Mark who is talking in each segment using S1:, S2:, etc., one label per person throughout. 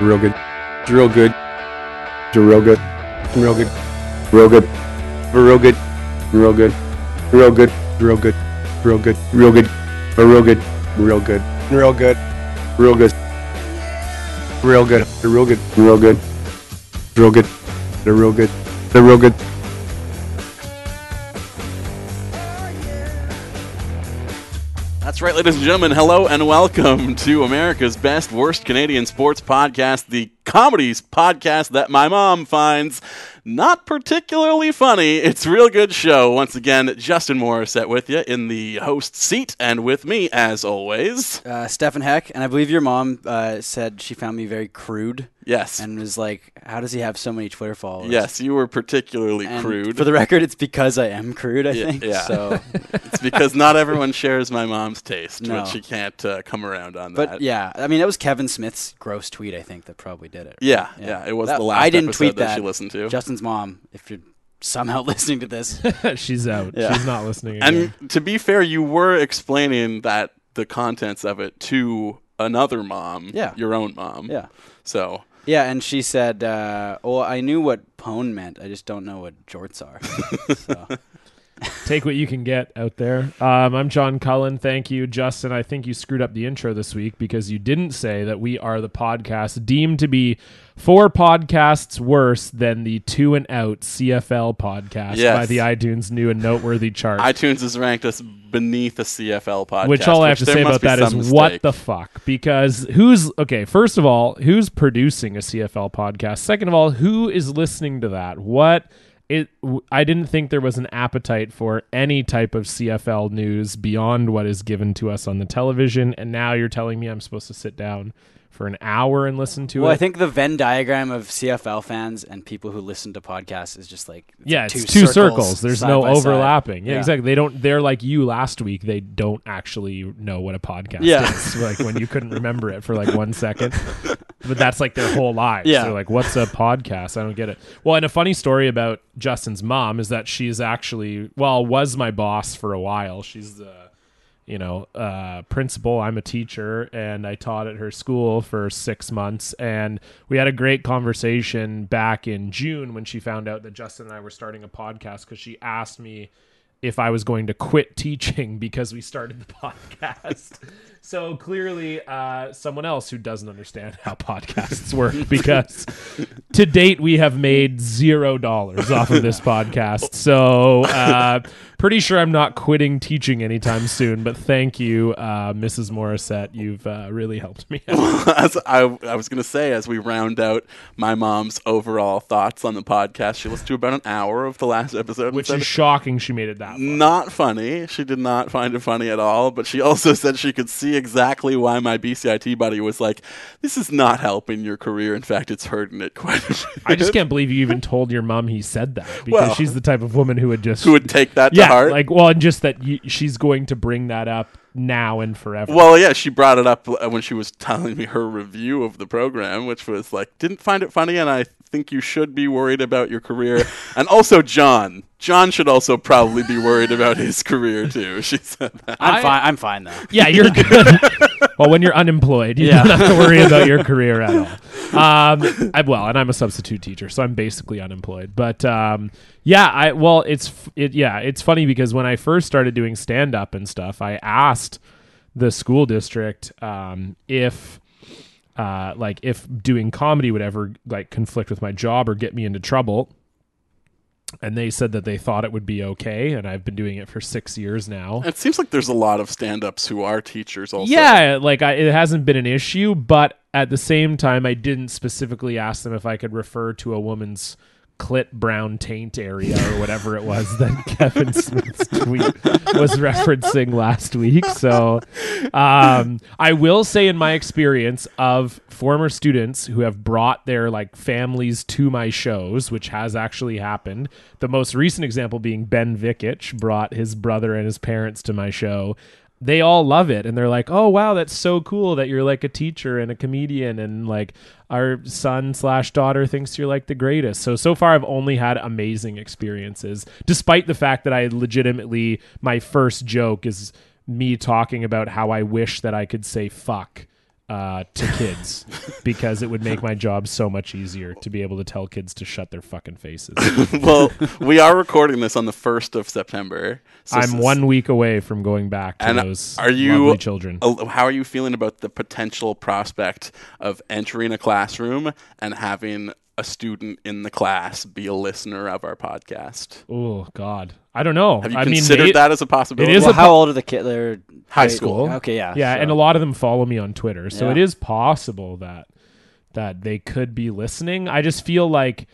S1: Real good. It's real good. It's real good. It's real good. Real good. Real good. Real good. Real good. Real good. Real good. Real good. Real good. Real good. Real good. Real good. Real good. Real good. Real good. Real good. They're real good. They're real good.
S2: That's right, ladies and gentlemen. Hello and welcome to America's Best Worst Canadian Sports Podcast, the comedies podcast that my mom finds not particularly funny. It's a real good show. Once again, Justin Morissette with you in the host seat and with me, as always.
S3: uh, Stefan Heck, and I believe your mom uh, said she found me very crude
S2: Yes.
S3: and was like, "How does he have so many Twitter followers?"
S2: Yes, you were particularly
S3: And
S2: crude.
S3: For the record, it's because I am crude. I
S2: Yeah,
S3: think
S2: yeah.
S3: so.
S2: it's because not everyone shares my mom's taste,
S3: No.
S2: but she can't uh, come around on that.
S3: But yeah, I mean, that was Kevin Smith's gross tweet. I think that probably did it.
S2: Yeah, yeah, it was
S3: That-
S2: the last
S3: I didn't
S2: episode
S3: tweet
S2: that
S3: that.
S2: she listened to.
S3: Justin's mom, if you're somehow listening to this,
S4: She's out.
S2: Yeah.
S4: She's not listening.
S2: And
S4: Again.
S2: to be fair, you were explaining that the contents of it to another mom,
S3: Yeah.
S2: your own mom.
S3: yeah,
S2: So
S3: yeah, and she said, uh, "Well, I knew what pone meant. I just don't know what jorts are." so,
S4: Take what you can get out there. Um, I'm John Cullen. Thank you, Justin. I think you screwed up the intro this week because you didn't say that we are the podcast deemed to be four podcasts worse than the two and out CFL podcast
S2: Yes.
S4: by the iTunes new and noteworthy chart.
S2: iTunes has ranked us beneath a CFL podcast.
S4: which all I have to
S2: there
S4: say
S2: must
S4: about
S2: be
S4: that is
S2: some
S4: what
S2: mistake.
S4: the fuck? Because who's okay? First of all, who's producing a CFL podcast? Second of all, who is listening to that? What it? w- I didn't think there was an appetite for any type of CFL news beyond what is given to us on the television, and now you're telling me I'm supposed to sit down for an hour and listen to
S3: well,
S4: it.
S3: I think the Venn diagram of CFL fans and people who listen to podcasts is just like
S4: yeah, it's
S3: two
S4: two, circles. There's
S3: side
S4: no
S3: by side.
S4: overlapping. Yeah,
S3: Yeah.
S4: exactly. They don't. They're like you last week. They don't actually know what a podcast
S3: Yeah.
S4: is. Like when you couldn't remember it for like one second, but that's like their whole lives.
S3: Yeah.
S4: They're like, "What's a podcast?" I don't get it. Well, and a funny story about Justin's mom is that she is actually well was my boss for a while. She's the you know, uh, principal. I'm a teacher and I taught at her school for six months. And we had a great conversation back in June when she found out that Justin and I were starting a podcast because she asked me if I was going to quit teaching because we started the podcast. so clearly, uh, someone else who doesn't understand how podcasts work because to date we have made zero dollars off of this podcast so uh, pretty sure i'm not quitting teaching anytime soon but thank you uh, mrs morissette you've uh, really helped me out
S2: as I, I was going to say, as we round out my mom's overall thoughts on the podcast, she listened to about an hour of the last episode, and
S4: which
S2: said,
S4: is shocking she made it that far.
S2: not funny. She did not find it funny at all, but she also said she could see exactly why my BCIT buddy was like, this is not helping your career. In fact, it's hurting it quite a bit.
S4: i just can't believe you even told your mom he said that because
S2: Well-
S4: she's the type of woman who would just
S2: Who would take that
S4: yeah
S2: to heart?
S4: like well and just that you, she's going to bring that up now and forever
S2: well, yeah, she brought it up uh, when she was telling me her review of the program, which was like, didn't find it funny, and I think you should be worried about your career. and also, John. John should also probably be worried about his career, too. She said that.
S3: I'm fine. I'm fine though.
S4: Yeah, you're good. well, when you're unemployed, you
S3: Yeah.
S4: don't have to worry about your career at all. Um, I, well, and I'm a substitute teacher, so I'm basically unemployed. But um, yeah, I well, it's f- it, yeah, it's funny because when I first started doing stand up and stuff, I asked the school district um, if uh, like if doing comedy would ever like conflict with my job or get me into trouble and they said that they thought it would be okay and i've been doing it for six years now
S2: It seems like there's a lot of stand ups who are teachers also.
S4: yeah, like I, it hasn't been an issue, but at the same time, I didn't specifically ask them if I could refer to a woman's clit brown taint area or whatever it was that Kevin Smith's tweet was referencing last week. So um, I will say, in my experience of former students who have brought their like families to my shows, which has actually happened. The most recent example being Ben Vickich brought his brother and his parents to my show they all love it and they're like oh wow that's so cool that you're like a teacher and a comedian and like our son slash daughter thinks you're like the greatest so so far i've only had amazing experiences despite the fact that i legitimately my first joke is me talking about how i wish that i could say fuck uh, to kids because it would make my job so much easier to be able to tell kids to shut their fucking faces.
S2: well, we are recording this on the first of September. So
S4: I'm
S2: s-
S4: one week away from going back to
S2: And uh,
S4: those
S2: are you-
S4: lovely children.
S2: Oh, How are you feeling about the potential prospect of entering a classroom and having a student in the class be a listener of our podcast?
S4: Oh God, I don't know.
S2: Have you
S4: I mean,
S2: considered
S4: may-
S2: that as a possibility?
S4: it is
S3: Well,
S4: a
S3: how
S4: po-
S3: old are the kids? They're
S2: High
S3: they-
S2: school.
S3: Okay, yeah.
S4: Yeah,
S3: so-
S4: and a lot of them follow me on Twitter, so
S3: Yeah.
S4: it is possible that that they could be listening. I just feel like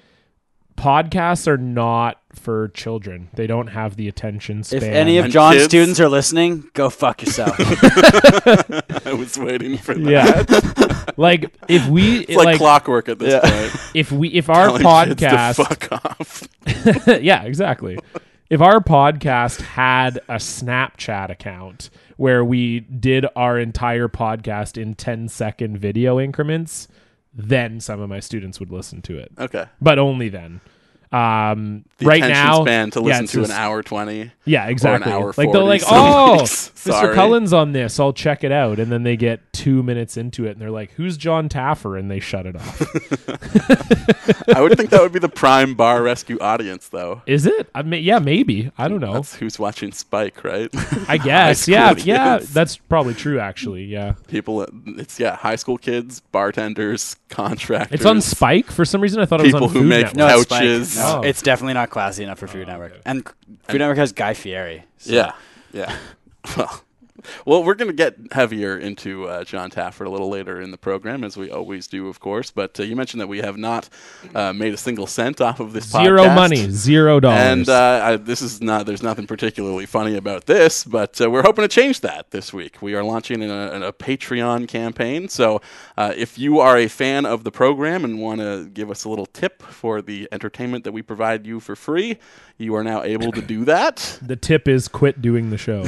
S4: podcasts are not for children. They don't have the attention span.
S3: if any of
S2: And
S3: John's
S2: kids.
S3: students are listening, go fuck yourself.
S2: I was waiting for that.
S4: yeah, like if we
S2: It's like,
S4: like,
S2: clockwork at this point.
S4: if we if our
S2: Telling kids to
S4: podcast
S2: fuck off.
S4: yeah, exactly. If our podcast had a Snapchat account where we did our entire podcast in 10 second video increments, then some of my students would listen to it.
S2: Okay.
S4: But only then. Um,
S2: The
S4: right
S2: attention
S4: now,
S2: span to
S4: yeah,
S2: listen
S4: it's
S2: to an
S4: just-
S2: hour 20.
S4: Yeah, exactly.
S2: hour
S4: like they're
S2: 40
S4: like,
S2: some
S4: "Oh,
S2: weeks." Sorry.
S4: Mr. Cullen's on this. I'll check it out." And then they get two minutes into it, and they're like, "Who's John Taffer?" And they shut it off.
S2: I would think that would be the prime bar rescue audience, though.
S4: Is it? I mean, yeah, maybe. I don't know.
S2: That's who's watching Spike, right?
S4: I guess. Yeah,
S2: school
S4: yeah.
S2: kids.
S4: That's probably true. Actually, yeah.
S2: People, it's yeah, high school kids, bartenders, contractors.
S4: It's on Spike for some reason. I thought it was
S2: People
S4: on
S2: who
S4: Food
S2: make-
S4: Network.
S3: no, it's Spike.
S2: Couches.
S3: No,
S4: Oh.
S3: it's definitely not classy enough for Food Network. And Food Network has Guy Fieri. so-
S2: Yeah, yeah. Well, well, we're going to get heavier into uh, John Tafford a little later in the program, as we always do, of course. But uh, you mentioned that we have not uh, made a single cent off of this
S4: Zero
S2: podcast.
S4: money, zero dollars.
S2: And uh, I, this is not. There's nothing particularly funny about this, but uh, we're hoping to change that this week. We are launching an, a, a Patreon campaign, so uh, if you are a fan of the program and want to give us a little tip for the entertainment that we provide you for free, you are now able to do that.
S4: the tip is quit doing the show.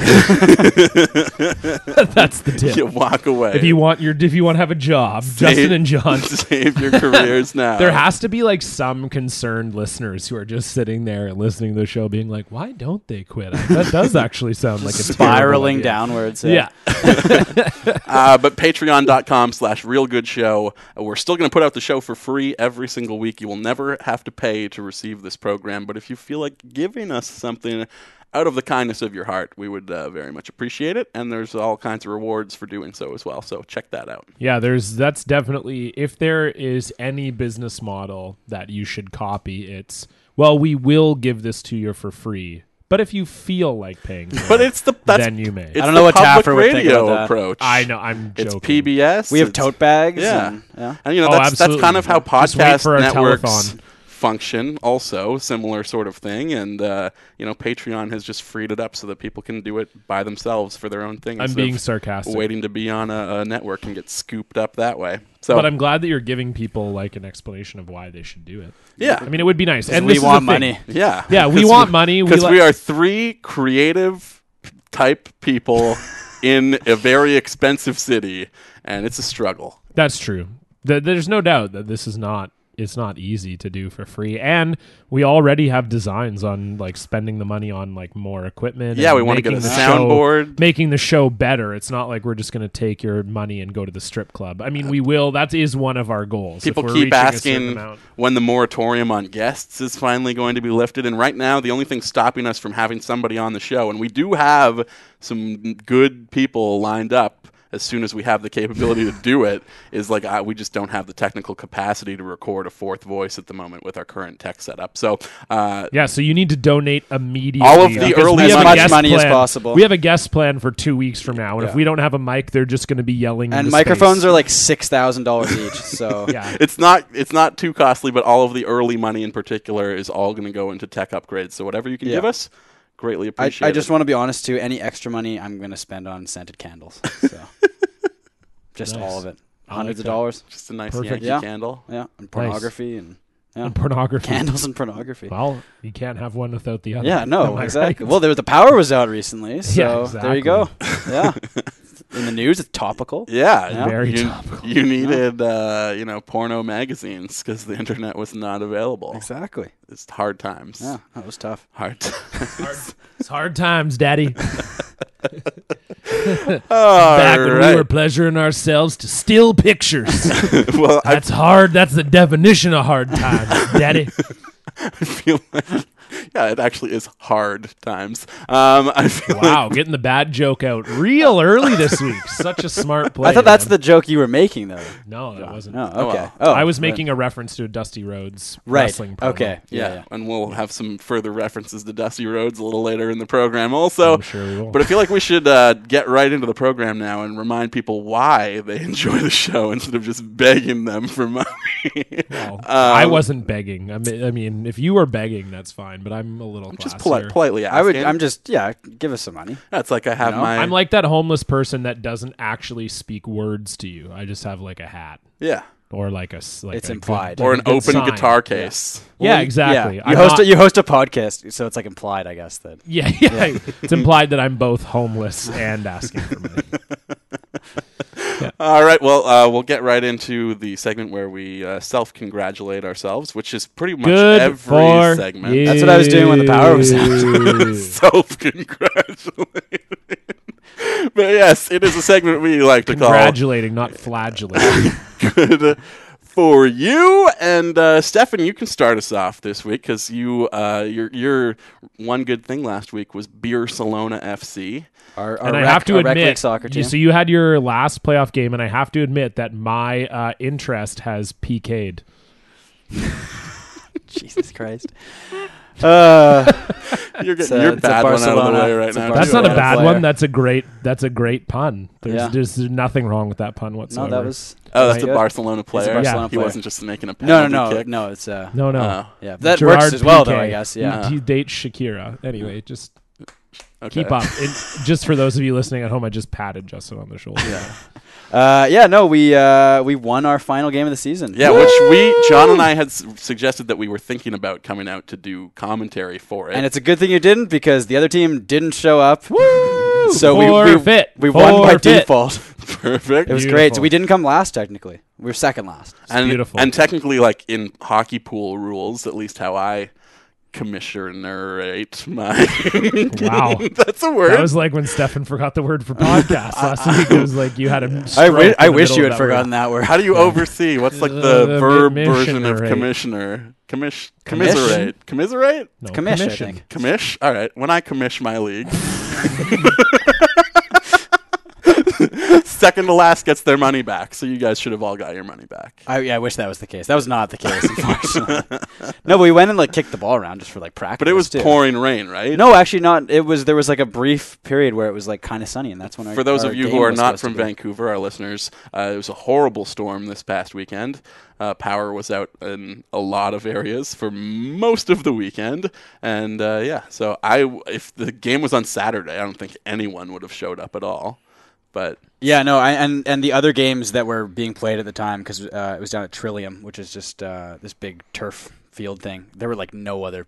S4: That's the tip.
S2: You walk away.
S4: If you want your, if you want to have a job, Justin and John.
S2: save your careers now.
S4: There has to be like some concerned listeners who are just sitting there and listening to the show, being like, "Why don't they quit?" That does actually sound like a terrible
S3: Spiraling
S4: idea.
S3: downwards.
S4: Yeah,
S2: uh, but patreon.com slash real good show Uh, we're still going to put out the show for free every single week you will never have to pay to receive this program but if you feel like giving us something out of the kindness of your heart we would uh, very much appreciate it and there's all kinds of rewards for doing so as well so check that out
S4: Yeah, there's that's definitely if there is any business model that you should copy, it's well, we will give this to you for free. But if you feel like paying, for
S2: but
S4: it,
S2: it's the that's
S4: then you may.
S2: it's
S3: I don't
S2: the
S3: know what
S2: public
S3: Taffer would think
S2: radio
S3: about that.
S2: approach
S4: I know I'm
S2: it's
S4: joking.
S2: pbs
S3: We have
S2: it's-
S3: tote bags.
S2: Yeah.
S3: and- yeah.
S2: And you know
S4: Oh,
S2: that's that's kind
S4: absolutely.
S2: of how
S4: Just wait for
S2: podcast
S4: our
S2: networks
S4: telethon.
S2: function, also similar sort of thing. And uh, you know, Patreon has just freed it up so that people can do it by themselves for their own thing.
S4: I'm
S2: instead of
S4: being sarcastic.
S2: Waiting to be on a, a network and get scooped up that way. So
S4: But I'm glad that you're giving people like an explanation of why they should do it.
S2: yeah,
S4: I mean, it would be nice. And
S3: we
S4: this is the
S3: want
S4: thing.
S3: money.
S2: yeah,
S4: Yeah, we
S2: 'Cause
S4: want money. We
S2: because
S4: li-
S2: we are three creative type people in a very expensive city, and it's a struggle.
S4: That's true. Th- There's no doubt that this is not it's not easy to do for free and we already have designs on like spending the money on like more equipment
S2: Yeah,
S4: and
S2: we wanna get
S4: making
S2: a
S4: the show-
S2: soundboard.
S4: making the show better it's not like we're just going to take your money and go to the strip club i mean we will that is one of our goals If
S2: People
S4: we're
S2: keep
S4: reaching a certain
S2: asking
S4: amount.
S2: when the moratorium on guests is finally going to be lifted. And right now, the only thing stopping us from having somebody on the show, and we do have some good people lined up as soon as we have the capability to do it, is like I, we just don't have the technical capacity to record a fourth voice at the moment with our current tech setup. So, uh,
S4: yeah so you need to donate immediately
S2: All of the
S4: because
S2: early
S4: we
S2: As
S4: have a
S2: much
S4: guest
S3: money as
S4: plan.
S3: possible.
S4: we have a guest plan for two weeks from now and if we don't have a mic they're just going to be yelling
S3: And
S4: into
S3: microphones
S4: space.
S3: are like six thousand dollars each. So
S4: yeah
S2: it's not it's not too costly, but all of the early money in particular is all going to go into tech upgrades. So whatever you can
S3: Yeah.
S2: give us, greatly
S3: I,
S2: appreciate.
S3: I just want to be honest too. Any extra money I'm going to spend on scented candles. So just all of it.
S4: I like
S3: Hundreds of
S4: that.
S3: dollars.
S2: just a nice
S4: Perfect.
S2: Yankee
S3: Yeah.
S2: candle.
S3: Yeah, and pornography and yeah,
S4: And pornography
S3: candles and pornography.
S4: Well, you can't have one without the other.
S3: Yeah,
S4: Am
S3: no,
S4: I
S3: exactly.
S4: right?
S3: Well, there was the power was out recently, so there
S4: exactly.
S3: you go. Yeah, in the news, it's topical.
S2: Yeah,
S3: Yeah.
S4: Very
S2: you,
S4: topical.
S2: You needed, uh, you know, porno magazines because the internet was not available.
S3: Exactly.
S2: It's hard times.
S3: Yeah, that was tough.
S2: Hard. times.
S4: it's hard times, Daddy.
S2: All
S4: Back when we were
S2: right.
S4: pleasuring ourselves to still pictures.
S2: well, I
S4: That's hard. That's the definition of hard times, Daddy.
S2: feel like yeah, it actually is hard times. Um, I feel like
S4: Wow, getting the bad joke out real early this week. Such a smart play.
S3: I thought that's
S4: man.
S3: the joke you were making, though.
S4: no. That wasn't.
S3: No,
S2: Oh,
S3: okay.
S2: well.
S3: Oh,
S4: I was
S3: right.
S4: making a reference to a Dusty Rhodes
S3: right.
S4: wrestling. promo.
S3: Okay.
S2: yeah,
S3: Yeah. yeah.
S2: and we'll have some further references to Dusty Rhodes a little later in the program, also.
S4: I'm sure we will.
S2: But I feel like we should uh, get right into the program now and remind people why they enjoy the show instead of just begging them for money.
S4: Well, I
S3: Um,
S4: wasn't begging. I mean, I mean, if you were begging, that's fine. But I'm a little
S2: just
S4: classier.
S2: polite, politely asking.
S3: I would. I'm just. Yeah. Give us some money.
S2: That's like I have
S3: know?
S2: my.
S4: I'm like that homeless person that doesn't actually speak words to you. I just have like a hat
S2: yeah,
S4: or like a s- like
S3: It's
S4: a good-
S3: implied.
S4: like
S2: or
S4: a
S2: an
S4: good
S2: open
S4: sign.
S2: guitar case.
S4: Yeah,
S3: Well,
S4: exactly.
S3: Yeah.
S4: I'm
S3: You host.
S4: not-
S3: a, you host a podcast, so it's like implied, I guess. That
S4: Yeah, yeah. it's implied that I'm both homeless and asking for money.
S2: All right, well, uh, we'll get right into the segment where we uh, self-congratulate ourselves, which is pretty much
S4: Good
S2: every
S4: for
S2: segment.
S4: you.
S3: That's what I was doing when the power was
S2: Self-congratulate. but yes, it is a segment we like to call
S4: Congratulating, not flagellating.
S2: good for you. And uh, Stefan, you can start us off this week because you uh, your your one good thing last week was Beer Salona FC.
S3: our, our
S4: and I
S3: rec-
S4: have to
S3: our rec league
S4: admit,
S3: soccer
S4: you-
S3: team.
S4: so you had your last playoff game, and I have to admit that my uh, interest has PK'd.
S3: Jesus Christ. Uh,
S2: You're getting
S3: It's a-
S2: your
S3: it's a
S2: bad one out of the
S3: Barcelona-
S2: way right
S3: it's a
S2: now.
S4: That's
S3: That's
S2: too.
S4: not a
S3: a
S4: bad
S3: player.
S4: one. That's a great. That's a great pun. There's
S3: Yeah.
S4: there's nothing wrong with that pun
S3: no,
S4: whatsoever.
S3: that was.
S2: Oh, that's a
S3: good.
S2: Barcelona player.
S4: Barcelona
S2: he
S3: player.
S2: wasn't just making a
S3: No,
S2: penalty
S3: no, no,
S2: kick.
S3: no. It's uh,
S4: no, no.
S2: Oh,
S3: yeah, that
S4: Gerard
S3: works as well, though.
S4: Piqué.
S3: I guess.
S4: He-
S3: Yeah.
S4: He, dates Shakira. Anyway, just
S2: Oh, okay.
S4: keep up. And just for those of you listening at home, I just patted Justin on the shoulder. Yeah.
S3: Uh, yeah. No, we uh, we won our final game of the season.
S2: Yeah, which we John and I had s- suggested that we were thinking about coming out to do commentary for it.
S3: And it's a good thing you didn't because the other team didn't show up. Woo! So we we,
S4: Forfeit.
S3: we won by
S4: Forfeit.
S3: default.
S2: perfect.
S3: It was
S4: Beautiful.
S3: great. So we didn't come last technically. We were second last.
S2: and,
S4: beautiful.
S2: And technically, like in hockey pool rules, at least how I commissionerate my.
S4: Wow.
S2: That's a word.
S4: That was like when Stefan forgot the word for podcast last week. It was like you had a.
S3: I,
S4: stroke
S3: wi-
S4: in
S3: I
S4: the
S3: wish
S4: middle
S3: you
S4: of
S3: had forgotten
S4: word.
S3: that word.
S2: How do you oversee? What's like the
S4: Uh,
S2: verb version of
S4: commissionerate.
S2: commissioner? Commish, commiserate, commiserate,
S4: No,
S3: Commish, I
S4: commission.
S3: think.
S2: commish. All right, when I commish my league, second to last gets their money back. So you guys should have all got your money back.
S3: I, yeah, I wish that was the case. That was not the case, unfortunately. no, but we went and like kicked the ball around just for like practice.
S2: But it was
S3: too.
S2: pouring rain, right?
S3: No, actually, not. It was there was like a brief period where it was like kind of sunny, and that's when. Our,
S2: For those
S3: our
S2: of you who
S3: game
S2: are
S3: was
S2: not
S3: supposed
S2: from
S3: to be.
S2: Vancouver, our listeners, uh, it was a horrible storm this past weekend. Uh, power was out in a lot of areas for most of the weekend, and uh, yeah. So I, w- if the game was on Saturday, I don't think anyone would have showed up at all. But
S3: Yeah, no, I, and and the other games that were being played at the time because uh, it was down at Trillium, which is just uh, this big turf field thing. There were like no other,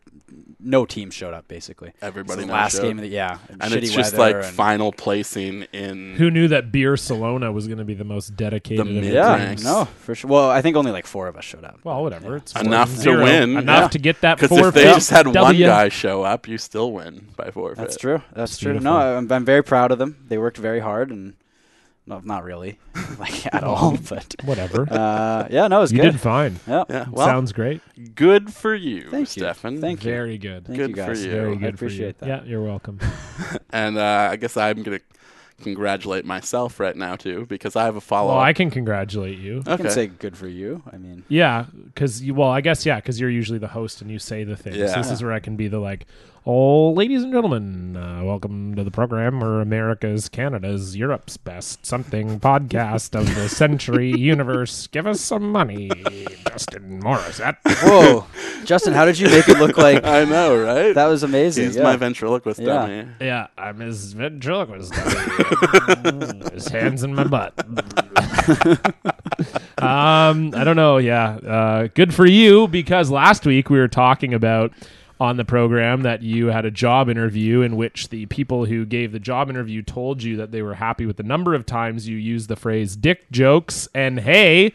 S3: no team showed up basically.
S2: Everybody
S3: It's the
S2: no
S3: last
S2: showed.
S3: game of the yeah,
S2: and
S3: shitty
S2: it's just like
S3: weather and-
S2: final placing in.
S4: Who knew that Beer Salona was going to be the most dedicated?
S2: The
S4: of
S2: mid-
S4: the
S3: yeah,
S4: teams?
S2: Thanks.
S3: no, for sure. Well, I think only like four of us showed up.
S4: Well, whatever. It's
S2: Enough
S4: one
S2: to
S4: zero.
S2: win.
S4: Enough
S2: Yeah.
S4: to get that
S2: Because
S4: four.
S2: if they just had one
S4: W.
S2: guy show up, you still win by forfeit.
S3: That's true. That's true.
S4: beautiful.
S3: No, I'm, I'm very proud of them. They worked very hard, and no, not really, like at all. But
S4: whatever.
S3: uh, yeah, no, it was
S4: you
S3: good.
S4: did fine.
S3: Yeah,
S2: Yeah. Well,
S4: Sounds great.
S2: good for you,
S3: Thank you.
S2: Stefan.
S3: Thank you.
S4: Very good.
S3: Thank
S2: Good
S3: you
S2: for
S3: guys.
S2: you.
S4: Very
S2: I
S4: good. for you.
S3: appreciate that.
S4: Yeah, you're welcome.
S2: And uh, I guess I'm gonna congratulate myself right now too because I have a follow
S4: well,
S2: up.
S4: I can congratulate you.
S3: I can say good for you. I mean,
S4: Yeah, because you. Well, I guess yeah, because you're usually the host and you say the things.
S2: Yeah.
S4: This is where I can be the like, oh, ladies and gentlemen, uh, welcome to the program where America's, Canada's, Europe's best something podcast of the century universe. Give us some money, Justin Morissette.
S3: whoa, Justin, how did you make it look like
S2: I know, right?
S3: that was amazing?
S2: He's
S3: yeah.
S2: my ventriloquist
S3: Yeah.
S2: dummy.
S4: Yeah, I'm his ventriloquist. his hands in my butt. um, I don't know. Yeah, uh, good for you because last week we were talking about on the program that you had a job interview in which the people who gave the job interview told you that they were happy with the number of times you used the phrase "dick jokes" and "hey."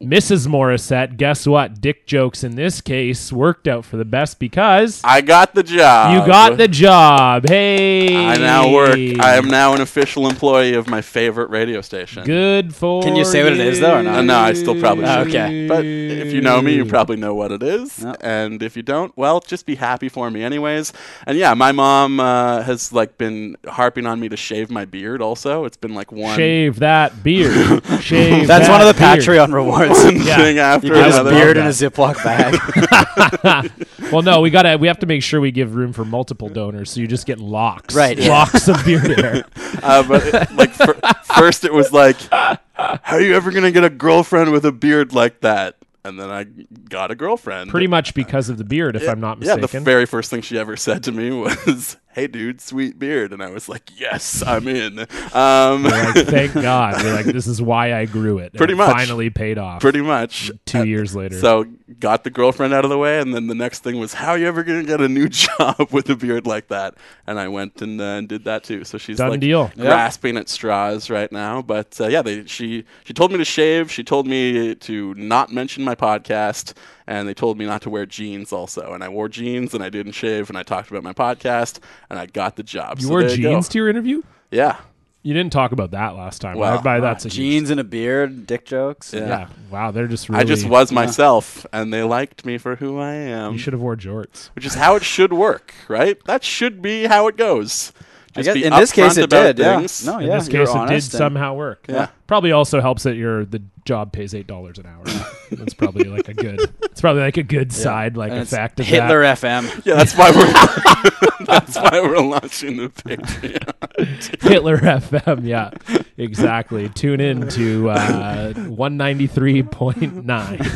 S4: Mrs. Morissette, guess what? Dick jokes in this case worked out for the best because
S2: I got the job.
S4: you got the job. Hey,
S2: Uh, I now work. I am now an official employee of my favorite radio station.
S4: good for.
S3: Can you say what it is, though, or not?
S2: Uh, no, I still probably
S3: Oh,
S2: should.
S3: okay.
S2: But if you know me, you probably know what it is.
S3: Yep.
S2: And if you don't, well, just be happy for me, anyways. And yeah, my mom uh, has like been harping on me to shave my beard. Also, it's been like one
S4: shave that beard. Shave.
S3: That's
S4: that
S3: one of the
S4: beard.
S3: Patreon rewards.
S2: thing
S4: Yeah.
S2: after
S3: You get his
S2: another.
S3: beard in a
S4: that.
S3: Ziploc bag.
S4: Well, no, we gotta. We have to make sure we give room for multiple donors, so you just get locks,
S3: Right, yeah.
S4: Locks of beard hair.
S2: Uh, but it- like fir- first, it was like, how are you ever gonna get a girlfriend with a beard like that? And then I got a girlfriend.
S4: Pretty much because of the beard, if I'm not
S2: Yeah,
S4: mistaken.
S2: the very first thing she ever said to me was, "Hey, dude, sweet beard," and I was like, "Yes, I'm in." Um,
S4: You're like, thank God. You're like, this is why I grew it. And
S2: Pretty
S4: it
S2: much.
S4: Finally paid off.
S2: pretty much.
S4: two years later.
S2: So got the girlfriend out of the way, and then the next thing was, "How are you ever gonna get a new job with a beard like that?" And I went and, uh, and did that too. So she's
S4: Done
S2: like
S4: deal. Yeah.
S2: grasping at straws right now. But uh, yeah, they, she she told me to shave. She told me to not mention my podcast, and they told me not to wear jeans also. And I wore jeans, and I didn't shave, and I talked about my podcast, and I got the job.
S4: you
S2: So
S4: wore
S2: there go.
S4: jeans to your interview?
S2: Yeah.
S4: You didn't talk about that last time.
S2: Well,
S4: I buy
S3: Uh,
S4: that's a huge-
S3: Jeans and a beard, dick jokes.
S2: Yeah.
S4: yeah. Wow, they're just really.
S2: I just was myself, and they liked me for who I am.
S4: You should have wore jorts.
S2: which is how it should work, right? That should be how it goes.
S3: I
S2: Just
S3: guess,
S2: be
S3: in this case,
S2: upfront
S3: it
S2: about
S3: did. Yeah.
S2: things.
S3: No,
S4: In
S3: Oh, yeah.
S4: this
S3: you're
S4: case, it did
S3: honest and-
S4: somehow work.
S2: Yeah.
S4: Probably also helps that your the job pays eight dollars an hour. That's probably like a good. It's probably like a good side like
S3: and it's
S4: effect of
S3: Hitler
S4: That.
S3: FM.
S2: Yeah, that's why we're that's why we're launching the Patreon.
S4: Hitler FM. Yeah, exactly. Tune in to uh, one ninety three point nine.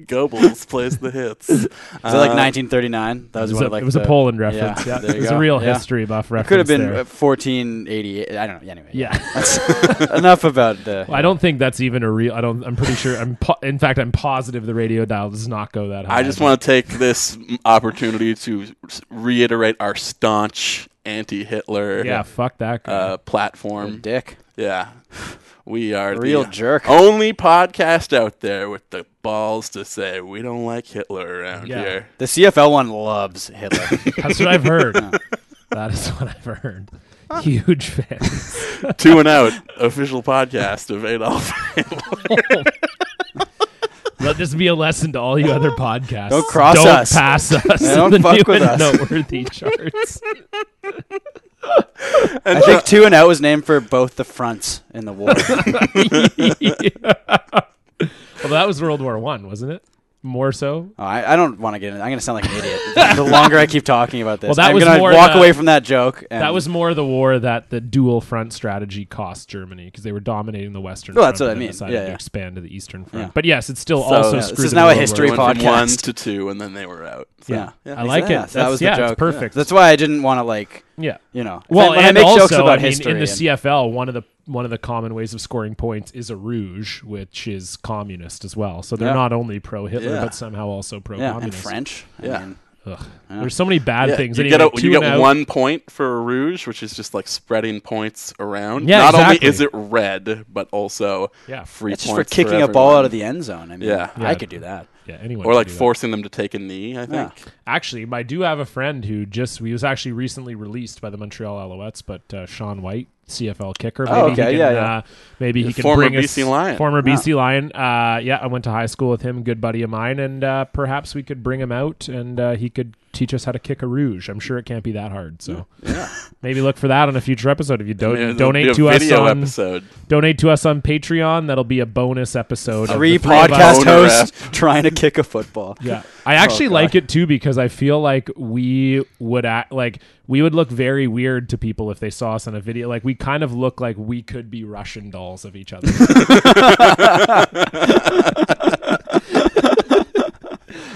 S2: Goebbels plays the hits. Is it
S3: Is it like 1939? That was
S4: It was,
S3: one
S4: a,
S3: of like
S4: it was
S3: the,
S4: a Poland reference. Yeah,
S3: there you
S4: it's a
S3: go.
S4: real
S3: Yeah.
S4: history buff reference.
S3: Could have been
S4: there.
S3: uh, 1488. I don't know. Anyway.
S4: yeah.
S3: Enough about the.
S4: Well, I don't think that's even a real. I don't. I'm pretty sure. I'm. Po- in fact, I'm positive the radio dial does not go that high.
S2: I just want to take this opportunity to s- reiterate our staunch anti-Hitler
S4: Yeah, fuck that guy.
S2: uh, platform.
S3: dick.
S2: Yeah. We are
S3: Real
S2: the uh, oh.
S3: jerk.
S2: only podcast out there with the balls to say we don't like Hitler around
S4: Yeah.
S2: here.
S3: The CFL one loves Hitler.
S4: That's what I've heard. that is what I've heard. Huge fan.
S2: Two and out official podcast of Adolf
S4: Let this be a lesson to all you other podcasts.
S3: Don't cross
S4: Don't
S3: us.
S4: pass us. in
S3: don't
S4: the
S3: fuck
S4: new
S3: with
S4: and
S3: us.
S4: Noteworthy charts.
S3: I think two and out was named for both the fronts in the war.
S4: Well, that was World War One, wasn't it? More so.
S3: Oh, I, I don't want to get in. I'm going to sound like an idiot. the longer I keep talking about this,
S4: Well, that
S3: I'm
S4: was
S3: going to
S4: more
S3: walk
S4: the-
S3: away from that joke. And
S4: That was more the war that the dual front strategy cost Germany because they were dominating the Western.
S3: Well, that's what
S4: front
S3: I
S4: and then
S3: mean.
S4: Decided
S3: Yeah,
S4: to
S3: yeah.
S4: expand to the Eastern front.
S3: Yeah.
S4: But yes, it's still
S2: So,
S4: also
S2: yeah,
S4: screwed.
S3: this is
S4: in
S3: now a
S4: the World War
S3: history
S4: One.
S2: They went from
S3: podcast.
S2: one to two, and then they were out. So,
S4: Yeah.
S3: Yeah,
S4: I like
S3: yeah,
S4: it. That's, yeah, it's perfect.
S3: That's why I didn't want to like,
S4: yeah.
S3: you know.
S4: Well,
S3: when
S4: and
S3: I make
S4: also,
S3: jokes about
S4: I mean,
S3: history
S4: in the
S3: and-
S4: CFL, one of the one of the common ways of scoring points is a rouge, which is communist as well. So they're
S3: Yeah.
S4: not only pro Hitler,
S2: Yeah.
S4: but somehow also pro
S3: yeah, and
S4: communist.
S3: French. I
S2: Yeah.
S3: mean,
S4: Ugh. There's so many bad
S2: Yeah,
S4: things.
S2: You
S4: Anyway,
S2: get, a, you
S4: two and
S2: get
S4: out.
S2: one point for a rouge, which is just like spreading points around.
S4: Yeah,
S2: Not
S4: exactly.
S2: only is it red, but also
S4: Yeah.
S2: free
S3: it's just for
S2: points
S3: kicking a ball out of
S2: everyone.
S3: the end zone. I mean,
S2: Yeah.
S4: Yeah.
S3: I could do that.
S4: Yeah, anyone
S2: or
S4: can
S2: like
S4: do that.
S2: forcing them to take a knee. I
S3: Yeah.
S2: think.
S4: Actually, I do have a friend who just he was actually recently released by the Montreal Alouettes, but uh, Sean White, CFL kicker. Maybe
S3: Oh, okay,
S4: he can,
S3: yeah, yeah.
S4: Uh, maybe he can
S2: Former
S4: bring us-
S2: BC Lion.
S4: Former BC Lion. Uh, yeah, I went to high school with him, good buddy of mine, and uh, perhaps we could bring him out and uh, he could teach us how to kick a rouge. I'm sure it can't be that hard. So maybe look for that on a future episode if Oh, you
S2: I
S4: don't
S2: mean, it'll be
S4: donate
S2: a
S4: to us
S2: video
S4: on
S2: episode.
S4: donate to us on Patreon. That'll be a bonus episode. of
S3: Three
S4: the three of us.
S3: podcast
S2: Boner
S3: hosts trying to kick a football.
S4: Yeah. I actually
S3: Oh, God.
S4: like it too because I feel like we would act like we would look very weird to people if they saw us on a video. Like we kind of look like we could be Russian dolls of each other.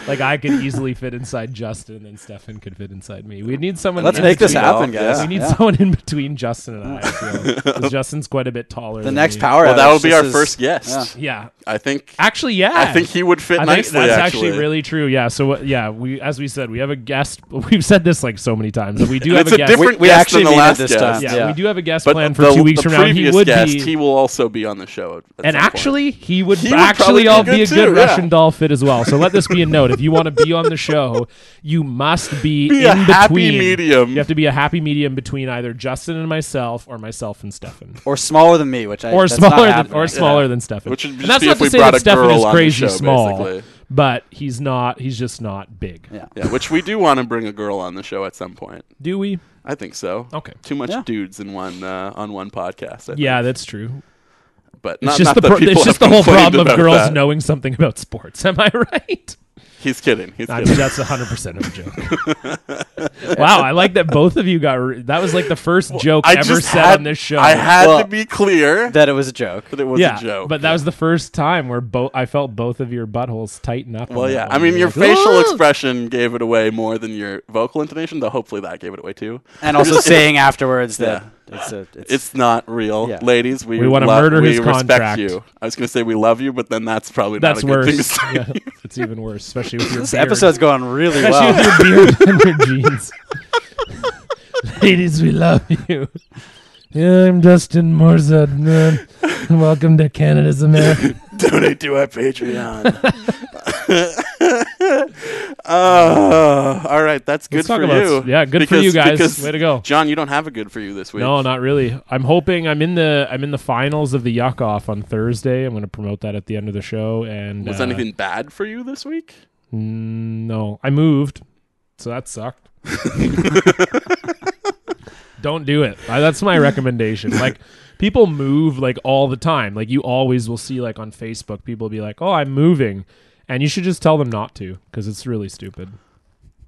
S4: like I could easily fit inside Justin, and Stefan could fit inside me. We need someone.
S3: Let's
S4: in
S3: make this
S4: between-
S3: happen,
S2: Yeah.
S3: guys.
S4: We need
S3: Yeah.
S4: someone in between Justin and I. I feel, 'cause Justin's quite a bit taller.
S3: the
S4: than
S3: next
S4: me.
S3: power.
S2: Well, that
S3: outage
S2: will be
S3: just
S2: our
S3: is-
S2: first guest.
S4: Yeah,
S2: I think.
S4: actually, yeah.
S2: I think he would fit
S4: Ah, I think
S2: nicely.
S4: that's
S2: actually,
S4: actually. really true. Yeah. So what- yeah, we as we said, we have a guest. We've said this like so many times, but we do
S2: And
S4: have
S2: it's a
S4: guest.
S2: different
S3: We- we
S2: guest
S3: actually
S2: than the
S3: mean it
S2: last
S3: this
S2: guest.
S3: time.
S4: yeah,
S3: yeah.
S4: we do have a guest
S2: But
S4: planned
S2: the-
S4: for two weeks
S2: the
S4: from now. He
S2: previous
S4: would
S2: guest,
S4: be,
S2: he will also be on the show. at- at some
S4: and
S2: point.
S4: actually, he would
S2: He would probably
S4: actually
S2: be
S4: all
S2: good
S4: be a good
S2: too, yeah.
S4: Russian doll fit as well. So let this be a note: if you want to be on the show, you must be,
S2: Be
S4: in
S2: a happy
S4: between.
S2: medium.
S4: You have to be a happy medium between either Justin and myself, or myself and Stefan,
S3: or smaller than me, which I
S4: or
S3: that's not
S4: smaller than,
S3: happening.
S4: or smaller than Stefan.
S2: Which would
S4: And
S2: just
S4: that's
S2: be
S4: not
S2: if
S4: to
S2: we
S4: say
S2: brought
S4: that
S2: a
S4: Stefan
S2: girl
S4: is
S2: on the
S4: crazy
S2: show,
S4: small,
S2: basically.
S4: but he's not. He's just not big.
S3: Yeah.
S2: Yeah, which we do want to bring a girl on the show at some point.
S4: Do we?
S2: I think so.
S4: Okay.
S2: Too much
S3: Yeah.
S2: dudes in one uh, on one podcast. I
S4: Yeah, that's true.
S2: think. but
S4: It's
S2: not,
S4: just
S2: not
S4: the
S2: that
S4: pro-
S2: people
S4: it's just the
S2: have
S4: whole
S2: complained
S4: problem of
S2: about
S4: girls
S2: that.
S4: knowing something about sports. Am I right?
S2: He's kidding. He's
S4: I mean,
S2: kidding.
S4: that's 100% of a joke. wow, I like that both of you got. Re- that was like the first joke
S2: I
S4: ever
S2: just
S4: said
S2: had,
S4: on this show.
S2: I had
S3: Well,
S2: to be clear that,
S3: That it was a joke.
S2: it was
S4: yeah,
S2: a joke.
S4: but that was the first time where both I felt both of your buttholes tighten up. on
S2: well,
S4: that
S2: yeah.
S4: one.
S2: I mean, your
S4: You're like,
S2: facial
S4: Oh, "Ooh!"
S2: expression gave it away more than your vocal intonation, though. Hopefully, that gave it away too.
S3: And also saying afterwards that it's a it's,
S2: It's not real,
S3: Yeah.
S2: ladies. We
S4: We wanna
S2: lo-
S4: murder
S2: we
S4: his
S2: respect
S4: contract.
S2: you. I was going to say we love you, but then that's probably
S4: That's
S2: not a good thing to
S4: worse.
S2: say.
S4: Yeah, it's even worse, especially with your
S3: this
S4: beard.
S3: episode's going really
S4: especially
S3: well.
S4: with your beard and your jeans. Ladies, we love you. Yeah, I'm Dustin Morzad. Man. Welcome to Canada's America.
S2: donate to our Patreon. uh, all right, that's good
S4: Let's talk
S2: for
S4: about
S2: you.
S4: s- yeah, good for
S2: Because-
S4: you guys.
S2: because,
S4: Way to go.
S2: John. You don't have a good for you this week.
S4: No, not really. I'm hoping I'm in the I'm in the finals of the Yuck Off on Thursday. I'm going to promote that at the end of the show. And
S2: was
S4: uh,
S2: anything bad for you this week?
S4: mm, No, I moved, so that sucked. Don't do it. I, that's my recommendation. Like people move like all the time. Like you always will see like on Facebook people be like, "Oh, I'm moving," and you should just tell them not to because it's really stupid.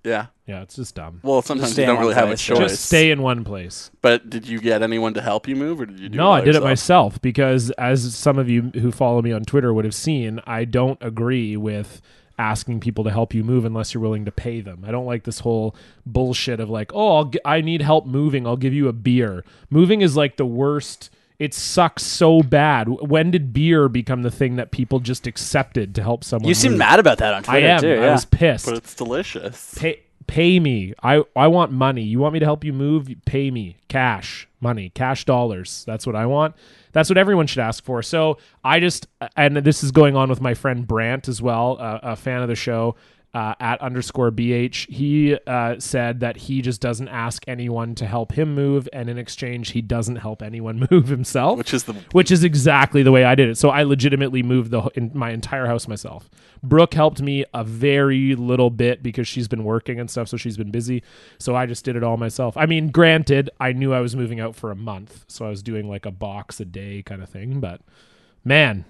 S2: Yeah.
S4: Yeah, it's just dumb.
S2: Well, sometimes you
S3: stay in
S2: don't
S3: one
S2: really have a
S3: place.
S2: choice.
S4: Just stay in one place.
S2: But did you get anyone to help you move, or did you do?
S4: no
S2: all
S4: i did it
S2: yourself?
S4: myself because as some of you who follow me on twitter would have seen i don't agree with asking people to help you move unless you're willing to pay them i don't like this whole bullshit of like oh I'll gi need help moving i'll give you a beer moving is like the worst it sucks so bad W- when did beer become the thing that people just accepted to help someone
S3: you seem
S4: move?
S3: mad about that on
S4: i
S3: Twitter
S4: am
S3: too.
S4: i
S3: yeah.
S4: was pissed
S2: But it's delicious.
S4: pay pay me. I I want money. You want me to help you move? Pay me cash, money, cash dollars. That's what I want. That's what everyone should ask for. So I just and this is going on with my friend Brant as well, uh, a fan of the show. Uh, at underscore bh, he uh, said that he just doesn't ask anyone to help him move, and in exchange, he doesn't help anyone move himself
S2: Which is the
S4: which is exactly the way I did it. So I legitimately moved the in my entire house myself. Brooke helped me a very little bit because she's been working and stuff, so she's been busy. So I just did it all myself. I mean, granted, I knew I was moving out for a month, so I was doing like a box a day kind of thing. But man,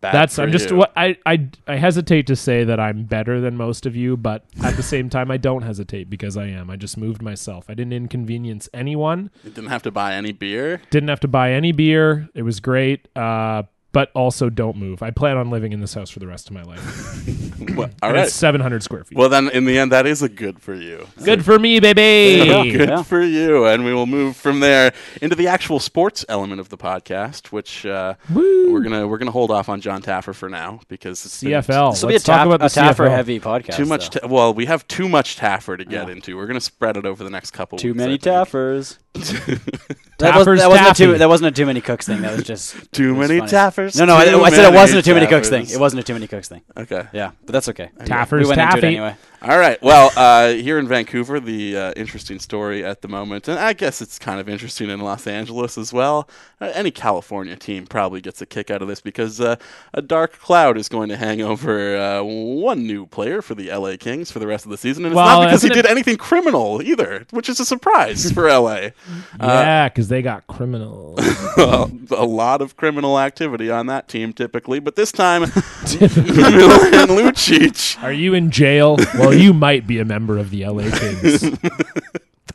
S2: bad
S4: that's
S2: for
S4: I'm just
S2: you.
S4: what I, I I hesitate to say that I'm better than most of you, but at the same time, I don't hesitate because I am. I just moved myself. I didn't inconvenience anyone
S2: You didn't have to buy any beer.
S4: didn't have to buy any beer it was great uh, but also don't move i plan on living in this house for the rest of my life
S2: Well, all
S4: and
S2: right.
S4: it's 700 square feet
S2: Well, then in the end, that is a good for you.
S4: good for me baby
S2: Good
S3: Yeah.
S2: for you. And we will move from there into the actual sports element of the podcast, which uh,
S4: Woo.
S2: we're gonna we're gonna hold off on John Taffer for now because it's been
S4: cfl
S3: this
S4: let's
S3: will be a,
S4: talk
S3: tap,
S4: about the
S3: a tapper
S4: CFL.
S3: heavy podcast.
S2: Too much.
S3: though.
S2: Ta- well, we have too much Taffer to get into. We're gonna spread it over the next couple.
S3: too
S2: weeks,
S3: many
S2: I think.
S3: taffers. that wasn't,
S4: Taffers
S3: that wasn't a
S4: taffy.
S3: too that wasn't a too many cooks thing. That was just
S2: Too
S3: it was
S2: many
S3: funny.
S2: Taffers.
S3: No, no, I,
S2: Too
S3: I said it
S2: many
S3: wasn't a too many cooks thing.
S2: Taffers.
S3: It wasn't a too many cooks thing.
S2: Okay.
S3: Yeah, but that's okay.
S4: Taffer's
S3: we went into
S4: taffy.
S3: it anyway.
S2: All right. Well, uh, here in Vancouver, the uh, interesting story at the moment, and I guess it's kind of interesting in Los Angeles as well. Uh, any California team probably gets a kick out of this because uh, a dark cloud is going to hang over uh, one new player for the LA Kings for the rest of the season, and it's
S4: Well,
S2: not because he
S4: isn't it-
S2: did anything criminal either, which is a surprise for LA.
S4: yeah because they got criminal
S2: Uh, a lot of criminal activity on that team typically, but this time, Milan Lucic.
S4: are you in jail well you might be a member of the la kings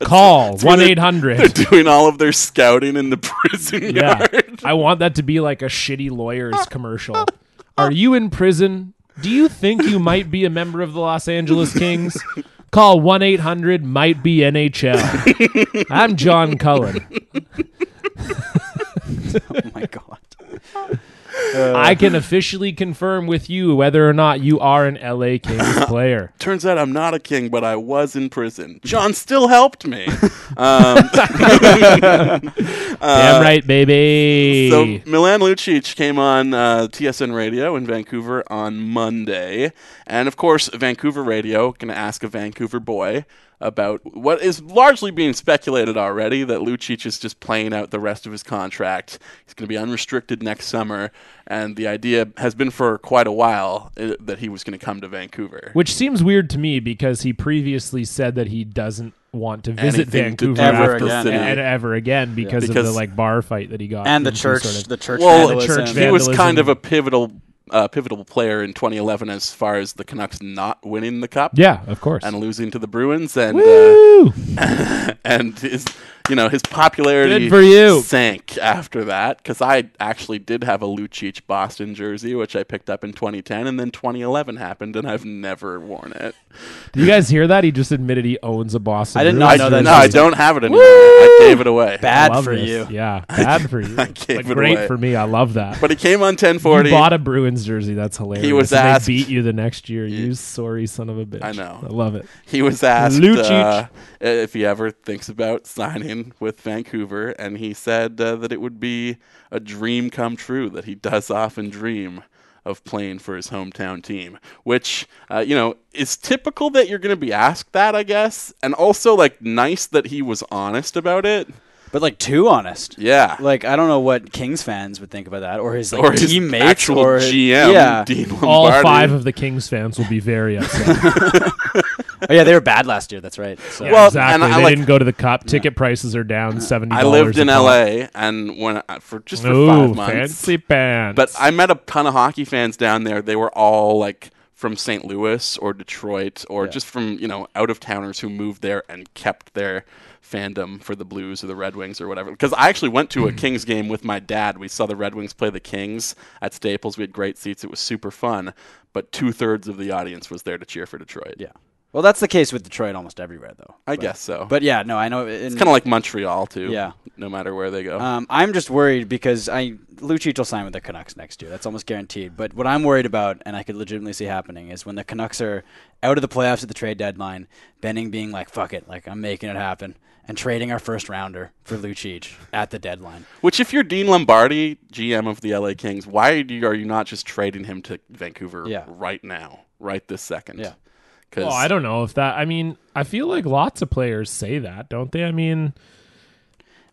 S4: call
S2: where they're- They're
S4: 1-800
S2: doing all of their scouting in the prison
S4: yeah
S2: yard.
S4: i want that to be like a shitty lawyers commercial are you in prison Do you think you might be a member of the Los Angeles Kings? Call 1 800 might be NHL. I'm John Cullen.
S3: oh my god.
S4: I can officially confirm with you whether or not you are an LA Kings player.
S2: Turns out I'm not a king, but I was in prison. John still helped me. Um,
S4: Damn right, baby.
S2: So Milan Lucic came on uh, TSN Radio in Vancouver on Monday, and of course, Vancouver Radio can ask a Vancouver boy about what is largely being speculated already that Lucic is just playing out the rest of his contract. He's going to be unrestricted next summer, and the idea has been for quite a while uh, that he was going to come to Vancouver.
S4: Which seems weird to me because he previously said that he doesn't want to visit
S2: Anything to do
S4: Vancouver
S3: Ever
S4: after-
S2: with the
S3: again,
S2: city.
S3: yeah.
S4: and ever again because, of the
S2: Because-
S4: like bar fight that he got
S3: And the
S4: into,
S3: church,
S4: sort of.
S3: the church,
S2: Well,
S3: vandalism.
S4: church
S2: he was
S4: vandalism.
S2: kind of a pivotal uh, pivotal player in 2011 as far as the Canucks not winning the cup
S4: yeah, of course.
S2: and losing to the Bruins and uh,
S4: Woo!
S2: and his you know his popularity
S4: Good for you.
S2: sank after that cuz I actually did have a Lucic Boston jersey which I picked up in 2010 and then 2011 happened and I've never worn it.
S4: Did you guys hear that? He just admitted he owns a Boston.
S3: I did
S4: Bruins
S3: not
S2: I,
S3: know
S4: jersey.
S3: that
S2: no, I
S3: jersey.
S2: don't have it anymore. I gave it away.
S4: I
S3: Bad
S4: love
S3: for
S4: this.
S3: you.
S4: Yeah, bad for you.
S2: gave
S4: Like,
S2: it
S4: great
S2: away.
S4: for me. I love that.
S2: But he came on
S4: you
S2: 1040.
S4: bought a Bruins jersey. That's hilarious.
S2: was
S4: and
S2: asked-
S4: they beat you the next year. You sorry son of a bitch.
S2: I know.
S4: I love it.
S2: He was asked
S4: Lucic.
S2: uh, if he ever thinks about signing with Vancouver, and he said uh, that it would be a dream come true, that he does often dream of playing for his hometown team, which, uh, you know, is typical that you're going to be asked that, I guess, and also, like, nice that he was honest about it.
S3: But like too honest.
S2: Yeah.
S3: Like I don't know what Kings fans would think about that, or his like
S2: or his
S3: teammates,
S2: actual
S3: or
S2: GM,
S3: yeah,
S2: Dean Lombardi.
S4: All five of the Kings fans will be very upset.
S3: oh, yeah, they were bad last year. That's right. So.
S2: Well, and
S4: exactly.
S2: I
S4: they
S2: like-
S4: didn't go to the cup. Ticket prices are down seventy.
S2: I lived in
S4: a pop.
S2: LA, and when I, for just for
S4: Ooh,
S2: five months,
S4: fancy pants.
S2: But I met a ton of hockey fans down there. They were all like from St. Louis or Detroit or just from, you know, out of towners who moved there and kept their fandom for the Blues or the Red Wings or whatever. Because I actually went
S3: Mm.
S2: to a Kings game with my dad. We saw the Red Wings play the Kings at Staples. We had great seats. It was super fun. But two thirds of the audience was there to cheer for Detroit.
S3: yeah. Well, that's the case with Detroit almost everywhere, though.
S2: I
S3: But-
S2: guess so. But
S3: But yeah, no, I know. It's
S2: kind of like Montreal, too.
S3: Yeah.
S2: No matter where they go.
S3: Um, I'm just worried because I Lucic will sign with the Canucks next year. That's almost guaranteed. But what I'm worried about, and I could legitimately see happening, is when the Canucks are out of the playoffs at the trade deadline, Benning being like, "Fuck it, like I'm making it happen," and trading our first rounder for Lucic at the deadline.
S2: Which, if you're Dean Lombardi, GM of the LA Kings, why do you, are you not just trading him to Vancouver
S3: Yeah.
S2: right now, right this second?
S3: Yeah.
S2: Because
S4: Well, I don't know if that. I mean, I feel like lots of players say that, don't they? I mean,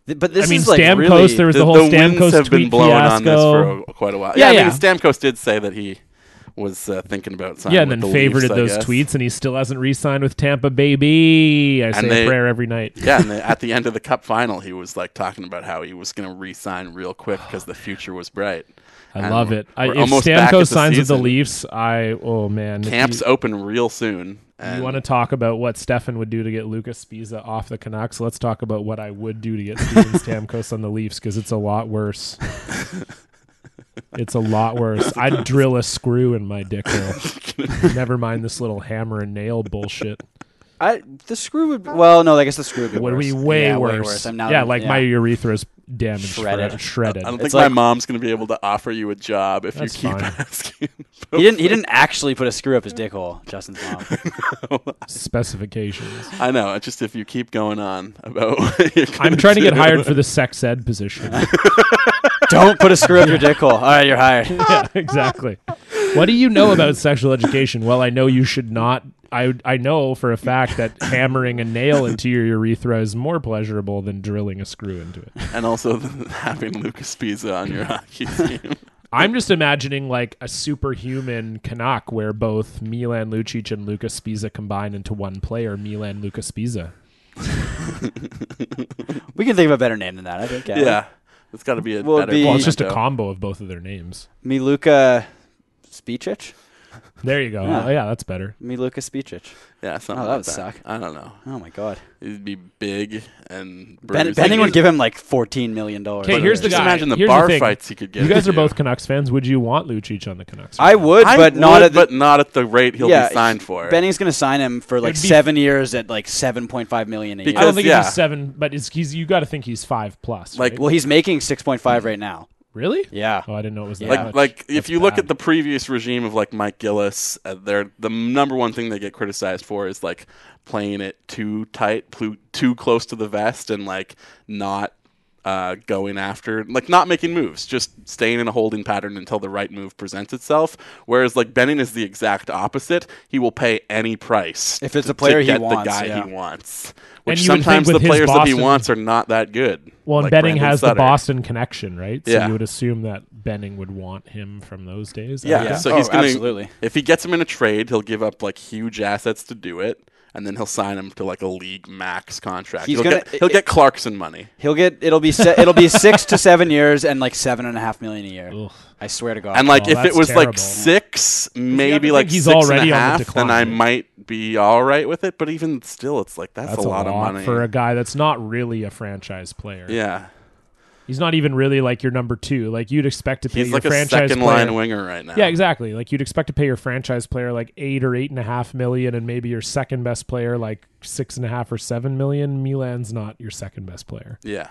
S3: Th- But this
S4: I mean,
S3: is like
S4: Stamkos.
S3: really
S4: there was
S2: the,
S4: the, whole
S2: the
S4: Stamkos
S2: winds have
S4: tweet
S2: been blowing
S4: fiasco.
S2: on this for a- quite a while.
S4: Yeah,
S2: I
S4: yeah.
S2: mean, Stamkos did say that he was uh, thinking about signing
S4: yeah, and
S2: with
S4: then
S2: the Leafs,
S4: favorited
S2: I
S4: those
S2: guess.
S4: tweets, and he still hasn't re-signed with Tampa, baby. I say
S2: they-
S4: a prayer every night.
S2: Yeah, and the, at the end of the Cup final, he was like talking about how he was going to re-sign real quick because the future was bright.
S4: I
S2: And
S4: love
S2: we're-
S4: it. I,
S2: we're
S4: if
S2: almost back
S4: Stamkos
S2: at the
S4: signs with the
S2: season.
S4: Leafs, I oh man, if
S2: Camps
S4: you,
S2: open real soon.
S4: you
S2: And
S4: want to talk about what Stefan would do to get Lucas Spiza off the Canucks? Let's talk about what I would do to get Steven Stamkos on the Leafs because it's a lot worse. it's a lot worse. I'd drill a screw in my dick hole. Never mind this little hammer and nail bullshit.
S3: I, the screw would. Well, no, I guess the screw would be
S4: Would
S3: worse.
S4: be way
S3: yeah,
S4: worse.
S3: Way worse. I'm now,
S4: yeah, like my
S3: yeah.
S4: urethra's damaged,
S3: Shredded.
S4: shredded. shredded.
S2: I don't
S3: It's
S2: think my
S3: like-
S2: mom's going to be able to offer you a job if you
S4: That's
S2: keep
S4: fine.
S2: asking.
S3: He didn't. He didn't actually put a screw up his dick hole. Justin's mom.
S4: Specifications.
S2: I know. It's just if you keep going on about you're
S4: I'm trying to get hired for the sex ed position.
S3: Don't put a screw up your dick hole. All right, you're hired.
S4: yeah, exactly. What do you know about sexual education? Well, I know you should not. I I know for a fact that hammering a nail into your urethra is more pleasurable than drilling a screw into it.
S2: and also having Lucas Pisa on your hockey team.
S4: I'm just imagining like a superhuman Canuck where both Milan Lucic and Lucas Spiza combine into one player, Milan Lucas Spiza.
S3: We can think of a better name than that. I think. Yeah.
S2: yeah, it's got to be a
S3: Well,
S2: better.
S3: the-
S4: Well, it's just a
S2: memento.
S4: combo of both of their names.
S3: Miluka Spicic?
S4: There you go.
S3: Yeah.
S4: Oh, yeah, that's better.
S3: Me, Lucas Beacic.
S2: Yeah, something
S3: Oh, that
S2: like
S3: would suck.
S2: I don't know.
S3: Oh my God.
S2: It'd be big and
S3: Ben,
S2: bruised.
S3: Benning
S2: Like,
S3: would give him like fourteen million dollars.
S4: Okay, here's the
S2: just
S4: guy.
S2: imagine the
S4: Here's the
S2: bar
S4: thing.
S2: fights he could get.
S4: You guys are
S2: into.
S4: both Canucks fans. Would you want Lucic on the Canucks?
S3: I would,
S2: I
S3: but not
S2: would,
S3: at the.
S2: but not at the rate he'll
S3: yeah,
S2: be signed for.
S3: Benning's going to sign him for like
S4: It'd be-
S3: seven years at like seven point five million a year.
S4: I don't
S2: Because,
S4: think
S2: yeah.
S4: he's seven, but it's, he's you got to think he's five plus.
S2: Like,
S4: right?
S3: Well, he's making six point five right now.
S4: really?
S3: Yeah.
S4: Oh, I didn't know it was that
S3: Like-
S4: much.
S2: Like, like if
S4: That's
S2: you look
S4: bad.
S2: at the previous regime of like Mike Gillis, uh, they're the number one thing they get criticized for is like playing it too tight, plu- too close to the vest, and like not uh, going after, like not making moves, just staying in a holding pattern until the right move presents itself. Whereas like Benning is the exact opposite; he will pay any price
S3: If it's
S2: to-
S3: a player
S2: to
S3: he
S2: get
S3: wants,
S2: the guy
S3: yeah.
S2: he wants. Which
S4: you would think
S2: sometimes the
S4: with his
S2: players that he
S4: Boston-
S2: wants are not that good.
S4: well, and
S2: like
S4: Benning
S2: Brandon
S4: has the
S2: Sutter.
S4: Boston connection, right? So
S2: Yeah.
S4: you would assume that Benning would want him from those days. I
S2: Yeah,
S4: guess.
S2: so he's
S3: Oh,
S2: gonna
S3: absolutely.
S2: if he gets him in a trade, he'll give up like huge assets to do it, and then he'll sign him to like a league max contract.
S3: He's
S2: he'll
S3: gonna-
S2: get, he'll get Clarkson money.
S3: He'll get it'll be se- it'll be six to seven years and like seven and a half million a year.
S4: Ugh.
S3: I swear to God.
S2: And like
S4: Oh,
S2: if it
S4: that's
S2: was
S4: terrible.
S2: like six, maybe
S4: think
S2: like
S4: he's
S2: six and a
S4: already on the
S2: half, then I
S4: decline.
S2: might be all right with it. But even still, it's like that's,
S4: That's
S2: a lot, of money.
S4: for a guy that's not really a franchise player.
S2: yeah,
S4: He's not even really like your number two. Like you'd expect to pay
S2: he's
S4: your
S2: like a
S4: franchise
S2: second
S4: player.
S2: line winger right now.
S4: Yeah, exactly. Like you'd expect to pay your franchise player like eight or eight and a half million, and maybe your second best player like six and a half or seven million. Milan's not your second best player.
S2: Yeah.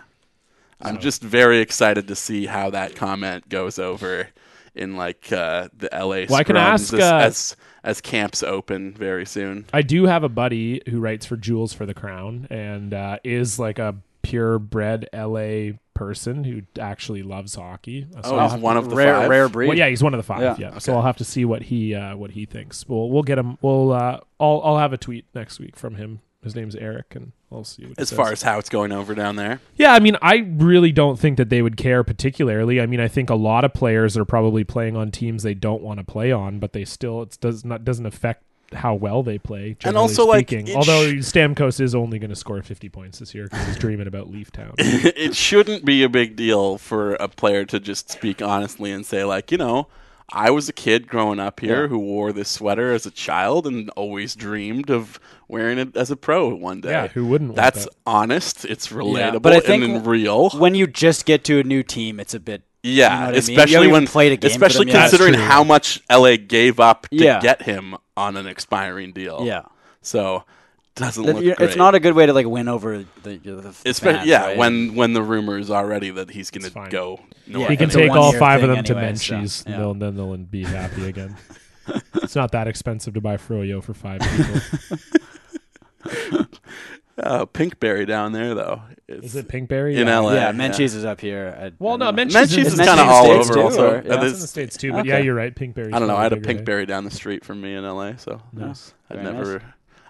S2: I'm just very excited to see how that comment goes over in like uh, the LA
S4: Well, I can
S2: scrums
S4: ask,
S2: as,
S4: uh,
S2: as as camps open very soon.
S4: I do have a buddy who writes for Jewels for the Crown and uh, is like a purebred LA person who actually loves hockey. Uh, So
S2: Oh,
S4: I'll
S2: he's
S4: have-
S2: one of the
S3: rare
S2: five.
S3: rare breed.
S4: Well, yeah, he's one of the five.
S3: Yeah,
S4: Yeah. So I'll have to see what he uh, what he thinks. We'll we'll get him. We'll uh, I'll I'll have a tweet next week from him. His name's Eric, and I'll see what he
S2: As
S4: says.
S2: far as how it's going over down there,
S4: Yeah, I mean, I really don't think that they would care particularly. I mean, I think a lot of players are probably playing on teams they don't want to play on, but they still it does not doesn't affect how well they play. Generally
S2: also, like,
S4: speaking.
S2: it
S4: although
S2: sh-
S4: Stamkos is only going to score fifty points this year because he's dreaming about Leaf Town.
S2: it shouldn't be a big deal for a player to just speak honestly and say like, you know, I was a kid growing up here who wore this sweater as a child and always dreamed of wearing it as a pro one day.
S4: Yeah, who wouldn't want
S2: That's
S4: that?
S2: honest. It's relatable
S3: but I think
S2: and real.
S3: When you just get to a new team, it's a bit
S2: Yeah,
S3: You know what I mean? You
S2: especially
S3: haven't
S2: when
S3: even played a game for
S2: especially
S3: them yet. That's
S2: considering
S4: true.
S2: how much LA gave up to
S3: Yeah.
S2: get him on an expiring deal.
S3: yeah.
S2: so doesn't
S3: That-
S2: look
S3: you're-
S2: great.
S3: it's not a good way to like win over the, the, the
S2: Espe-
S3: fans,
S2: yeah,
S3: right?
S2: when when the rumor is already that he's going
S4: It's
S2: to
S4: fine.
S2: go.
S3: Yeah,
S2: North
S4: he can
S3: it's a
S4: take all
S3: one-year
S4: five of them
S3: thing
S4: to
S3: anyway, so,
S4: Menchie's,
S3: yeah.
S4: and they'll- then they'll be happy again. it's not that expensive to buy Froyo for five people.
S2: uh, Pinkberry down there though. It's
S4: Is it Pinkberry?
S2: in
S4: Yeah.
S2: LA?
S3: yeah, Menchie's is up here. I-
S4: Well,
S3: I
S4: no,
S3: don't know.
S4: Menchie's,
S2: Menchie's
S4: in
S2: is
S4: the
S2: kind of
S4: States
S2: all
S4: too.
S2: over.
S3: too,
S2: also.
S3: or-
S2: Uh,
S4: Yeah, it's in the
S2: this-
S4: states too, but
S3: Okay.
S4: yeah, you're right. Pinkberry.
S2: I don't know. I had a
S4: Pinkberry.
S2: Pinkberry down the street from me in LA, so
S4: Nice.
S2: I'd
S3: Very
S2: never.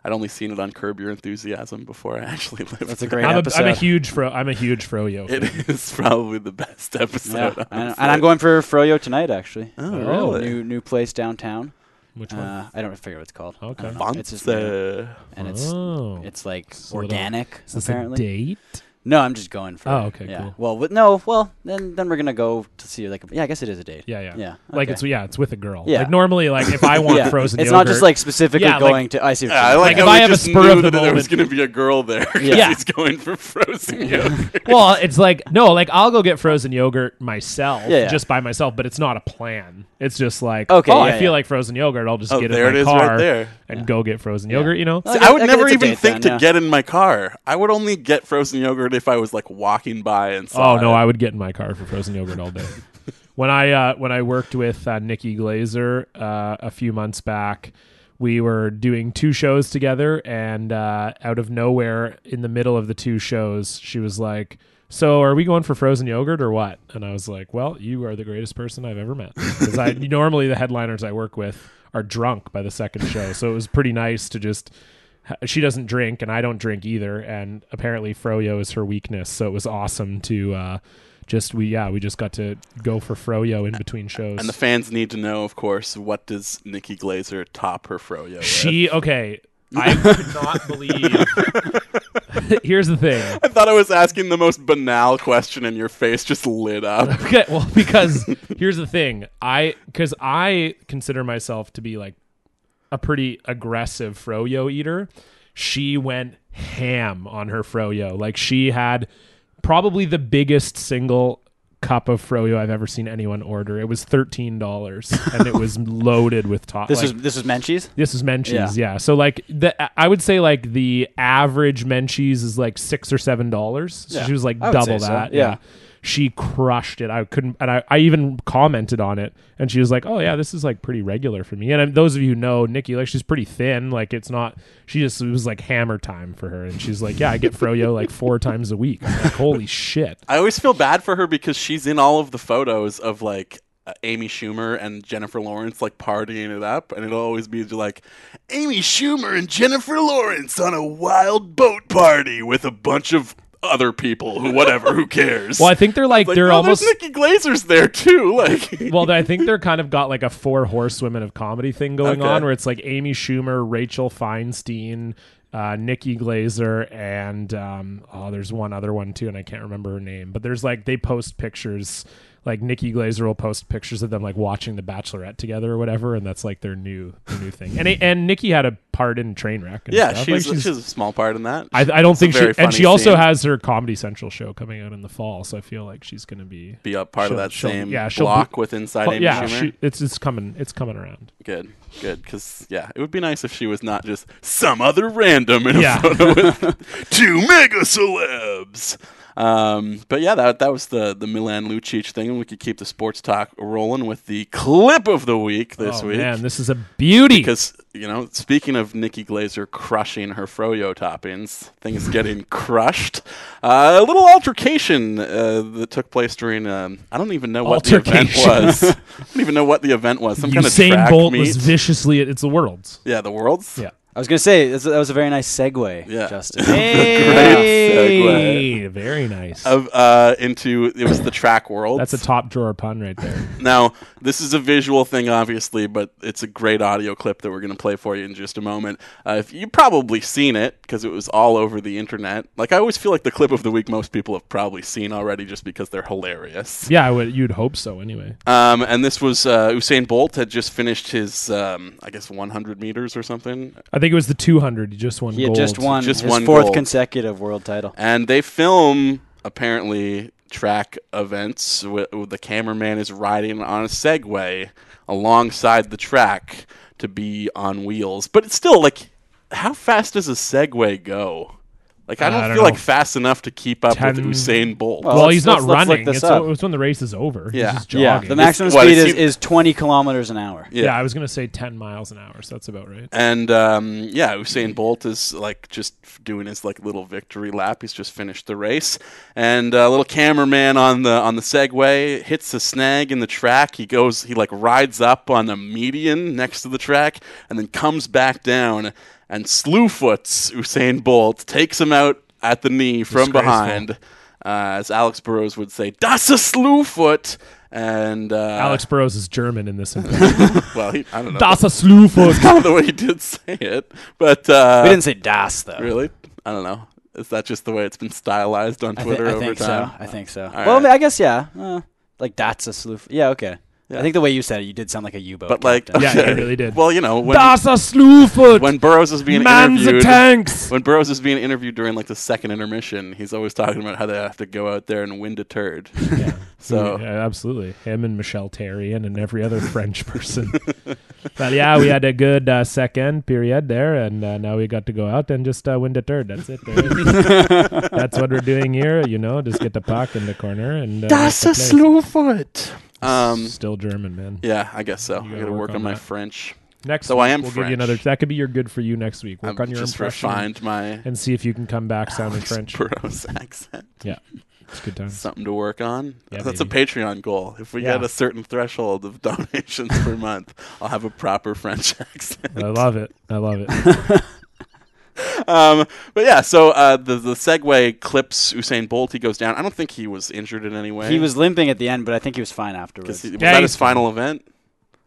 S2: I'd only seen it on Curb Your Enthusiasm before I actually lived.
S3: That's a
S2: there.
S3: great
S4: I'm a,
S3: episode.
S4: I'm a huge fro. I'm a huge froyo. fan.
S2: It is probably the best episode.
S3: yeah, I know.
S2: honestly.
S3: and I'm going for Froyo tonight, actually.
S2: Oh,
S4: Oh.
S2: really?
S3: New new place downtown.
S4: Which one?
S3: Uh, I don't figure what it's called. I
S4: Okay.
S3: don't know. It's just new,
S2: Bonza.
S3: and it's
S4: oh.
S3: it's like
S4: a little-
S3: organic
S4: Is this
S3: apparently.
S4: a date?
S3: No, I'm just going for.
S4: Oh, okay,
S3: yeah.
S4: cool.
S3: Well, with, no, well, then then we're gonna go to see like yeah, I guess it is a date.
S4: Yeah, yeah,
S3: Yeah,
S4: Like
S3: okay.
S4: it's yeah, it's with a girl.
S3: Yeah.
S4: Like normally, like if I want
S3: yeah.
S4: frozen,
S3: It's not
S4: yogurt,
S3: just like specifically
S4: Yeah, like-
S3: going to. I see. What
S2: Yeah, I
S3: you're
S2: like,
S4: Like, if
S2: how
S4: I
S2: we
S4: have a
S2: just
S4: spur
S2: knew
S4: of the
S2: that there was
S4: moment-
S2: going to be a girl there. 'cause
S4: Yeah.
S2: he's going for frozen yogurt.
S4: Well, it's like no, like I'll go get frozen yogurt myself,
S3: Yeah, yeah.
S4: just by myself. But it's not a plan. It's just like
S3: Okay,
S4: oh,
S3: yeah,
S4: I feel
S3: yeah.
S4: like frozen yogurt. I'll just
S2: Oh,
S4: get
S2: there
S4: in
S2: it
S4: my
S2: is, right
S4: car
S2: there.
S4: and go get frozen yogurt. You know,
S3: Oh,
S2: See,
S3: guess-
S2: I would
S3: guess
S2: never
S3: it's a
S2: even
S3: date
S2: think
S3: then,
S2: to
S3: yeah.
S2: get in my car. I would only get frozen yogurt if I was like walking by and saw.
S4: Oh no,
S2: it.
S4: I would get in my car for frozen yogurt all day. when I uh, when I worked with uh, Nikki Glazer uh, a few months back, we were doing two shows together, and uh, out of nowhere, in the middle of the two shows, she was like. So are we going for frozen yogurt or what? And I was like, "Well, you are the greatest person I've ever met." Because I normally the headliners I work with are drunk by the second show, so it was pretty nice to just she doesn't drink and I don't drink either and apparently froyo is her weakness so it was awesome to uh just we yeah we just got to go for froyo in between shows
S2: And the fans need to know, of course, what does Nikki Glazer top her froyo with?
S4: she okay I could not believe. Here's the thing.
S2: I thought I was asking the most banal question, and your face just lit up.
S4: Okay, well, because here's the thing. I because I consider myself to be like a pretty aggressive froyo eater. She went ham on her froyo. Like she had probably the biggest single cup of froyo I've ever seen anyone order. It was thirteen dollars, and it was loaded with top.
S3: This
S4: like,
S3: was this was Menchie's.
S4: This is Menchie's, yeah. So like the I would say like the average Menchie's is like six or seven dollars. So
S3: Yeah.
S4: she was like
S3: I would say
S4: double
S3: so,
S4: that.
S3: yeah.
S4: She crushed it. I couldn't, and I, I even commented on it, and she was like, "Oh yeah, this is like pretty regular for me." And um, those of you who know Nikki, like she's pretty thin. Like it's not. She just it was like hammer time for her, and she's like, "Yeah, I get froyo like four times a week." I'm like, Holy shit!
S2: I always feel bad for her because she's in all of the photos of like uh, Amy Schumer and Jennifer Lawrence like partying it up, and it'll always be like Amy Schumer and Jennifer Lawrence on a wild boat party with a bunch of other people who whatever who cares.
S4: Well, I think they're like,
S2: Like,
S4: they're
S2: no,
S4: almost
S2: there's Nikki Glazer's there too. Like,
S4: well, I think they're kind of got like a four horsewomen of comedy thing going
S2: Okay.
S4: on, where it's like Amy Schumer, Rachel Feinstein, uh, Nikki Glazer, and um, oh, there's one other one too, and I can't remember her name. But there's like they post pictures, like Nikki Glazer will post pictures of them like watching The Bachelorette together or whatever, and that's like their new their new thing. And and Nikki had a part in Trainwreck. And
S2: yeah,
S4: stuff.
S2: she's,
S4: Like,
S2: she's a small part in that.
S4: I, I don't
S2: It's a
S4: think she
S2: very
S4: and
S2: funny
S4: she also
S2: scene.
S4: has her Comedy Central show coming out in the fall, so I feel like she's going to be
S2: be a part of
S4: she'll-
S2: that
S4: she'll-
S2: same
S4: yeah, she'll
S2: block
S4: be-
S2: with inside
S4: Oh,
S2: Amy
S4: yeah,
S2: Schumer.
S4: she, it's it's coming it's coming around.
S2: Good, good, because yeah, it would be nice if she was not just some other random in a
S4: Yeah.
S2: photo with two mega celebs. Um, but yeah, that that was the the Milan Lucic thing, and we could keep the sports talk rolling with the clip of the week this
S4: oh,
S2: week.
S4: man, this is a beauty.
S2: Because you know, speaking of Nikki Glazer crushing her froyo toppings, things getting crushed. Uh, a little altercation uh, that took place during um, I don't even know what the event
S4: Altercation.
S2: was. I don't even know what the event was. Some kind of
S4: Usain
S2: track
S4: Bolt
S2: meet.
S4: was viciously it's the world's.
S2: yeah, the world's.
S4: Yeah.
S3: I was gonna say that's- that was a very nice segue,
S2: Yeah.
S3: Justin.
S2: Great
S4: Hey, very nice.
S2: Of uh, into it was the track world.
S4: That's a top drawer pun right there.
S2: Now, this is a visual thing, obviously, but it's a great audio clip that we're going to play for you in just a moment. Uh, if you've probably seen it because it was all over the internet. Like, I always feel like the clip of the week most people have probably seen already just because they're hilarious.
S4: yeah, I would, you'd hope so anyway.
S2: Um, and this was uh, Usain Bolt had just finished his, um, I guess, 100 meters or something.
S4: I think it was the 200. You just won
S3: He had
S4: gold.
S3: just won
S2: Just
S3: his
S2: one
S3: fourth
S2: gold.
S3: consecutive world title.
S2: and they film apparently track events with, with the cameraman is riding on a segway alongside the track to be on wheels but it's still like how fast does a segway go like i
S4: Uh, I
S2: don't,
S4: don't
S2: feel like
S4: know.
S2: fast enough to keep up with
S4: Ten-
S2: usain bolt
S4: Well,
S3: Well,
S4: he's not
S3: let's- let's look
S4: running.
S3: this
S4: It's,
S3: up.
S4: it's when the race is over. He's
S2: Yeah.
S4: just
S3: Yeah,
S4: jogging.
S3: the maximum
S2: What,
S3: speed
S2: it
S3: is,
S2: seemed-
S3: is 20 kilometers an hour.
S4: yeah. I was gonna say 10 miles an hour. So that's about right.
S2: And um, yeah, Usain Bolt is like just f- doing his like little victory lap. He's just finished the race, and a little cameraman on the on the Segway hits a snag in the track. He goes, he like rides up on a median next to the track, and then comes back down and slewfoots Usain Bolt, takes him out at the knee from
S4: Disgraceful.
S2: behind, uh, as Alex Burrows would say, "Das ist Slewfoot." And uh,
S4: Alex Burrows is German in this. instance.
S2: well, he, I don't know.
S4: das ist Lufus.
S2: Kind of the way he did say it, but uh,
S3: We didn't say Das though.
S2: Really? I don't know. Is that just the way it's been stylized on
S3: I, thi-
S2: Twitter
S3: I
S2: over
S3: think
S2: time?
S3: so. I think so.
S2: All
S3: well,
S2: right.
S3: I guess yeah. Uh, like that's a sloof. Yeah, okay.
S2: Yeah.
S3: I think the way you said it, you did sound like a U-boat.
S2: But like,
S3: captain.
S4: Yeah,
S2: okay.
S4: you really did.
S2: Well, you know, when
S4: Das ist Lufus.
S2: when Burrows is being
S4: Man's the
S2: interviewed,
S4: tanks.
S2: when Burrows is being interviewed during like the second intermission, he's always talking about how they have to go out there and wind a turd. so
S4: Mm, yeah, absolutely, him and Michelle Terry and, and every other French person. but yeah, we had a good uh, second period there, and uh, now we got to go out and just uh, win the third. That's it. There is- That's what we're doing here. You know, just get the puck in the corner and uh,
S2: that's a
S4: make the play.
S2: slow foot. Um,
S4: Still German, man.
S2: yeah, I guess so. I
S4: You
S2: gotta work on, my
S4: that.
S2: French.
S4: Next,
S2: So
S4: week,
S2: I am
S4: We'll give
S2: French.
S4: you another. That could be your good for you next week. Work
S2: i
S4: on your
S2: just
S4: impression
S2: refined my
S4: and see if you can come back sounding French.
S2: Burrows accent.
S4: Yeah, it's good time.
S2: something to work on.
S4: Yeah,
S2: That's a Patreon goal. If we get
S4: Yeah.
S2: a certain threshold of donations per month, I'll have a proper French accent.
S4: I love it. I love it.
S2: Um, but yeah, so uh, the the segue clips Usain Bolt. He goes down. I don't think he was injured in any way.
S3: he was limping at the end, but I think he was fine afterwards.
S2: Was
S4: Yeah,
S2: that
S4: he's
S2: his final event?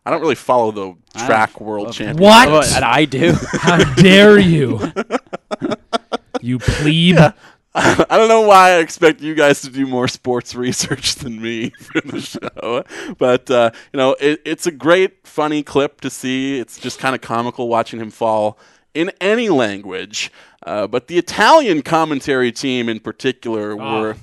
S2: I I don't really follow the track world champion.
S4: What?
S3: Oh, and I do.
S4: How dare you? you plebe.
S2: I don't know why I expect you guys to do more sports research than me for the show, but uh, you know it, it's a great, funny clip to see. It's just kind of comical watching him fall in any language, uh, but the Italian commentary team in particular were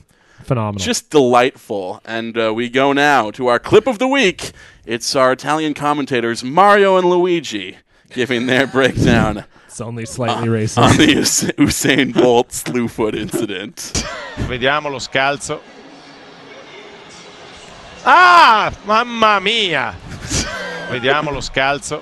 S4: Phenomenal.
S2: just delightful. And uh, we go now to our clip of the week. It's our Italian commentators Mario and Luigi giving their breakdown
S4: it's only slightly racist.
S2: on the Us- Usain Bolt slew foot incident.
S5: Ah. Vediamo lo scalzo. Ah, mamma mia! Vediamo lo scalzo.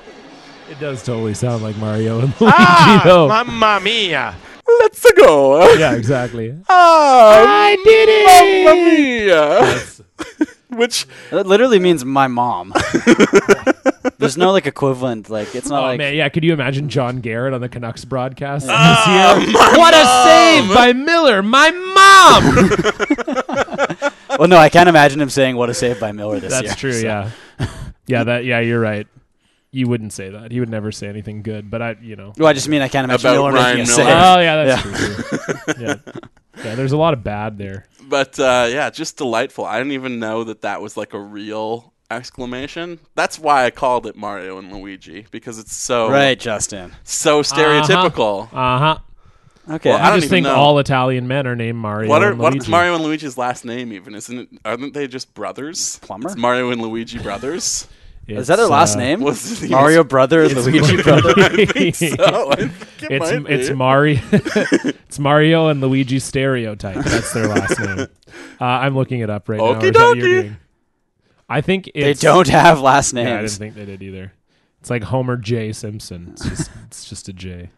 S4: it does totally sound like Mario and Luigi,
S5: Ah,
S4: though.
S5: mamma mia!
S2: Let's go.
S4: yeah, exactly.
S5: Oh,
S2: I did it! Which
S3: That literally means my mom. There's no like equivalent. Like it's not
S4: oh
S3: like
S4: man, yeah. Could you imagine John Garrett on the Canucks broadcast
S5: Ah,
S4: this year?
S2: my
S4: What a
S2: mom!
S4: save by Miller, my mom.
S3: Well, no, I can't imagine him saying "What a save by Miller" this year.
S4: That's true.
S3: so.
S4: Yeah, yeah. That yeah. You're right. You wouldn't say that. He would never say anything good. But I, you know.
S3: Well, I just mean I can't imagine
S2: About
S3: Miller
S2: Ryan
S3: making a
S2: Miller.
S3: save.
S4: Oh yeah, that's true. too. yeah. yeah, there's a lot of bad there.
S2: But uh, yeah, just delightful. I didn't even know that that was like a real exclamation. That's why I called it Mario and Luigi because it's so
S3: right, Justin.
S2: so stereotypical.
S4: Uh huh.
S3: Okay.
S2: Well, I
S4: I,
S2: don't
S4: just
S2: even
S4: think
S2: know.
S4: all Italian men are named Mario.
S2: What are
S4: and
S2: what's
S4: Luigi.
S2: Mario and Luigi's last name even? Isn't it? Aren't they just brothers?
S3: Plumber?
S2: It's Mario and Luigi brothers.
S3: Is that their
S4: It's,
S3: last
S4: uh,
S3: name?
S2: What's the
S3: Mario brother and Luigi brother.
S2: I think so. I think it
S4: It's
S2: might
S4: it's
S2: be.
S4: Mario it's Mario and Luigi stereotype. That's their last name. Uh, I'm looking it up right now.
S2: Okie
S4: Is that what you're
S2: dokie.
S4: doing? I think
S3: They
S4: it's,
S3: don't have last names.
S4: Yeah, I didn't think they did either. It's like Homer J Simpson. It's just, it's just a J.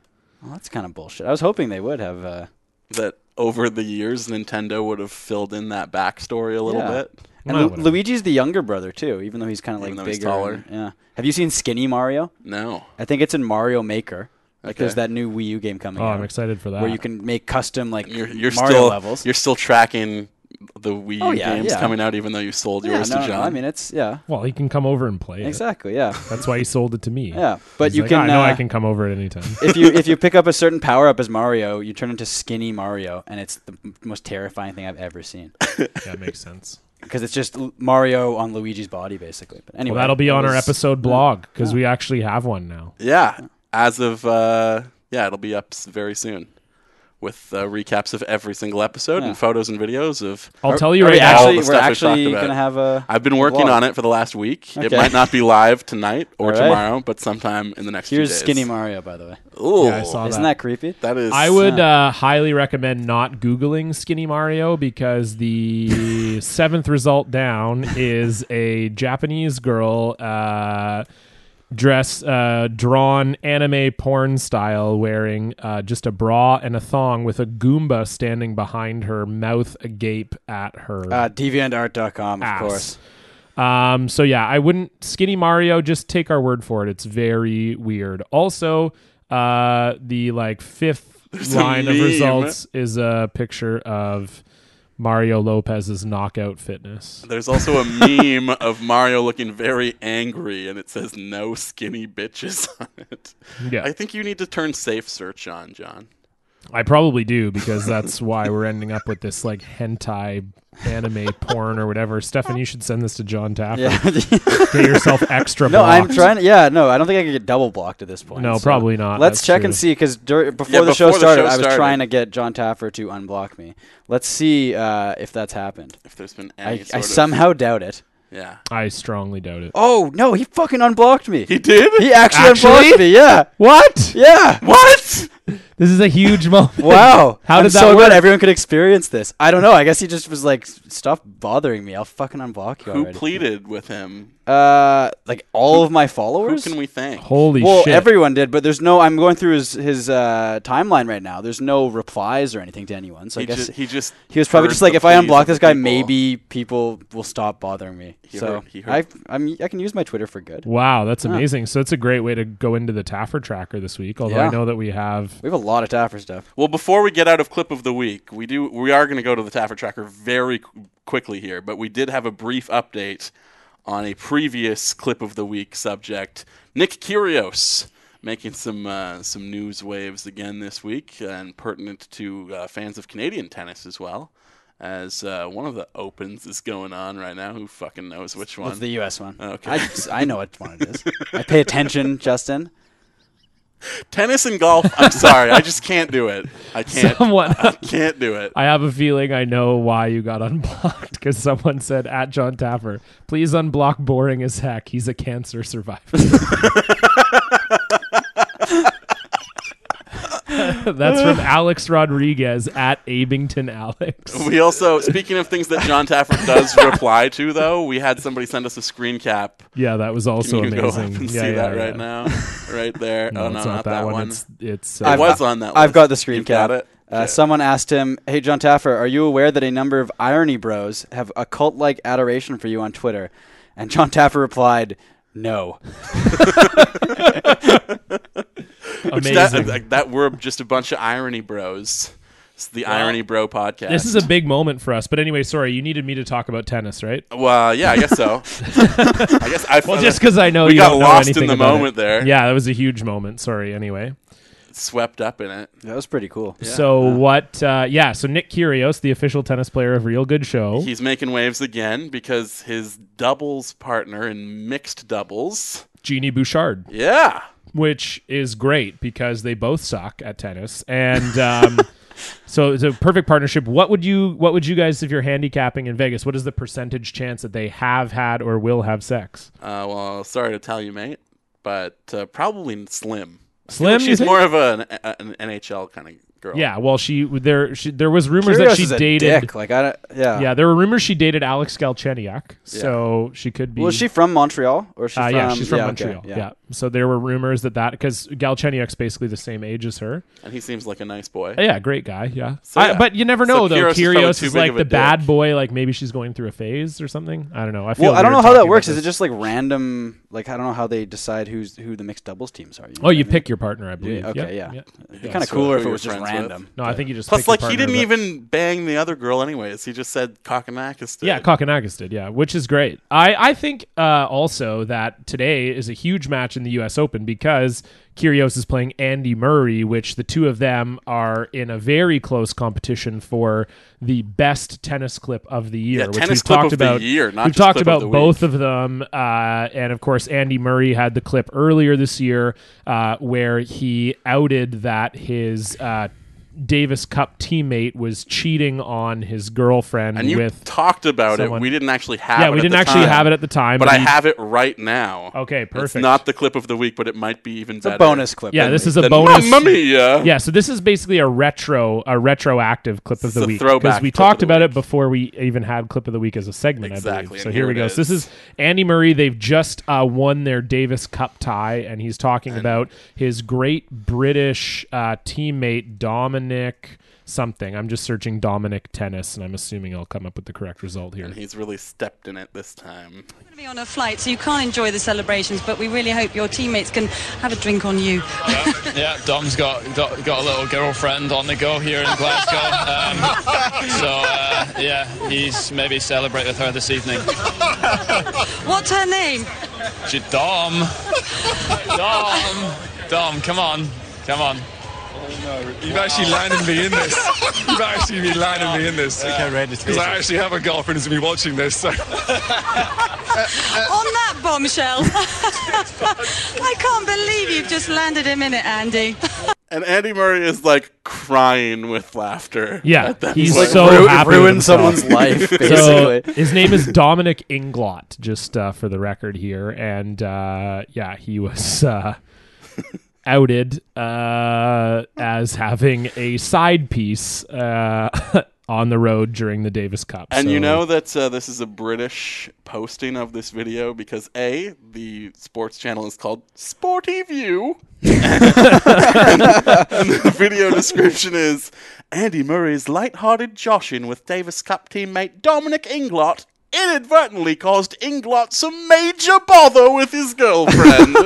S3: well, that's kind of bullshit. I was hoping they would have. Uh,
S2: that over the years Nintendo would have filled in that backstory a little
S3: Yeah.
S2: bit.
S3: and
S4: Well,
S3: Lu-
S4: whatever.
S3: Luigi's the younger brother too, even though he's kind of like
S2: Even though
S3: bigger.
S2: he's taller.
S3: Yeah. Have you seen Skinny Mario?
S2: No.
S3: I think it's in Mario Maker. Like
S2: Okay.
S3: there's that new Wii U game coming
S4: Oh,
S3: out
S4: I'm excited for that.
S3: where you can make custom like
S2: You're you're
S3: Mario
S2: still
S3: levels.
S2: you're still tracking the Wii
S3: Oh, yeah,
S2: games
S3: yeah.
S2: coming out even though you sold
S3: yeah,
S2: yours
S3: no,
S2: to
S3: no,
S2: John.
S3: no, I mean it's yeah,
S4: well, he can come over and play it.
S3: exactly, yeah,
S4: That's why he sold it to me.
S3: yeah. But
S4: He's
S3: you
S4: like,
S3: can.
S4: "Ah, I know
S3: uh,
S4: I can come over at any time.
S3: if you if you pick up a certain power up as Mario, you turn into Skinny Mario, and it's the m- most terrifying thing I've ever seen
S4: that makes sense.
S3: because it's just L- Mario on Luigi's body basically. But anyway,
S4: Well, that'll be
S3: that
S4: on our
S3: was-
S4: episode blog because we actually have one now.
S2: yeah. As of uh yeah, it'll be up s- very soon with uh, recaps of every single episode
S3: Yeah.
S2: and photos and videos of
S4: I'll
S3: Are-
S4: tell you
S3: are
S4: right
S3: we
S4: now.
S2: all
S3: actually,
S2: the
S3: we're
S2: stuff we
S3: actually
S2: talked about.
S3: gonna have a.
S2: I've been working
S3: Vlog.
S2: on it for the last week. It
S3: Okay.
S2: might not be live tonight or
S3: All right.
S2: tomorrow, but sometime in the next few
S3: Here's
S2: days.
S3: Skinny Mario, by the way.
S2: Ooh,
S4: Yeah, I saw
S3: Isn't that creepy?
S2: that is
S4: I would uh, highly recommend not Googling Skinny Mario because the seventh result down is a Japanese girl uh, dress, uh, drawn anime porn style, wearing uh, just a bra and a thong with a Goomba standing behind her, mouth agape at her.
S3: Uh, DeviantArt.com, of
S4: Ass.
S3: course.
S4: Um, so yeah, I wouldn't skinny Mario. Just take our word for it. It's very weird. Also, uh, the like fifth
S2: a
S4: line of
S2: meme.
S4: results is a picture of Mario Lopez's knockout fitness.
S2: There's also a meme of Mario looking very angry, and it says "No skinny bitches" on it.
S4: Yeah,
S2: I think you need to turn safe search on, John.
S4: I probably do because that's why we're ending up with this like hentai anime porn or whatever. Stefan, you should send this to John Taffer.
S3: Yeah.
S4: Get yourself extra.
S3: no, I'm
S4: blocked.
S3: trying. To, yeah, no, I don't think I can get double blocked at this point.
S4: No,
S3: so-
S4: probably not.
S3: Let's
S4: That's
S3: check
S4: true.
S3: and see because before,
S2: Yeah,
S3: the show
S2: before the show
S3: started, I was
S2: started.
S3: trying to get John Taffer to unblock me. Let's see uh, if that's happened.
S2: If there's been any
S3: I,
S2: sort
S3: I
S2: of
S3: somehow doubt it.
S2: yeah,
S4: I strongly doubt it.
S3: Oh no, he fucking unblocked me.
S2: he did.
S3: He actually,
S4: Actually?
S3: unblocked me. Yeah,
S4: What?
S3: yeah.
S2: what?
S4: This is a huge moment.
S3: Wow.
S4: How
S3: I'm
S4: did that
S3: so
S4: work?
S3: glad everyone could experience this. I don't know. I guess he just was like, "Stop bothering me. I'll fucking unblock you
S2: Who
S3: already."
S2: pleaded with him?
S3: uh, like all of my
S2: Who
S3: followers.
S2: can we thank?
S4: Holy
S3: well,
S4: shit!
S3: everyone did, but there's no. I'm going through his his uh, timeline right now. There's no replies or anything to anyone. So
S2: He,
S3: I guess
S2: ju- he just
S3: He was probably
S2: heard
S3: just like,
S2: the
S3: if I
S2: pleas
S3: unblock
S2: of the
S3: this guy,
S2: people.
S3: maybe people will stop bothering me.
S2: He
S3: so
S2: heard- he heard-
S3: I, I'm, I can use my Twitter for good.
S4: Wow, that's amazing. So it's a great way to go into the Taffer tracker this week, although I
S3: Yeah.
S4: know that we have
S3: We have a lot of Taffer stuff.
S2: Well, before we get out of clip of the week, we do we are going to go to the Taffer Tracker very qu- quickly here, but we did have a brief update on a previous clip of the week subject. Nick Kyrgios making some uh, some news waves again this week, and pertinent to uh, fans of Canadian tennis as well. As uh, one of the opens is going on right now, who fucking knows which one?
S3: It's the U.S. one.
S2: Oh, Okay.
S3: I, I know what one it is. I pay attention, Justin.
S2: Tennis and golf. I'm sorry, I just can't do it. I can't. I
S4: Someone,
S2: can't do it.
S4: I have a feeling I know why you got unblocked because someone said at John Taffer, please unblock boring as heck. He's a cancer survivor. That's from Alex Rodriguez at Abington Alex.
S2: We also, speaking of things that John Taffer does reply to, though, we had somebody send us a screen cap.
S4: Yeah, that was also
S2: you can go up
S4: amazing.
S2: and see
S4: yeah, yeah,
S2: that
S4: yeah.
S2: right now, right there.
S4: No,
S2: oh
S4: it's
S2: no,
S4: not,
S2: not,
S4: that, one. It's it's uh,
S2: It was on that.
S3: I've
S2: list.
S3: got the screen
S2: You've
S3: cap.
S2: Got it.
S3: Uh, Someone asked him, "Hey, John Taffer, are you aware that a number of irony bros have a cult-like adoration for you on Twitter?" And John Taffer replied, "No."
S4: amazing.
S2: That, like, that we're just a bunch of irony bros. It's the Irony Bro podcast.
S4: this is a big moment for us. But anyway, sorry, you needed me to talk about tennis, right?
S2: well, yeah, I guess so. I guess I.
S4: Well, just because I know
S2: we
S4: you
S2: got
S4: don't know
S2: lost
S4: anything
S2: in the
S4: about it.
S2: moment there.
S4: Yeah, that was a huge moment. Sorry. Anyway,
S2: swept up in it.
S3: That was pretty cool.
S4: so what? Uh, yeah, so Nick Kyrgios, the official tennis player of Real Good Show.
S2: He's making waves again because his doubles partner in mixed doubles.
S4: Jeannie Bouchard,
S2: Yeah.
S4: which is great because they both suck at tennis, and um, so it's a perfect partnership. What would you What would you guys if you're handicapping in Vegas? What is the percentage chance that they have had or will have sex?
S2: Uh, well, sorry to tell you, mate, but uh, probably slim.
S4: Slim, you
S2: She's
S4: think?
S2: more of an, an NHL kind of girl.
S4: Yeah, well, she there she, there was rumors
S3: Kyrgios
S4: that she
S3: is a
S4: dated.
S3: dick. Like I don't, yeah.
S4: Yeah, there were rumors she dated Alex Galchenyuk, so she could be.
S3: Was she from Montreal or is she
S4: Uh,
S3: from?
S4: yeah, she's from
S3: okay,
S4: Montreal. yeah. so there were rumors that that because Galchenyuk's basically the same age as her.
S2: and he seems like a nice boy.
S4: Uh, yeah, great guy. Yeah,
S2: So,
S4: I-
S2: yeah.
S4: but you never
S2: So
S4: know though.
S2: Kyrgios is probably
S4: Kyrgios
S2: too
S4: is
S2: big
S4: like
S2: of a
S4: the bad
S2: dick.
S4: boy. Like maybe she's going through a phase or something. I don't know. I feel.
S3: Well, I don't know
S4: weird
S3: how that
S4: talking
S3: works.
S4: about
S3: Is it
S4: this.
S3: just like random? Like I don't know how they decide who's who the mixed doubles teams are. know
S4: Oh,
S3: what I
S4: you
S3: mean?
S4: pick your partner, I believe.
S3: okay, yeah. It'd be kind of
S2: so who
S3: cooler if it
S2: you're
S3: was just
S2: friends with.
S3: random.
S4: No, I think you just
S2: Plus,
S4: pick your
S2: like, he
S4: partner,
S2: didn't
S4: but-
S2: even bang the other girl, anyways. He just said Kakanakis did.
S4: Yeah, Kokonakis did. Yeah, which is great. I I think uh, also that today is a huge match in the U.S. Open because Kyrgios is playing Andy Murray, which the two of them are in a very close competition for the best tennis clip of the year.
S2: Yeah,
S4: which
S2: tennis
S4: we've
S2: clip
S4: talked
S2: of the
S4: about.
S2: year, not
S4: we've
S2: just
S4: talked
S2: clip of
S4: about
S2: the week.
S4: both of them, uh, and of course Andy Murray had the clip earlier this year uh, where he outed that his. Uh, Davis Cup teammate was cheating on his girlfriend
S2: and you
S4: with
S2: talked about
S4: someone.
S2: it. We didn't actually have.
S4: yeah,
S2: it
S4: we
S2: at
S4: didn't
S2: the
S4: actually
S2: time,
S4: have it at the time,
S2: but, I
S4: we-
S2: have it right now.
S4: Okay,
S2: It's
S4: perfect.
S2: not the clip of the week, but it might be even
S3: It's a bonus clip.
S4: Yeah, this is a
S2: Than
S4: bonus.
S2: Mamma Mia.
S4: Yeah, so this is basically a retro, a retroactive clip of
S2: It's
S4: the
S2: a
S4: week
S2: throwback
S4: we
S2: clip of
S4: talked
S2: the
S4: about
S2: week.
S4: it before we even had clip of the week as a segment. I
S2: Exactly,
S4: believe.
S2: and
S4: So
S2: here
S4: here we
S2: it
S4: go. So this
S2: is.
S4: is Andy Murray. They've just uh, won their Davis Cup tie, and he's talking about his great British uh, teammate Dominic something. I'm just searching Dominic tennis, and I'm assuming I'll come up with the correct result here.
S2: And he's really stepped in it this time.
S6: going to be on a flight, so you can't enjoy the celebrations, but we really hope your teammates can have a drink on you.
S7: Yeah, Dom's got, got got a little girlfriend on the go here in Glasgow. Um, so uh, yeah, he's maybe celebrate with her this evening.
S6: What's her name?
S7: Gee, Dom, Dom, Dom, come on, come on.
S8: You've actually landed me in this. You've actually been landing me in this.
S5: Okay, ready to
S8: Because I actually have a girlfriend who's going to be watching this. So.
S6: on that bombshell. I can't believe you've just landed him in it, Andy.
S2: And Andy Murray is like crying with laughter.
S4: Yeah, he's
S2: point.
S4: so
S3: Ru-
S4: happy with
S3: ruined
S4: himself.
S3: someone's life
S4: So
S3: basically.
S4: his name is Dominic Inglot, just uh, for the record here, and uh, yeah, he was uh, outed uh, as having a side piece uh, on the road during the Davis Cup.
S2: And
S4: So-
S2: you know that uh, this is a British posting of this video because A, the sports channel is called Sporty View. and the video description is Andy Murray's light-hearted joshing with Davis Cup teammate Dominic Inglot inadvertently caused Inglot some major bother with his girlfriend.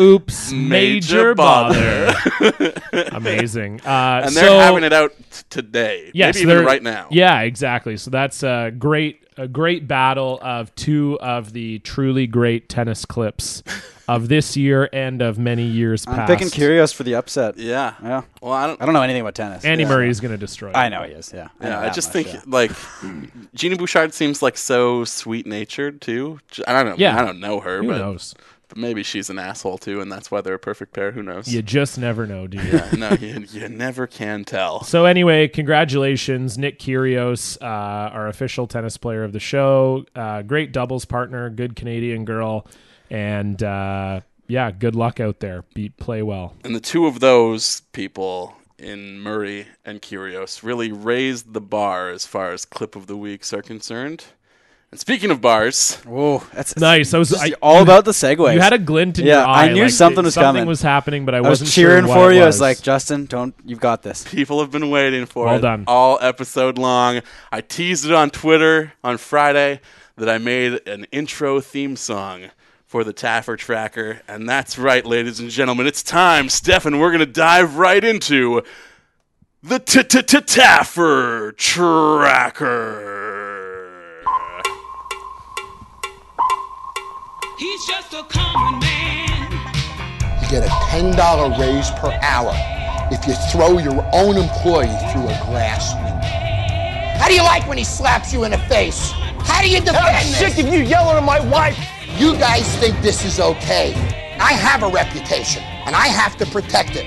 S4: oops, major bother. Amazing. Uh,
S2: and they're
S4: so-
S2: having it out t- today.
S4: Yes,
S2: Maybe even
S4: they're-
S2: right now.
S4: Yeah, exactly. So that's a great a great battle of two of the truly great tennis clips of this year and of many years
S3: I'm
S4: past.
S3: picking Curios for the upset.
S2: Yeah.
S3: Yeah.
S2: Well, I don't.
S3: I don't know anything about tennis.
S4: Andy
S3: Yeah.
S4: Murray is going to destroy.
S3: I
S4: it.
S3: know he is. Yeah. know
S2: Yeah, I
S3: that
S2: just
S3: much,
S2: think
S3: yeah.
S2: like Gina Bouchard seems like so sweet natured too. J- I don't know.
S4: Yeah.
S2: I don't know her,
S4: Who
S2: but
S4: knows?
S2: but maybe she's an asshole too, and that's why they're a perfect pair. Who knows?
S4: You just never know, do you?
S2: no, you, you never can tell.
S4: So anyway, congratulations, Nick Kyrgios, uh, our official tennis player of the show. Uh, great doubles partner, good Canadian girl, and uh, yeah, good luck out there. Be, play well.
S2: And the two of those people in Murray and Curios really raised the bar as far as clip of the weeks are concerned. And speaking of bars,
S3: Whoa, that's, that's
S4: Nice. I was
S3: just
S4: I,
S3: all about the segue.
S4: You had a glint in
S3: Yeah,
S4: your eye.
S3: I knew
S4: like,
S3: something was
S4: something
S3: coming.
S4: was happening, but I,
S3: I was
S4: wasn't
S3: cheering
S4: sure what
S3: for
S4: it
S3: you. I
S4: Was.
S3: was like, Justin, don't. You've got this.
S2: people have been waiting for
S4: Well
S2: it
S4: done.
S2: all episode long. I teased it on Twitter on Friday that I made an intro theme song for the Taffer Tracker, and that's right, ladies and gentlemen, it's time, Stefan. We're gonna dive right into the t- t- t- Taffer Tracker.
S9: He's just a common man.
S10: You get a $10 raise per hour if you throw your own employee through a glass window. How do you like when he slaps you in the face? How do you defend this? sick of you yelling at my wife. You guys think this is okay. I have a reputation, and I have to protect it.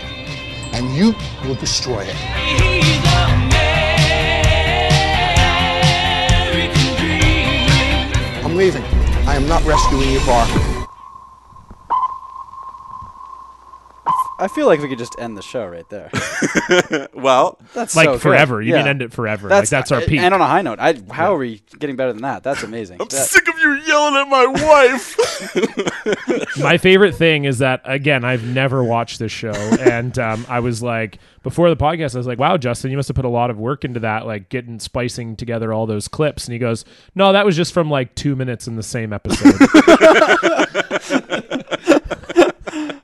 S10: And you will destroy it.
S9: He's the American dream.
S10: I'm leaving. I am not rescuing your bar.
S3: I feel like we could just end the show right there.
S2: Well,
S3: That's
S4: like
S3: so good.
S4: forever. You
S3: yeah.
S4: can end it forever. That's, like that's our peak.
S3: And on a high note, I, how are we getting better than that? That's amazing.
S2: I'm
S3: That-
S2: sick of you yelling at my wife.
S4: My favorite thing is that again, I've never watched this show, and um, I was like before the podcast, I was like, "Wow, Justin, you must have put a lot of work into that, like getting splicing together all those clips." And he goes, "No, that was just from like two minutes in the same episode."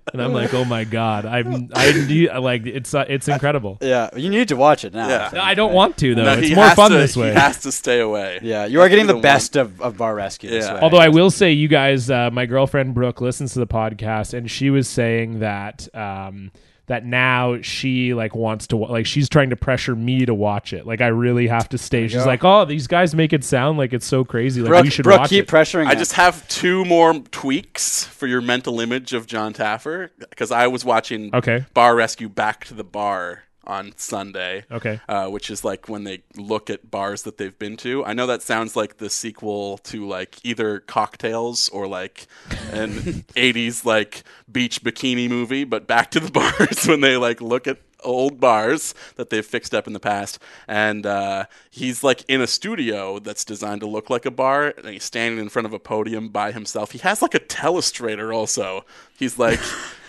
S4: and I'm like, "Oh my god, I'm I need like it's uh, it's incredible."
S3: yeah, you need to watch it now. I
S2: Yeah.
S3: think.
S4: No, I don't want to though.
S2: No,
S4: it's
S2: he
S4: more
S2: has
S4: fun
S2: to-
S4: this way.
S2: He has to stay away.
S3: Yeah, you are getting the
S2: the
S3: best of, of Bar Rescue this
S2: Yeah.
S3: way.
S4: Although I will say, you guys, uh, my girlfriend Brooke listens to the podcast, and she was saying that um, that now she like wants to wa- like she's trying to pressure me to watch it. Like I really have to stay. She's like, "Oh, these guys make it sound like it's so crazy. Like
S3: Brooke,
S4: we should
S3: Brooke,
S4: watch
S3: keep
S4: it."
S3: pressuring
S2: I
S3: them.
S2: just have two more tweaks for your mental image of John Taffer because I was watching
S4: Okay.
S2: Bar Rescue Back to the Bar on Sunday.
S4: Okay.
S2: Uh, which is like when they look at bars that they've been to. I know that sounds like the sequel to like either Cocktails or like an 80s like beach bikini movie, but Back to the Bar is when they like look at old bars that they've fixed up in the past and uh, he's like in a studio that's designed to look like a bar and he's standing in front of a podium by himself he has like a telestrator also he's like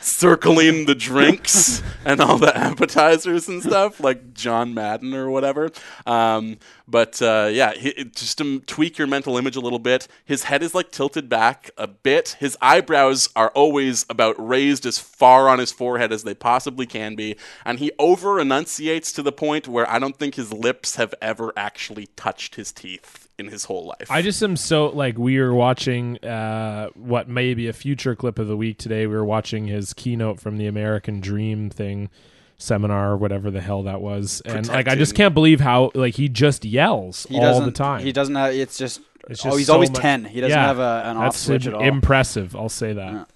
S2: circling the drinks and all the appetizers and stuff like john madden or whatever um, but uh, yeah he, it- just to tweak your mental image a little bit his head is like tilted back a bit his eyebrows are always about raised as far on his forehead as they possibly can be and he over enunciates to the point where i don't think his lips have ever actually touched his teeth in his whole life
S4: I just am so like we were watching uh, what may be a future clip of the week today. We were watching his keynote from the American Dream thing seminar, whatever the hell that was, and like I just
S2: Protecting.
S4: can't believe how like he just yells
S3: he
S4: all
S3: doesn't,
S4: the time.
S3: He doesn't have. It's just.
S4: It's
S3: oh,
S4: just
S3: he's
S4: so
S3: always
S4: much-
S3: ten. He doesn't
S4: Yeah.
S3: have a, an off
S4: That's
S3: switch at all.
S4: impressive. I'll say that.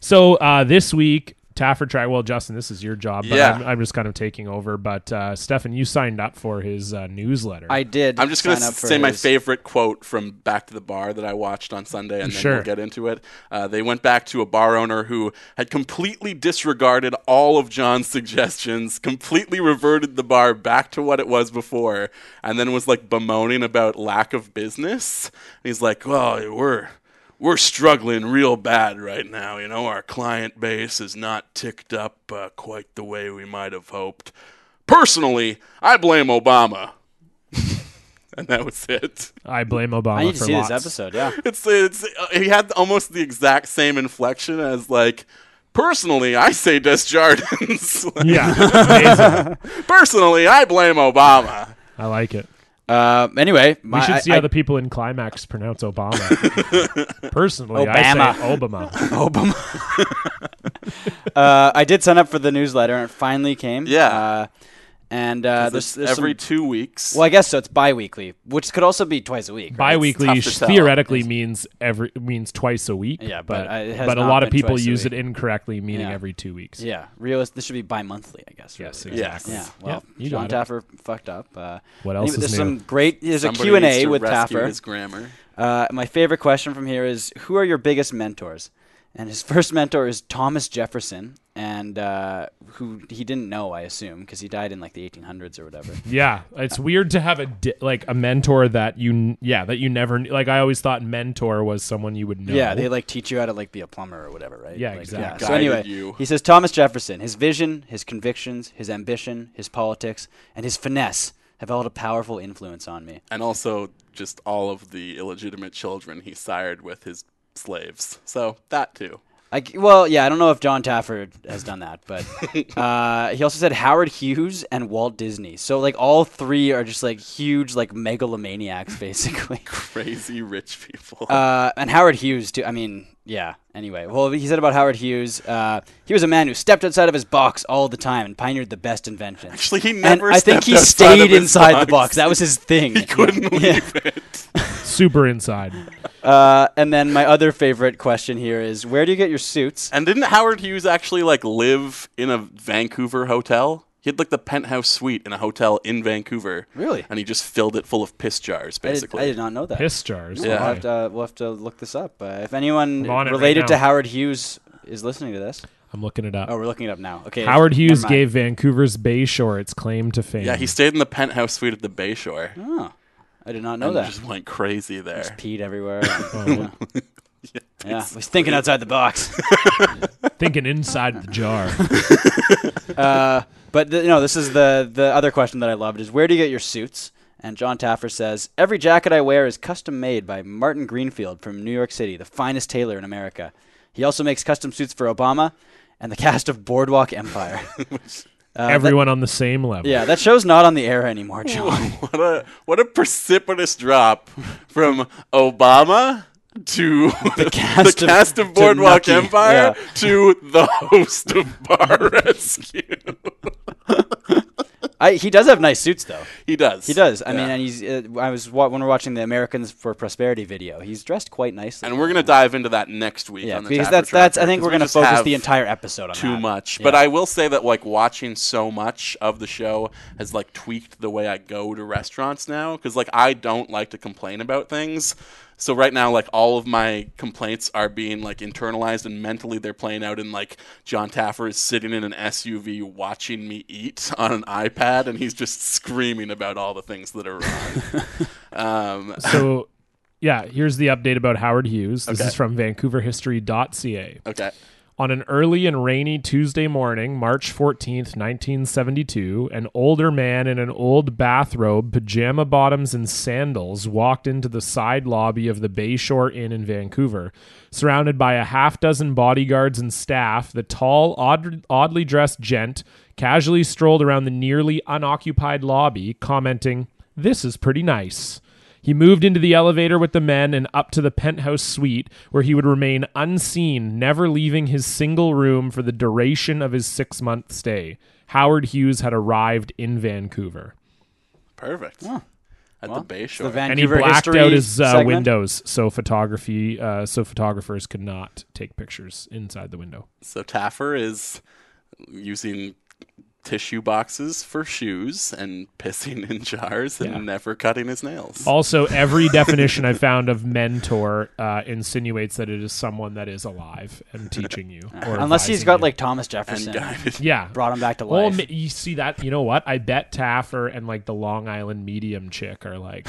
S4: So uh, this week, Taffer tried. Well, Justin, this is your job. But
S2: Yeah.
S4: I'm, I'm just kind of taking over. But uh, Stefan, you signed up for his uh, newsletter.
S3: I did.
S2: I'm just going to
S3: sign up for
S2: say my
S3: his-
S2: favorite quote from Back to the Bar that I watched on Sunday, and then
S4: Sure.
S2: we'll get into it. Uh, they went back to a bar owner who had completely disregarded all of John's suggestions, completely reverted the bar back to what it was before, and then was like bemoaning about lack of business. And he's like, well, we're. We're struggling real bad right now. You know, our client base is not ticked up uh, quite the way we might have hoped. Personally, I blame Obama and that was it.
S4: I blame Obama
S3: I need
S4: for
S3: to see
S4: lots.
S3: this episode. Yeah.
S2: It's it's uh, he had almost the exact same inflection as like. Personally, I say Desjardins. Like,
S4: Yeah, amazing.
S2: Personally, I blame Obama.
S4: I like it.
S3: Uh, anyway,
S4: We should see
S3: I,
S4: how the people in Climax pronounce Obama. Personally, I say
S3: Obama.
S4: Obama.
S3: Obama. uh, I did sign up for the newsletter, and it finally came.
S2: Yeah.
S3: Uh, and uh,
S2: 'Cause
S3: there's,
S2: it's
S3: there's
S2: every
S3: some-
S2: two weeks.
S3: Well, I guess so. It's bi-weekly, which could also be twice a week. right?
S4: Bi-weekly
S2: It's tough to
S4: sh-
S2: tell.
S4: theoretically means every means twice a week.
S3: Yeah, but I- it has
S4: but a
S3: not
S4: lot of
S3: been
S4: people
S3: twice a
S4: use
S3: week.
S4: it incorrectly, meaning
S3: Yeah.
S4: every two weeks.
S3: Yeah, realist. This should be bi-monthly, I guess.
S4: Yes,
S3: really.
S2: exactly.
S3: Yeah.
S2: Yes.
S3: Well,
S4: Yep, you
S3: John
S4: got it.
S3: Taffer fucked up. Uh,
S4: What else
S3: anyway,
S4: is
S3: There's
S4: new?
S3: some great. There's
S2: Somebody
S3: a Q&A
S2: needs to
S3: with
S2: rescue
S3: Taffer.
S2: His grammar.
S3: Uh, my favorite question from here is Who are your biggest mentors? And his first mentor is Thomas Jefferson, and uh, who he didn't know, I assume, because he died in like the 1800s or whatever.
S4: Yeah, it's weird to have a di- like a mentor that you n- yeah that you never kn- like. I always thought mentor was someone you would know.
S3: Yeah, they like teach you how to like be a plumber or whatever, right?
S4: Yeah,
S3: Like,
S4: exactly.
S3: So anyway,
S2: Guided you.
S3: he says Thomas Jefferson, his vision, his convictions, his ambition, his politics, and his finesse have all had a powerful influence on me.
S2: And also just all of the illegitimate children he sired with his slaves. So that too.
S3: I c well, yeah, I don't know if John Taffer has done that, but uh, he also said Howard Hughes and Walt Disney. So like all three are just like huge like megalomaniacs basically.
S2: Crazy rich people.
S3: Uh, and Howard Hughes too. I mean, yeah. Anyway, well, he said about Howard Hughes, uh, he was a man who stepped outside of his box all the time and pioneered the best inventions.
S2: Actually, he
S3: and
S2: never
S3: I think
S2: stepped
S3: he
S2: outside of
S3: stayed
S2: his
S3: inside
S2: box.
S3: the box. That was his thing.
S2: he couldn't
S3: Yeah.
S2: leave it.
S4: super inside.
S3: Uh, and then my other favorite question here is, where do you get your suits?
S2: And didn't Howard Hughes actually like live in a Vancouver hotel? He had like the penthouse suite in a hotel in Vancouver.
S3: Really?
S2: And he just filled it full of piss jars,
S3: I did,
S2: basically.
S3: I did not know that.
S4: Piss jars.
S3: We'll,
S2: Yeah.
S3: have to, uh, we'll have to look this up. Uh, if anyone
S4: I'm on it right
S3: related to
S4: now.
S3: Howard Hughes is listening to this,
S4: I'm looking it up.
S3: oh, we're looking it up now. Okay,
S4: Howard
S3: never
S4: Hughes
S3: mind.
S4: gave Vancouver's Bayshore its claim to fame.
S2: Yeah, he stayed in the penthouse suite at the Bayshore.
S3: Oh, I did not know
S2: and
S3: that.
S2: just went crazy there.
S3: peed everywhere.
S4: Oh.
S3: yeah. yeah, I was thinking outside the box.
S4: thinking inside the jar.
S3: Uh, But th- no, this is the the other question that I loved is where do you get your suits? And John Taffer says every jacket I wear is custom made by Martin Greenfield from New York City, the finest tailor in America. He also makes custom suits for Obama and the cast of Boardwalk Empire. Uh,
S4: Everyone on the same level.
S3: That, yeah, that show's not on the air anymore, John.
S2: What a what a precipitous drop from Obama to the
S3: cast of-
S2: cast of
S3: to
S2: Boardwalk
S3: Nucky,
S2: Empire
S3: yeah.
S2: to the host of Bar Rescue.
S3: I, he does have nice suits though.
S2: He does.
S3: He does. I
S2: Yeah.
S3: mean, and he's. Uh, I was wa- when we we're watching the Americans for Prosperity video. He's dressed quite nicely.
S2: and we're gonna dive into that next week.
S3: yeah,
S2: on the
S3: because
S2: Tapper
S3: that's that's. I
S2: Tracker,
S3: think
S2: 'cause
S3: we're
S2: we
S3: gonna
S2: just
S3: focus
S2: have
S3: the entire episode on
S2: too
S3: that.
S2: much.
S3: Yeah.
S2: But I will say that like watching so much of the show has like tweaked the way I go to restaurants now because like I don't like to complain about things. So right now, like all of my complaints are being like internalized and mentally they're playing out in like John Taffer is sitting in an SUV watching me eat on an iPad and he's just screaming about all the things that are wrong. um,
S4: So, yeah, here's the update about Howard Hughes. This
S2: Okay.
S4: is from VancouverHistory.ca.
S2: okay.
S4: On an early and rainy Tuesday morning, March 14th, 1972, an older man in an old bathrobe, pajama bottoms, and sandals walked into the side lobby of the Bayshore Inn in Vancouver. Surrounded by a half dozen bodyguards and staff, the tall, odd- oddly dressed gent casually strolled around the nearly unoccupied lobby, commenting, This is pretty nice. He moved into the elevator with the men and up to the penthouse suite, where he would remain unseen, never leaving his single room for the duration of his six month stay. Howard Hughes had arrived in Vancouver.
S2: Perfect. At
S3: Well,
S2: the Bay
S3: the
S2: Shore.
S4: And
S3: Vancouver
S4: he blacked
S3: history
S4: out his uh,
S3: segment.
S4: windows, so photography, uh, so photographers could not take pictures inside the window.
S2: So Taffer is using tissue boxes for shoes and pissing in jars and
S4: Yeah.
S2: never cutting his nails.
S4: Also, every definition I found of mentor uh, insinuates that it is someone that is alive and teaching you, or
S3: Unless he's
S4: advising
S3: got
S4: you.
S3: like Thomas
S2: and uh,
S3: Jefferson,
S2: guided.
S4: yeah,
S3: brought him back to
S4: Well,
S3: life.
S4: ma- you see that? You know what? I bet Taffer and like the Long Island medium chick are like,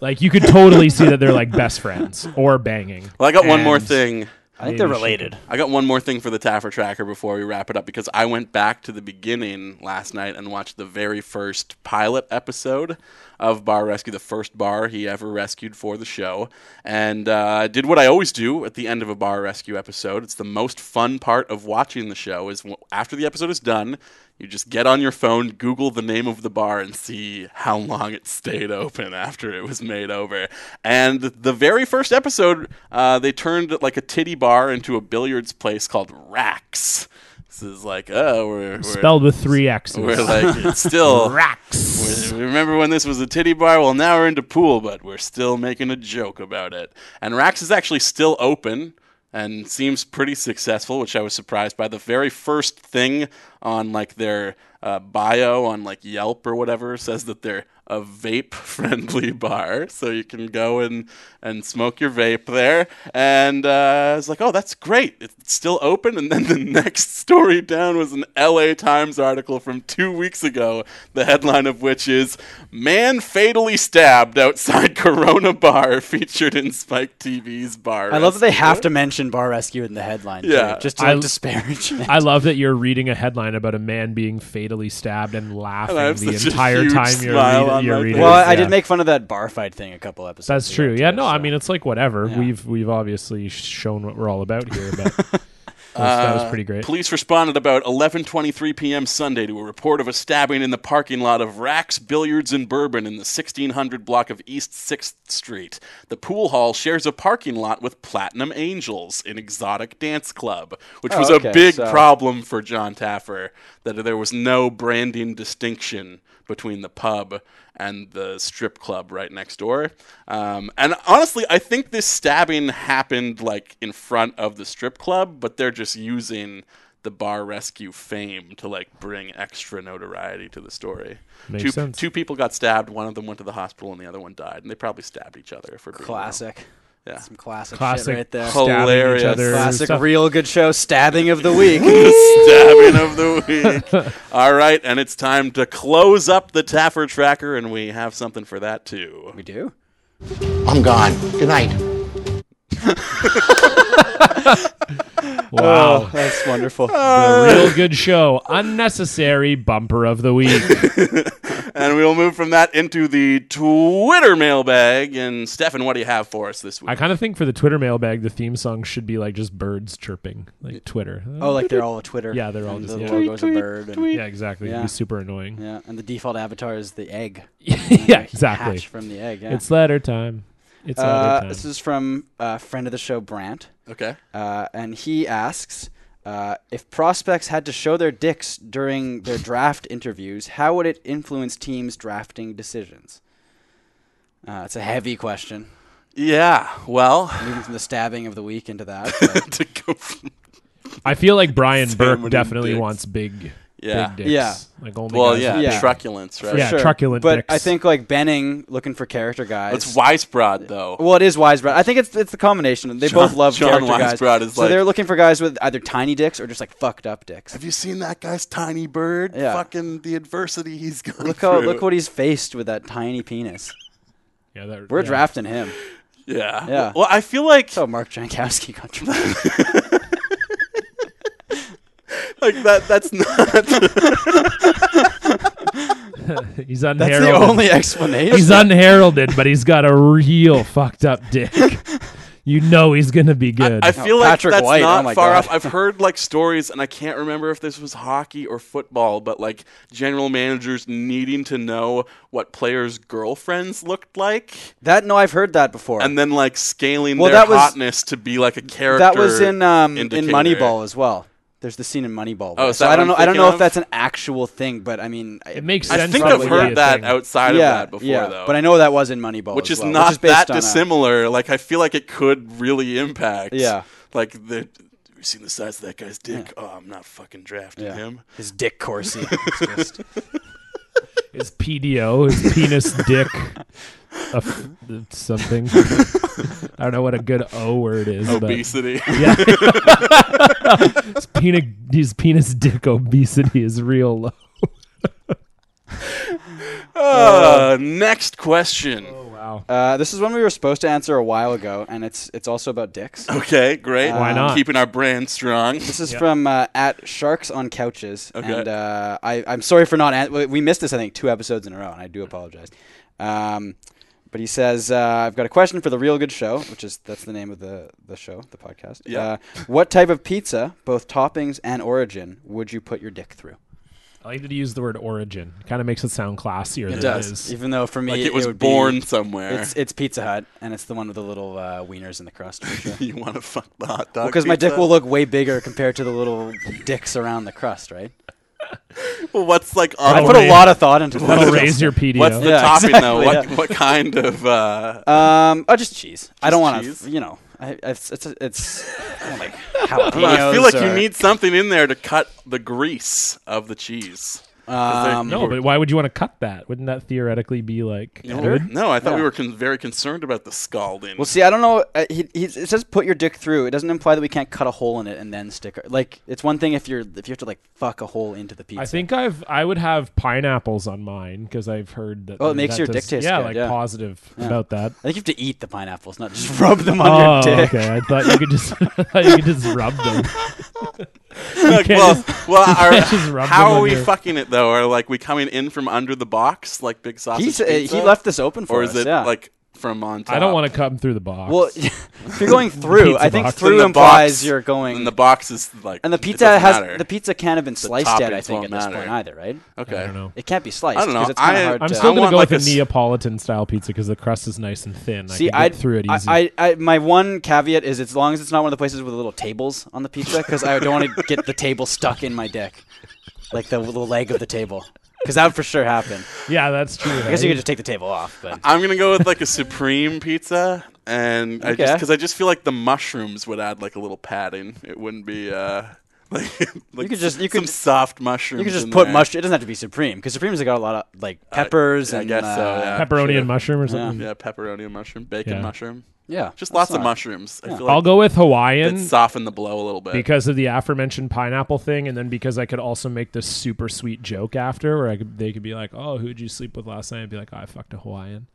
S4: like you could totally see that they're like best friends or banging.
S2: Well, I got one more
S4: And-
S2: thing.
S3: I think they're
S4: Maybe she
S3: related.
S2: I got one more thing for the Taffer tracker before we wrap it up because I went back to the beginning last night and watched the very first pilot episode of Bar Rescue, the first bar he ever rescued for the show, and uh, did what I always do at the end of a Bar Rescue episode. It's the most fun part of watching the show is w- after the episode is done, you just get on your phone, Google the name of the bar, and see how long it stayed open after it was made over. And the very first episode, uh, they turned like a titty bar into a billiards place called Racks. This is like, oh, we're, we're
S4: Spelled with three X's.
S2: We're like oh. it's still racks. Remember when this was a titty bar? Well, now we're into pool, but we're still making a joke about it. And Rax is actually still open and seems pretty successful, which I was surprised by. The very first thing on like their uh, bio on like Yelp or whatever says that they're a vape friendly bar, so you can go and and smoke your vape there. And uh, I was like, oh, that's great. It's still open. And then the next story down was an L.A. Times article from two weeks ago, the headline of which is "Man fatally stabbed outside Corona Bar," featured in Spike TV's bar.
S3: I love that they have to mention Bar Rescue in the headline. too,
S2: Yeah.
S3: just to
S4: I-
S3: like, disparage it.
S4: I love that you're reading a headline about a man being fatally stabbed and laughing
S2: And I have
S4: the
S2: such a
S4: entire
S2: huge
S4: time you're,
S2: smile
S4: reading-
S2: on
S4: you're
S2: my
S4: reading.
S2: face.
S3: well, I
S4: yeah.
S3: did make fun of that bar fight thing a couple episodes.
S4: That's
S3: ago,
S4: true.
S3: too,
S4: Yeah, no, I
S3: so-
S4: mean it's like whatever.
S3: Yeah.
S4: We've we've obviously shown what we're all about here, but that was- that
S2: Uh,
S4: was pretty great.
S2: Police responded about 11:23 p.m. Sunday to a report of a stabbing in the parking lot of Racks Billiards and Bourbon in the 1600 block of East 6th Street. The pool hall shares a parking lot with Platinum Angels, an exotic dance club, which
S3: Oh,
S2: was
S3: okay,
S2: a big
S3: so-
S2: problem for John Taffer that there was no branding distinction between the pub and the strip club right next door. Um, and honestly, I think this stabbing happened like in front of the strip club, but they're just using the bar rescue fame to like bring extra notoriety to the story.
S4: Makes
S2: two,
S4: sense.
S2: two people got stabbed. One of them went to the hospital, and the other one died. And they probably stabbed each other for being real.
S3: classic.
S2: Yeah.
S3: Some classic,
S4: Classic
S3: shit right there.
S2: Classic
S4: stabbing
S2: Hilarious.
S4: each other.
S3: Classic,
S4: stuff.
S3: real good show. Stabbing of the week.
S2: the stabbing of the week. All right, and it's time to close up the Taffer Tracker, and we have something for that too.
S3: we do.
S10: I'm gone. Good night.
S4: Wow.
S3: That's wonderful.
S4: The real good show. Unnecessary bumper of the week.
S2: And we'll move from that into the Twitter mailbag. And Stefan, what do you have for us this week?
S4: I kind of think for the Twitter mailbag, the theme song should be like just birds chirping, like Twitter.
S3: oh, like they're all a Twitter.
S4: Yeah, they're all
S3: and
S4: just-
S3: the
S4: yeah.
S3: logo's a bird. and-
S4: yeah, exactly. It'd
S3: Yeah.
S4: be super annoying.
S3: yeah, and the default avatar is the egg.
S4: yeah, exactly.
S3: Hatch from the egg. Yeah.
S4: It's letter time. It's
S3: uh,
S4: letter time.
S3: this is from a friend of the show, Brant.
S2: okay.
S3: uh, and he asks uh, if prospects had to show their dicks during their draft interviews, how would it influence teams' drafting decisions? Uh, it's a heavy question,
S2: Yeah. Well,
S3: moving from the stabbing of the week into that. but-
S2: to go from-
S4: I feel like Brian Burke
S2: many
S4: definitely
S2: dicks.
S4: wants big,
S2: Yeah.
S4: big dicks.
S3: Yeah.
S4: Like only
S2: well,
S4: guys
S2: yeah,
S4: with
S3: Yeah.
S2: Truculence, right?
S4: Yeah, truculent
S3: But
S4: dicks.
S3: I think like Benning looking for character guys.
S2: It's Weisbrod, though.
S3: well, it is Weisbrod. I think it's it's the combination. They both love
S2: John
S3: character guys.
S2: Weisbrod is
S3: so
S2: like-
S3: they're looking for guys with either tiny dicks or just like fucked up dicks.
S2: Have you seen that guy's tiny bird?
S3: Yeah.
S2: Fucking the adversity he's gone
S3: Look how
S2: through.
S3: look what he's faced with that tiny penis.
S4: yeah, that-
S3: We're
S4: yeah.
S3: drafting him.
S2: Yeah.
S3: Yeah.
S2: Well, I feel like
S3: So Mark Jankowski got drafted.
S2: like that. That's not.
S4: He's
S3: That's
S4: unheralded.
S3: the only explanation.
S4: he's unheralded, but he's got a real fucked up dick. You know he's gonna be good.
S2: I feel like
S3: Patrick
S2: that's
S3: White, oh
S2: not
S3: my
S2: far
S3: God.
S2: off. I've heard like stories, and I can't remember if this was hockey or football, but like general managers needing to know what players' girlfriends looked like,
S3: That no, I've heard that before.
S2: and then like scaling
S3: Well,
S2: their
S3: that was-
S2: hotness to be like a character.
S3: that was in um, in
S2: indicator.
S3: Moneyball as well. There's the scene in Moneyball.
S2: Oh,
S3: where-
S2: is
S3: so
S2: that
S3: I don't know.
S2: what I'm
S3: I don't
S2: thinking
S3: know if
S2: of?
S3: that's an actual thing, but I mean,
S4: it makes
S2: I
S4: sense.
S2: think I've
S4: probably a
S2: heard that
S4: thing.
S2: outside
S3: yeah,
S2: of that before,
S3: yeah.
S2: though.
S3: But I know that was in Moneyball,
S2: which
S3: as
S2: is
S3: well,
S2: not
S3: which is based
S2: that
S3: on uh, a-
S2: dissimilar. like I feel like it could really impact.
S3: Yeah.
S2: Like the. You've seen the size of that guy's dick. Oh, I'm not fucking drafting
S3: yeah.
S2: him.
S3: His Dick Corsi.
S4: His PDO, his penis dick, a f- something. I don't know what a good O word is.
S2: Obesity.
S4: But yeah. his, penis, his penis dick obesity is real low.
S2: Uh, next question.
S4: Oh, Wow.
S3: uh, this is one we were supposed to answer a while ago, and it's it's also about dicks.
S2: Okay, great.
S4: Why not?
S2: Keeping our brand strong.
S3: This is from uh, at Sharks on Couches,
S2: Okay.
S3: and uh, I, I'm sorry for not. An- we- we missed this, I think, two episodes in a row, and I do apologize. Um, but he says, uh, "I've got a question for the Real Good Show, which is that's the name of the the show, the podcast.
S2: Yeah.
S3: Uh, what type of pizza, both toppings and origin, would you put your dick through?
S4: I like that he used the word origin. Kind of makes it sound classier than it is.
S3: even though for me
S2: Like it was
S3: would
S2: born
S3: be,
S2: somewhere.
S3: It's, it's Pizza Hut, and it's the one with the little uh, wieners in the crust. for sure.
S2: you want to fuck the hot dog?
S3: Because my dick
S2: pizza?
S3: will look way bigger compared to the little dicks around the crust, right?
S2: Well, what's like
S3: I
S2: on
S3: put a
S4: raise-
S3: lot of thought into
S4: That'll
S3: this.
S4: raise your PDO.
S2: what's the
S3: Yeah,
S2: topping though? What
S3: exactly, yeah.
S2: what kind of uh,
S3: Um, oh, just cheese. I don't want
S2: cheese?
S3: to, you know. I, I- it's it's it's I don't like
S2: I, don't know, I feel like you
S3: jalapenos or-
S2: need something in there to cut the grease of the cheese. 'Cause they're-
S3: Um,
S4: No, but why would you want to cut that? Wouldn't that theoretically be like good?
S2: no, I thought we
S3: Yeah.
S2: were con- very concerned about the scalding.
S3: Well, see, I don't know. Uh, he, he, it says put your dick through. It doesn't imply that we can't cut a hole in it and then stick. it. Like it's one thing if you're if you have to like fuck a hole into the pizza.
S4: I think I've I would have pineapples on mine because I've heard that.
S3: Oh, it
S4: that-
S3: makes
S4: that
S3: your
S4: does-
S3: dick taste
S4: yeah,
S3: good,
S4: like
S3: yeah.
S4: positive about that.
S3: I think you have to eat the pineapples, not just rub them on
S4: oh,
S3: your dick.
S4: okay. I thought you could just I thought you could just rub them.
S2: Like,
S4: can't
S2: well, well, are-
S4: just rub
S2: how
S4: them
S2: are
S4: on
S2: we
S4: your-
S2: fucking it though? Are like we coming in from under the box like big sausage?
S3: He's, uh,
S2: pizza?
S3: he left this open for
S2: or
S3: us.
S2: is it
S3: yeah.
S2: like from on top?
S4: I don't want to cut them through the box.
S3: well, if you're going through,
S4: pizza
S3: I think
S4: box.
S2: Then
S3: through
S2: the
S3: implies
S2: box-
S3: you're going.
S2: Then the box is like,
S3: and the
S2: it
S3: pizza
S2: doesn't
S3: has
S2: matter.
S3: the pizza can't have been sliced yet. I
S2: toppings
S3: think
S2: won't
S3: at this point
S2: matter.
S3: either, right?
S2: okay.
S4: I don't know.
S3: It can't be sliced
S2: I don't know.
S3: because it's kind
S2: I-
S3: of hard.
S4: I'm
S3: to,
S4: still
S2: I
S4: gonna
S2: want
S4: go
S2: like
S4: with
S2: a
S4: a,
S2: s-
S4: Neapolitan style pizza because the crust is nice and thin.
S3: See, I
S4: I could get through it easy.
S3: I, I, I, my one caveat is it's long as it's not one of the places with little tables on the pizza because I don't want to get the table stuck in my dick, like the, the leg of the table, because that would for sure happen.
S4: yeah, that's true.
S3: I guess you
S4: right?
S3: could just take the table off, but
S2: I'm gonna go with like a supreme pizza, and I just
S3: Okay.
S2: because I just feel like the mushrooms would add like a little padding. It wouldn't be uh like, like
S3: could just- you
S2: some
S3: could-
S2: soft mushrooms.
S3: you can just
S2: in
S3: put
S2: there.
S3: mushroom. It doesn't have to be supreme because supreme's got a lot of like peppers
S2: I
S3: and
S2: guess so,
S3: uh,
S2: yeah.
S4: pepperoni
S2: Sure.
S4: and mushroom or something.
S2: Yeah, pepperoni and mushroom, bacon
S4: Yeah.
S2: mushroom,
S3: yeah,
S2: just
S3: that's
S2: lots of
S3: not-
S2: mushrooms. I feel
S4: I'll
S2: like
S4: go with
S2: that
S4: Hawaiian
S2: soften the blow a little bit.
S4: because of the aforementioned pineapple thing, and then because I could also make this super sweet joke after, where I could, they could be like, "Oh, who'd you sleep with last night?" I'd be like, oh, "I fucked a Hawaiian."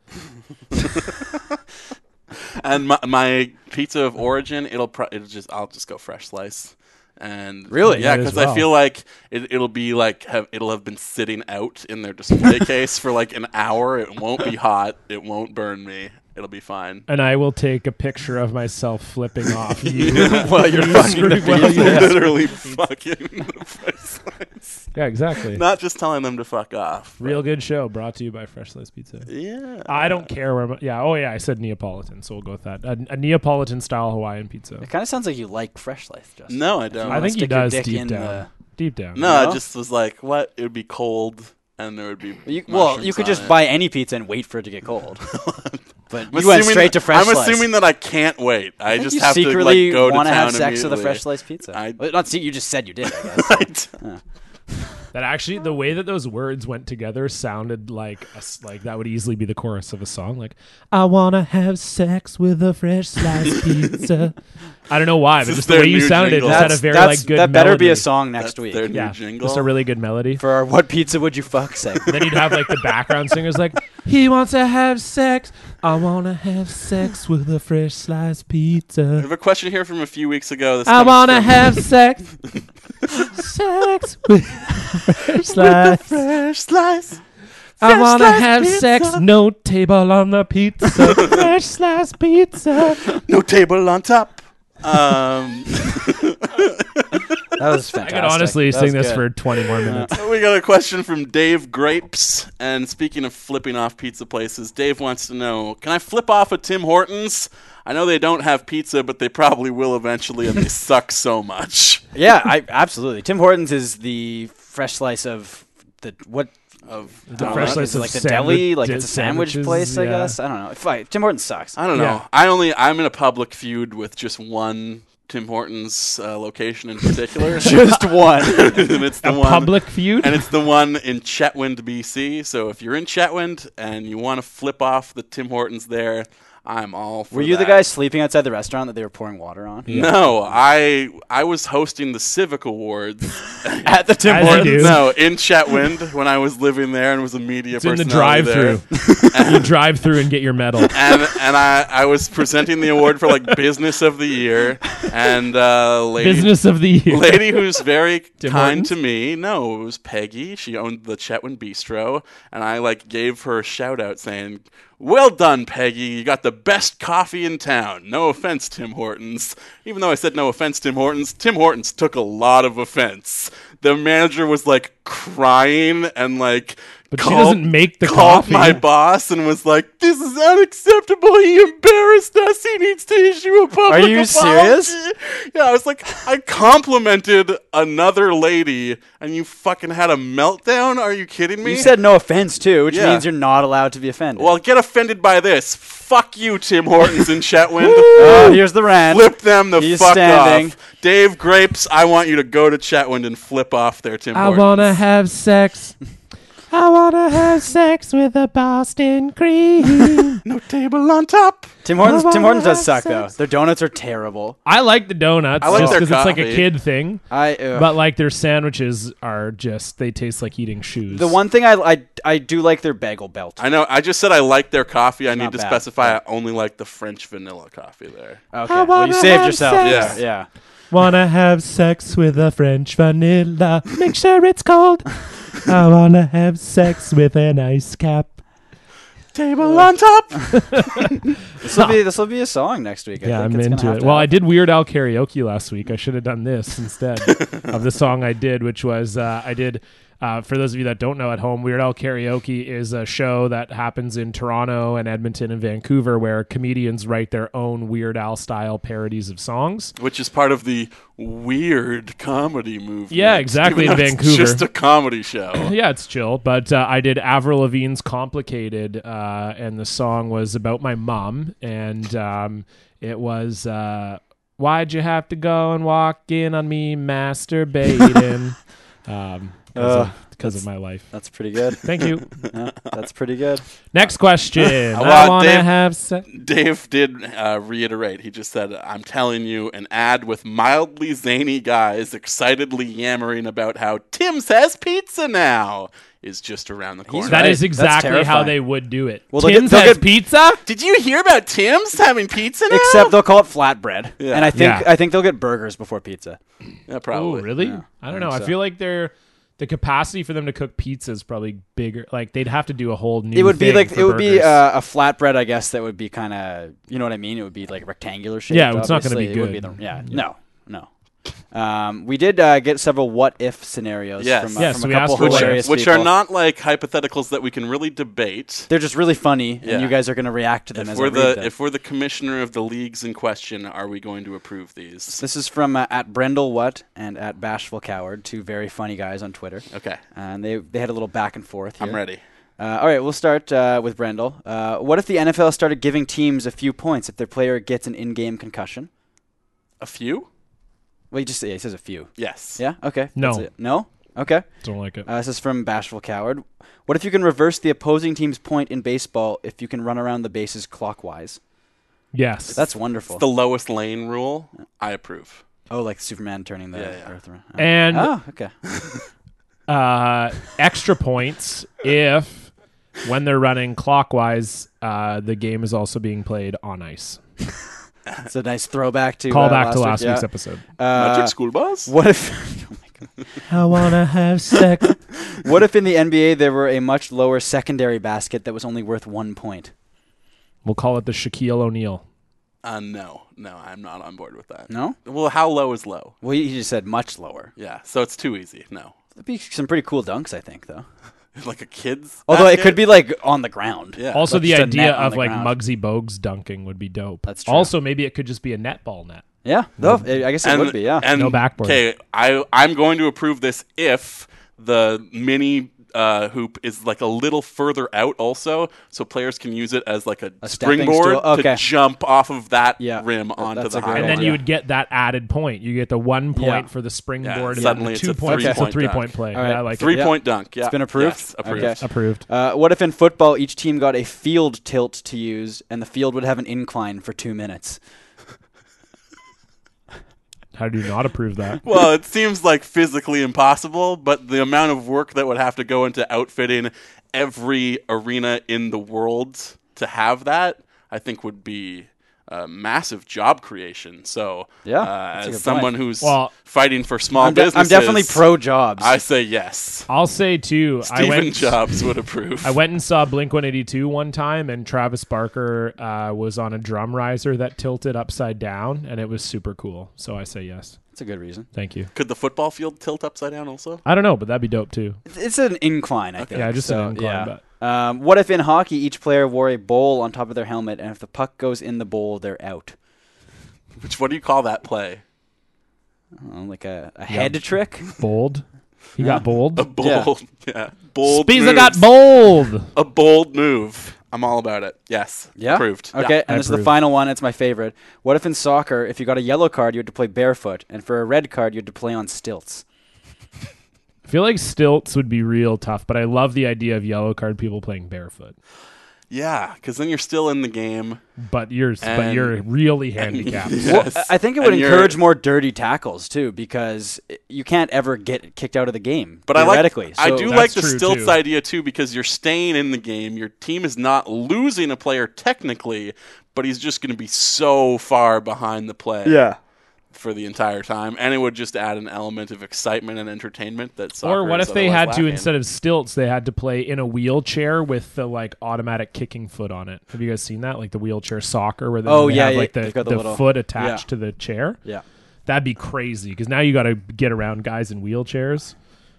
S2: and my, my pizza of origin, it'll pro- it'll just I'll just go fresh slice. And
S3: Really?
S2: yeah,
S4: Might as
S2: because I
S4: well.
S2: feel like it, it'll be like have, it'll have been sitting out in their display case for like an hour. It won't be hot. It won't burn me. It'll be fine.
S4: And I will take a picture of myself flipping off you.
S3: well, you're fucking the
S4: screwed well,
S3: pizza.
S4: yeah.
S2: Literally fucking the fresh slice.
S4: yeah, exactly.
S2: Not just telling them to fuck off. but-
S4: Real good show brought to you by Fresh Slice Pizza.
S2: Yeah.
S4: I don't care where. My, yeah. Oh yeah, I said Neapolitan, so we'll go with that. A, a Neapolitan style Hawaiian pizza.
S3: It kind of sounds like you like fresh life, Justin.
S2: No, I
S3: If you
S2: don't.
S4: I
S3: wanna
S4: think he
S3: stick your
S4: does
S3: dick
S4: deep
S3: in
S4: down.
S3: the-
S4: Deep down.
S2: No, I
S3: No?
S2: just was like, what? It would be cold, and there would be.
S3: You, well,
S2: mushrooms
S3: you could
S2: on
S3: just
S2: it.
S3: buy any pizza and wait for it to get cold. but
S2: I'm
S3: you went
S2: assuming
S3: straight
S2: that-
S3: to fresh
S2: I'm
S3: slice.
S2: assuming that I can't wait. I,
S3: think
S2: just
S3: you
S2: have to like
S3: secretly
S2: go to town
S3: wanna have sex with a
S2: immediately.
S3: fresh sliced pizza.
S2: I-
S3: Well, not see, you just said you did. I guess.
S2: Right.
S4: That actually, the way that those words went together sounded like a s like that would easily be the chorus of a song. Like, I wanna have sex with a fresh sliced pizza. I don't know why, but
S2: This is
S4: just the
S2: their
S4: way you
S2: new
S4: sounded, it
S2: jingle.
S4: just had a
S3: that's,
S4: very
S3: that's,
S4: like good.
S3: that better be a
S4: melody.
S3: song
S2: That's
S3: next week
S2: their new
S4: Yeah,
S2: jingle.
S4: just a really good melody.
S3: for our "What Pizza Would You Fuck" segment.
S4: then you'd have like the background singers like, he wants to have sex. I wanna have sex with a fresh sliced
S2: I
S4: pizza.
S2: have a question here from a few weeks ago. This
S4: I
S2: comes
S4: wanna
S2: from-
S4: have sex. sex with fresh sliced.
S2: fresh slice.
S4: I wanna have sex. No table on the pizza. Fresh sliced pizza.
S2: No table on top. Um,
S3: That was
S4: I
S3: fantastic.
S4: could honestly
S3: That
S4: sing
S3: was
S4: this
S3: good.
S4: for 20 more minutes.
S2: we got a question from Dave Grapes. And speaking of flipping off pizza places, Dave wants to know: Can I flip off a Tim Hortons? I know they don't have pizza, but they probably will eventually, and they suck so much.
S3: Yeah, I absolutely. Tim Hortons is the fresh slice of the what.
S2: Of
S3: I don't
S4: fresh
S3: know,
S4: slice
S3: is it
S4: of
S3: like the
S4: sandwich-
S3: deli, like
S4: di-
S3: it's a sandwich
S4: sandwiches,
S3: place, I
S4: yeah.
S3: guess. I don't know. Fuck, Tim Hortons sucks.
S2: I don't know.
S4: Yeah.
S2: I only I'm in a public feud with just one Tim Hortons uh, location in particular.
S3: Just one.
S2: and it's the one
S4: Public feud?
S2: and it's the one in Chetwynd, BC. So if you're in Chetwynd and you want to flip off the Tim Hortons there, I'm all for
S3: Were you the
S2: that.
S3: guy sleeping outside the restaurant that they were pouring water on?
S2: No, I I was hosting the Civic Awards
S3: At the Tim As you Hortons? do.
S2: No, in Chetwynd when I was living there and was a media
S4: It's in the
S2: personality there.
S4: drive-through. you drive through and get your medal.
S2: and and I, I was presenting the award for like business of the year and uh lady
S4: Business of the year.
S2: lady who's very
S4: Tim
S2: kind
S4: Hortons?
S2: to me no it was Peggy she owned the Chetwin Bistro and I like gave her a shout out saying well done Peggy you got the best coffee in town no offense Tim Hortons even though I said no offense Tim Hortons Tim Hortons took a lot of offense the manager was like crying and like
S4: But she doesn't make the
S2: called
S4: coffee.
S2: my boss and was like, "This is unacceptable. He embarrassed us. He needs to issue a public
S3: you
S2: apology."
S3: serious?
S2: Yeah, I was like, I complimented another lady, and you fucking had a meltdown. Are you kidding me?
S3: You said no offense too, which
S2: Yeah.
S3: means you're not allowed to be offended.
S2: "Well, get offended by this. Fuck you, Tim Hortons and Chetwynd."
S3: Oh, here's the rant.
S2: Flip them the
S3: He's
S2: fuck
S3: standing.
S2: off, Dave Grapes. I want you to go to Chetwynd and flip off their Tim
S4: I
S2: Hortons.
S4: wanna have sex. I wanna have sex with a Boston cream.
S2: no table on top.
S3: Tim Hortons.
S4: I
S3: Tim Hortons does
S4: wanna
S3: suck though. Their donuts are terrible.
S4: I like the donuts
S2: I like
S4: just
S2: their
S4: because it's like a
S2: coffee.
S4: kid thing.
S3: I ugh.
S4: But like their sandwiches are just they taste like eating shoes.
S3: the one thing I, I I do like their bagel belt.
S2: I know. I just said I like their coffee. I need
S3: Not
S2: to
S3: bad,
S2: specify I only like the French vanilla coffee there.
S3: Okay, well you
S4: wanna
S3: saved
S4: have
S3: yourself.
S2: sex.
S3: Yeah, yeah.
S4: wanna have sex with a French vanilla. Make sure it's cold. I wanna have sex with an ice cap.
S2: Table on top.
S3: This will be this will be a song next week. I
S4: yeah,
S3: think
S4: I'm
S3: it's gonna
S4: into
S3: have
S4: it.
S3: to
S4: Well, I
S3: happen.
S4: did Weird Al karaoke last week. I should have done this instead of the song I did, which was uh, I did. Uh, for those of you that don't know at home, Weird Al Karaoke is a show that happens in Toronto and Edmonton and Vancouver where comedians write their own Weird Al style parodies of songs.
S2: Which is part of the weird comedy movement.
S4: Yeah, exactly,
S2: even
S4: in
S2: though It's
S4: Vancouver.
S2: just a comedy show.
S4: Yeah, it's chill. But uh, I did Avril Lavigne's "Complicated," uh, and the song was about my mom, and um, it was uh, "Why'd you have to go and walk in on me masturbating?" um, because
S3: Uh,
S4: of, 'cause of my life.
S3: That's pretty good.
S4: Thank you.
S3: Yeah, that's pretty good.
S4: Next question. I
S2: want
S4: want to
S2: Dave-
S4: have sex.
S2: Dave did uh, reiterate. He just said, "I'm telling you, an ad with mildly zany guys excitedly yammering about how Tim's has pizza now is just around the corner."
S4: That
S3: right.
S4: is
S3: That's
S4: exactly how
S3: terrifying.
S4: they would do it.
S3: Well, they'll get-
S4: Tim's
S3: they'll
S4: has
S3: get-
S4: pizza.
S2: did you hear about Tim's having pizza now?
S3: Except they'll call it flatbread,
S2: Yeah.
S3: and I think
S4: Yeah.
S3: I think they'll get burgers before pizza.
S2: yeah,
S4: Oh,
S2: probably.
S4: really?
S3: Yeah,
S4: I don't
S3: I
S4: know.
S3: think
S4: I
S3: so.
S4: feel like they're the capacity for them to cook pizza is probably bigger. Like they'd have to do a whole new.
S3: It would be
S4: thing
S3: like
S4: for
S3: it would be
S4: burgers.
S3: uh, a flatbread, I guess. That would be kind of you know what I mean. It would be like rectangular shape.
S4: Yeah, it's not gonna be good.
S3: yeah, no, no. Um, we did uh, get several what if scenarios
S2: Yes.
S3: from, uh,
S4: Yes,
S3: from
S4: we
S3: a couple
S4: asked for what if.
S3: hilarious
S2: Which
S3: people.
S2: are not like hypotheticals that we can really debate.
S3: They're just really funny,
S2: Yeah.
S3: and you guys are going to react to them
S2: If
S3: as
S2: we're
S3: I read
S2: the
S3: them.
S2: if we're the commissioner of the leagues in question, are we going to approve these?
S3: This is from uh, at Brendel What and at Bashful Coward, two very funny guys on Twitter.
S2: Okay,
S3: And they, they had a little back and forth here.
S2: I'm ready.
S3: Uh, all right, we'll start uh, with Brendel. Uh, what if the NFL started giving teams a few points if their player gets an in game concussion?
S2: A few?
S3: Well, you just yeah, he says a few.
S2: Yes.
S3: Yeah. Okay.
S4: No.
S3: That's it. No. Okay.
S4: don't like it.
S3: Uh, this is from Bashful Coward. What if you can reverse the opposing team's point in baseball if you can run around the bases clockwise?
S4: yes,
S3: That's wonderful.
S2: The lowest lane rule. I approve.
S3: oh, like Superman turning the
S2: Yeah, yeah.
S3: Earth around. Oh.
S4: and
S3: oh, okay. Ah.
S4: uh, extra points if when they're running clockwise, uh, the game is also being played on ice.
S3: It's a nice throwback to
S4: Call
S3: uh,
S4: back to
S3: week,
S4: last
S3: yeah.
S4: week's episode.
S2: Magic
S3: Uh,
S2: school bus.
S3: what if? oh my God.
S4: I wanna have sex.
S3: What if in the NBA there were a much lower secondary basket that was only worth one point?
S4: We'll call it the Shaquille O'Neal.
S2: Uh, no, no, I'm not on board with that.
S3: No?
S2: Well, how low is low?
S3: Well, you you just said much lower.
S2: Yeah, so it's too easy. No,
S3: That'd be some pretty cool dunks, I think, though.
S2: like a kid's.
S3: Although it
S2: basket?
S3: could be like on the ground.
S2: Yeah.
S4: Also,
S3: Like
S4: the
S3: just a
S4: idea
S3: net on
S4: of
S3: the
S4: like
S3: ground.
S4: Muggsy Bogues dunking would be dope.
S3: That's true.
S4: Also, maybe it could just be a netball net.
S3: Yeah. No, I I guess it would be. Yeah.
S2: And
S4: No backboard.
S2: Okay, I I'm going to approve this if the mini uh, hoop is like a little further out also, so players can use it as like a,
S3: stepping
S2: springboard
S3: stool?
S2: to
S3: Okay.
S2: jump off of that
S3: Yeah.
S2: rim
S3: That-
S2: onto
S3: that's
S2: the
S3: a great
S2: high
S4: and
S2: line.
S4: then you would get that added point. You get the one point
S3: Yeah.
S4: for the
S2: Yeah,
S4: springboard, and
S2: suddenly
S4: then the
S2: it's
S4: two
S2: a
S4: points. It's a
S2: three-point
S4: three
S2: dunk.
S4: point play.
S3: All right.
S4: Yeah, I like it.
S2: Three
S3: Yeah.
S2: point dunk. Yeah,
S3: It's been approved?
S2: Yes, approved.
S3: Okay.
S4: approved.
S3: Uh, what if in football each team got a field tilt to use and the field would have an incline for two minutes?
S4: How do you not approve that?
S2: Well, it seems like physically impossible, but the amount of work that would have to go into outfitting every arena in the world to have that, I think, would be a massive job creation. So,
S3: Yeah,
S2: uh,
S3: that's a
S2: as
S3: good
S2: someone
S3: point.
S2: who's
S4: Well,
S2: fighting for small
S3: I'm, de-
S2: businesses,
S3: I'm definitely pro jobs.
S2: I say yes.
S4: I'll say too. I
S2: Stephen
S4: went.
S2: Jobs would approve.
S4: I went and saw Blink 182 one time, and Travis Barker uh, was on a drum riser that tilted upside down, and it was super cool. So I say yes.
S3: That's a good reason.
S4: Thank you.
S2: Could the football field tilt upside down also?
S4: I don't know, but that'd be dope too.
S3: It's- It's an incline, I think.
S4: Yeah, just an
S3: so,
S4: incline,
S3: Yeah. Um, what if in hockey each player wore a bowl on top of their helmet, and if the puck goes in the bowl, they're out?
S2: Which what do you call that play?
S3: I don't know, Uh, like a, a head trick?
S4: Bold. He got bold.
S2: A bold, yeah, bold.
S4: Spiza
S2: move.
S4: got bold.
S2: a bold move. I'm all about it. Yes,
S3: Yeah.
S2: approved. Yeah.
S3: Okay,
S4: I
S3: and this is the
S4: approve.
S3: final one. It's my favorite. What if in soccer, if you got a yellow card, you had to play barefoot, and for a red card, you had to play on stilts?
S4: I feel like stilts would be real tough, but I love the idea of yellow card people playing barefoot.
S2: Yeah, because then you're still in the game.
S4: But you're but
S2: And-
S4: you're really handicapped.
S2: Yes.
S3: I think it
S2: And
S3: would
S2: you're-
S3: encourage more dirty tackles too, because you can't ever get kicked out of the game.
S2: But I like.
S3: theoretically.
S2: I
S3: So-
S2: do
S4: That's
S2: like the
S4: true,
S2: stilts
S4: too.
S2: idea too because you're staying in the game. Your team is not losing a player technically, but he's just going to be so far behind the play.
S3: Yeah.
S2: For the entire time, and it would just add an element of excitement and entertainment that. Soccer
S4: Or what
S2: is
S4: if they had
S2: otherwise
S4: to
S2: lacking.
S4: instead of stilts, they had to play in a wheelchair with the like automatic kicking foot on it? Have you guys seen that? Like the wheelchair soccer where they,
S3: Oh,
S4: they
S3: yeah,
S4: have
S3: yeah,
S4: like the,
S3: they've got the little-
S4: foot attached
S3: yeah.
S4: to the chair.
S3: Yeah.
S4: That'd be crazy because now you got to get around guys in wheelchairs.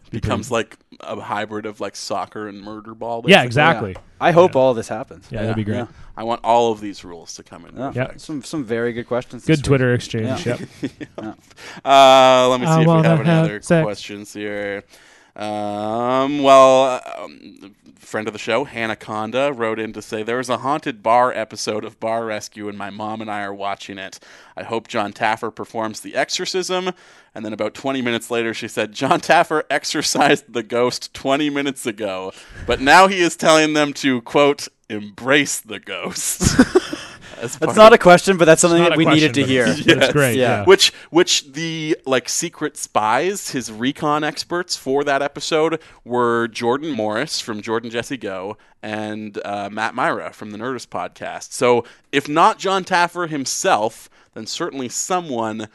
S2: becomes like a hybrid of like soccer and murder ball.
S4: Yeah,
S2: basically.
S4: exactly.
S3: Yeah. I hope all this happens.
S4: Yeah, that'd be great.
S3: Yeah.
S2: I want all of these rules to come in.
S3: Yeah.
S4: Yeah.
S3: Some some very good questions. this
S4: Good
S3: week.
S4: Twitter exchange.
S3: Yeah.
S4: Yep.
S2: Uh, let me see
S4: I
S2: if we
S4: wanna
S2: have any
S4: have
S2: other
S4: sex.
S2: questions here. Um, well, um, friend of the show, Hannah Conda, wrote in to say there is a haunted bar episode of Bar Rescue, and my mom and I are watching it. I hope John Taffer performs the exorcism. And then about 20 minutes later, she said, John Taffer exorcised the ghost 20 minutes ago, but now he is telling them to, quote, embrace the ghost. That's
S3: That's not a question, but that's something
S4: Not
S3: that
S4: a
S3: we
S4: question,
S3: needed to
S4: but it's-
S3: hear.
S4: but It's great.
S3: Yeah.
S4: Yeah.
S2: which which the like secret spies his recon experts for that episode were jordan morris from jordan jesse go and uh, matt myra from the nerdist podcast so if not john taffer himself then certainly someone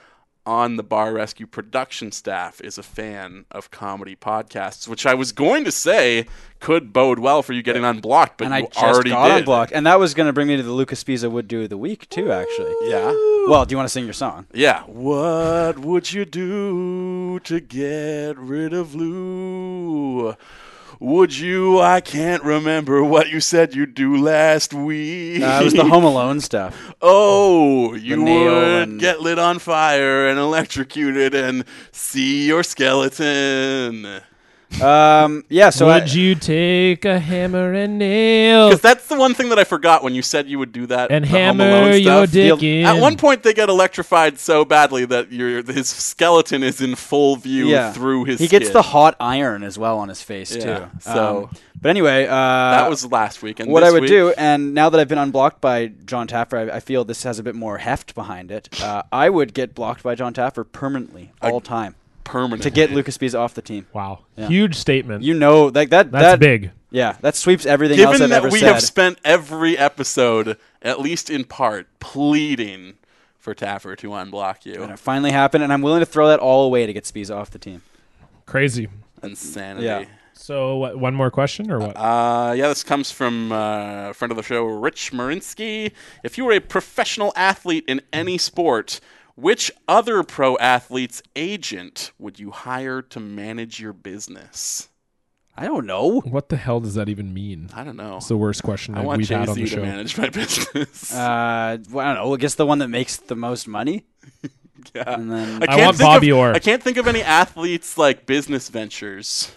S2: on the bar rescue production staff is a fan of comedy podcasts which i was going to say could bode well for you getting unblocked but
S3: And I
S2: you
S3: just
S2: already
S3: got
S2: did
S3: unblocked, and that was going to bring me to the Lucas Pisa would do of the week too. Actually.
S2: yeah
S3: Well, do you want to sing your song?
S2: Yeah. What would you do to get rid of Lou? Would you? I can't remember what you said you'd do last week.
S3: Uh, it was the Home Alone stuff.
S2: oh, you
S3: nail
S2: would
S3: and-
S2: get lit on fire and electrocuted and see your skeleton.
S3: Um, yeah. So I,
S4: Would you take a hammer and nail
S2: Because that's the one thing that I forgot when you said you would do that.
S4: Oh. and
S2: the Home Alone
S4: hammer your
S2: stuff.
S4: dick in?
S2: At one point, they get electrified so badly that your his skeleton is in full view
S3: yeah.
S2: through his.
S3: He gets
S2: skin.
S3: the hot iron as well on his face
S2: Yeah,
S3: too.
S2: so-
S3: Um, but anyway, uh,
S2: That was last week. And
S3: what
S2: this
S3: I would
S2: week-
S3: do, and now that I've been unblocked by John Taffer, I, I feel this has a bit more heft behind it. Uh, I would get blocked by John Taffer permanently all time
S2: permanent
S3: to get Lucas Bees off the team.
S4: wow,
S3: Yeah.
S4: huge statement.
S3: You know, like that.
S4: That's
S3: that,
S4: big.
S3: Yeah, that sweeps everything else
S2: Given
S3: I've
S2: that
S3: ever
S2: we
S3: said.
S2: have spent every episode, at least in part, pleading for Taffer to unblock
S3: and
S2: you,
S3: it finally happened, and I'm willing to throw that all away to get Spees off the team.
S4: Crazy.
S2: insanity.
S3: Yeah.
S4: So what, one more question or what?
S2: Uh, yeah, this comes from uh, friend of the show, Rich Marinsky. If you were a professional athlete in any sport, which other pro athlete's agent would you hire to manage your business?
S3: I don't know.
S4: what the hell does that even mean?
S2: I don't know.
S4: It's the worst question
S2: I
S4: that
S2: want
S4: we've had on the
S2: Jay-Z to
S4: show.
S2: manage my business.
S3: Uh, well, I don't know. I guess the one that makes the most money. yeah. And then
S2: I,
S4: I
S2: can't
S4: want
S2: think
S4: Bobby
S2: of,
S4: Orr.
S2: I can't think of any athletes like business ventures.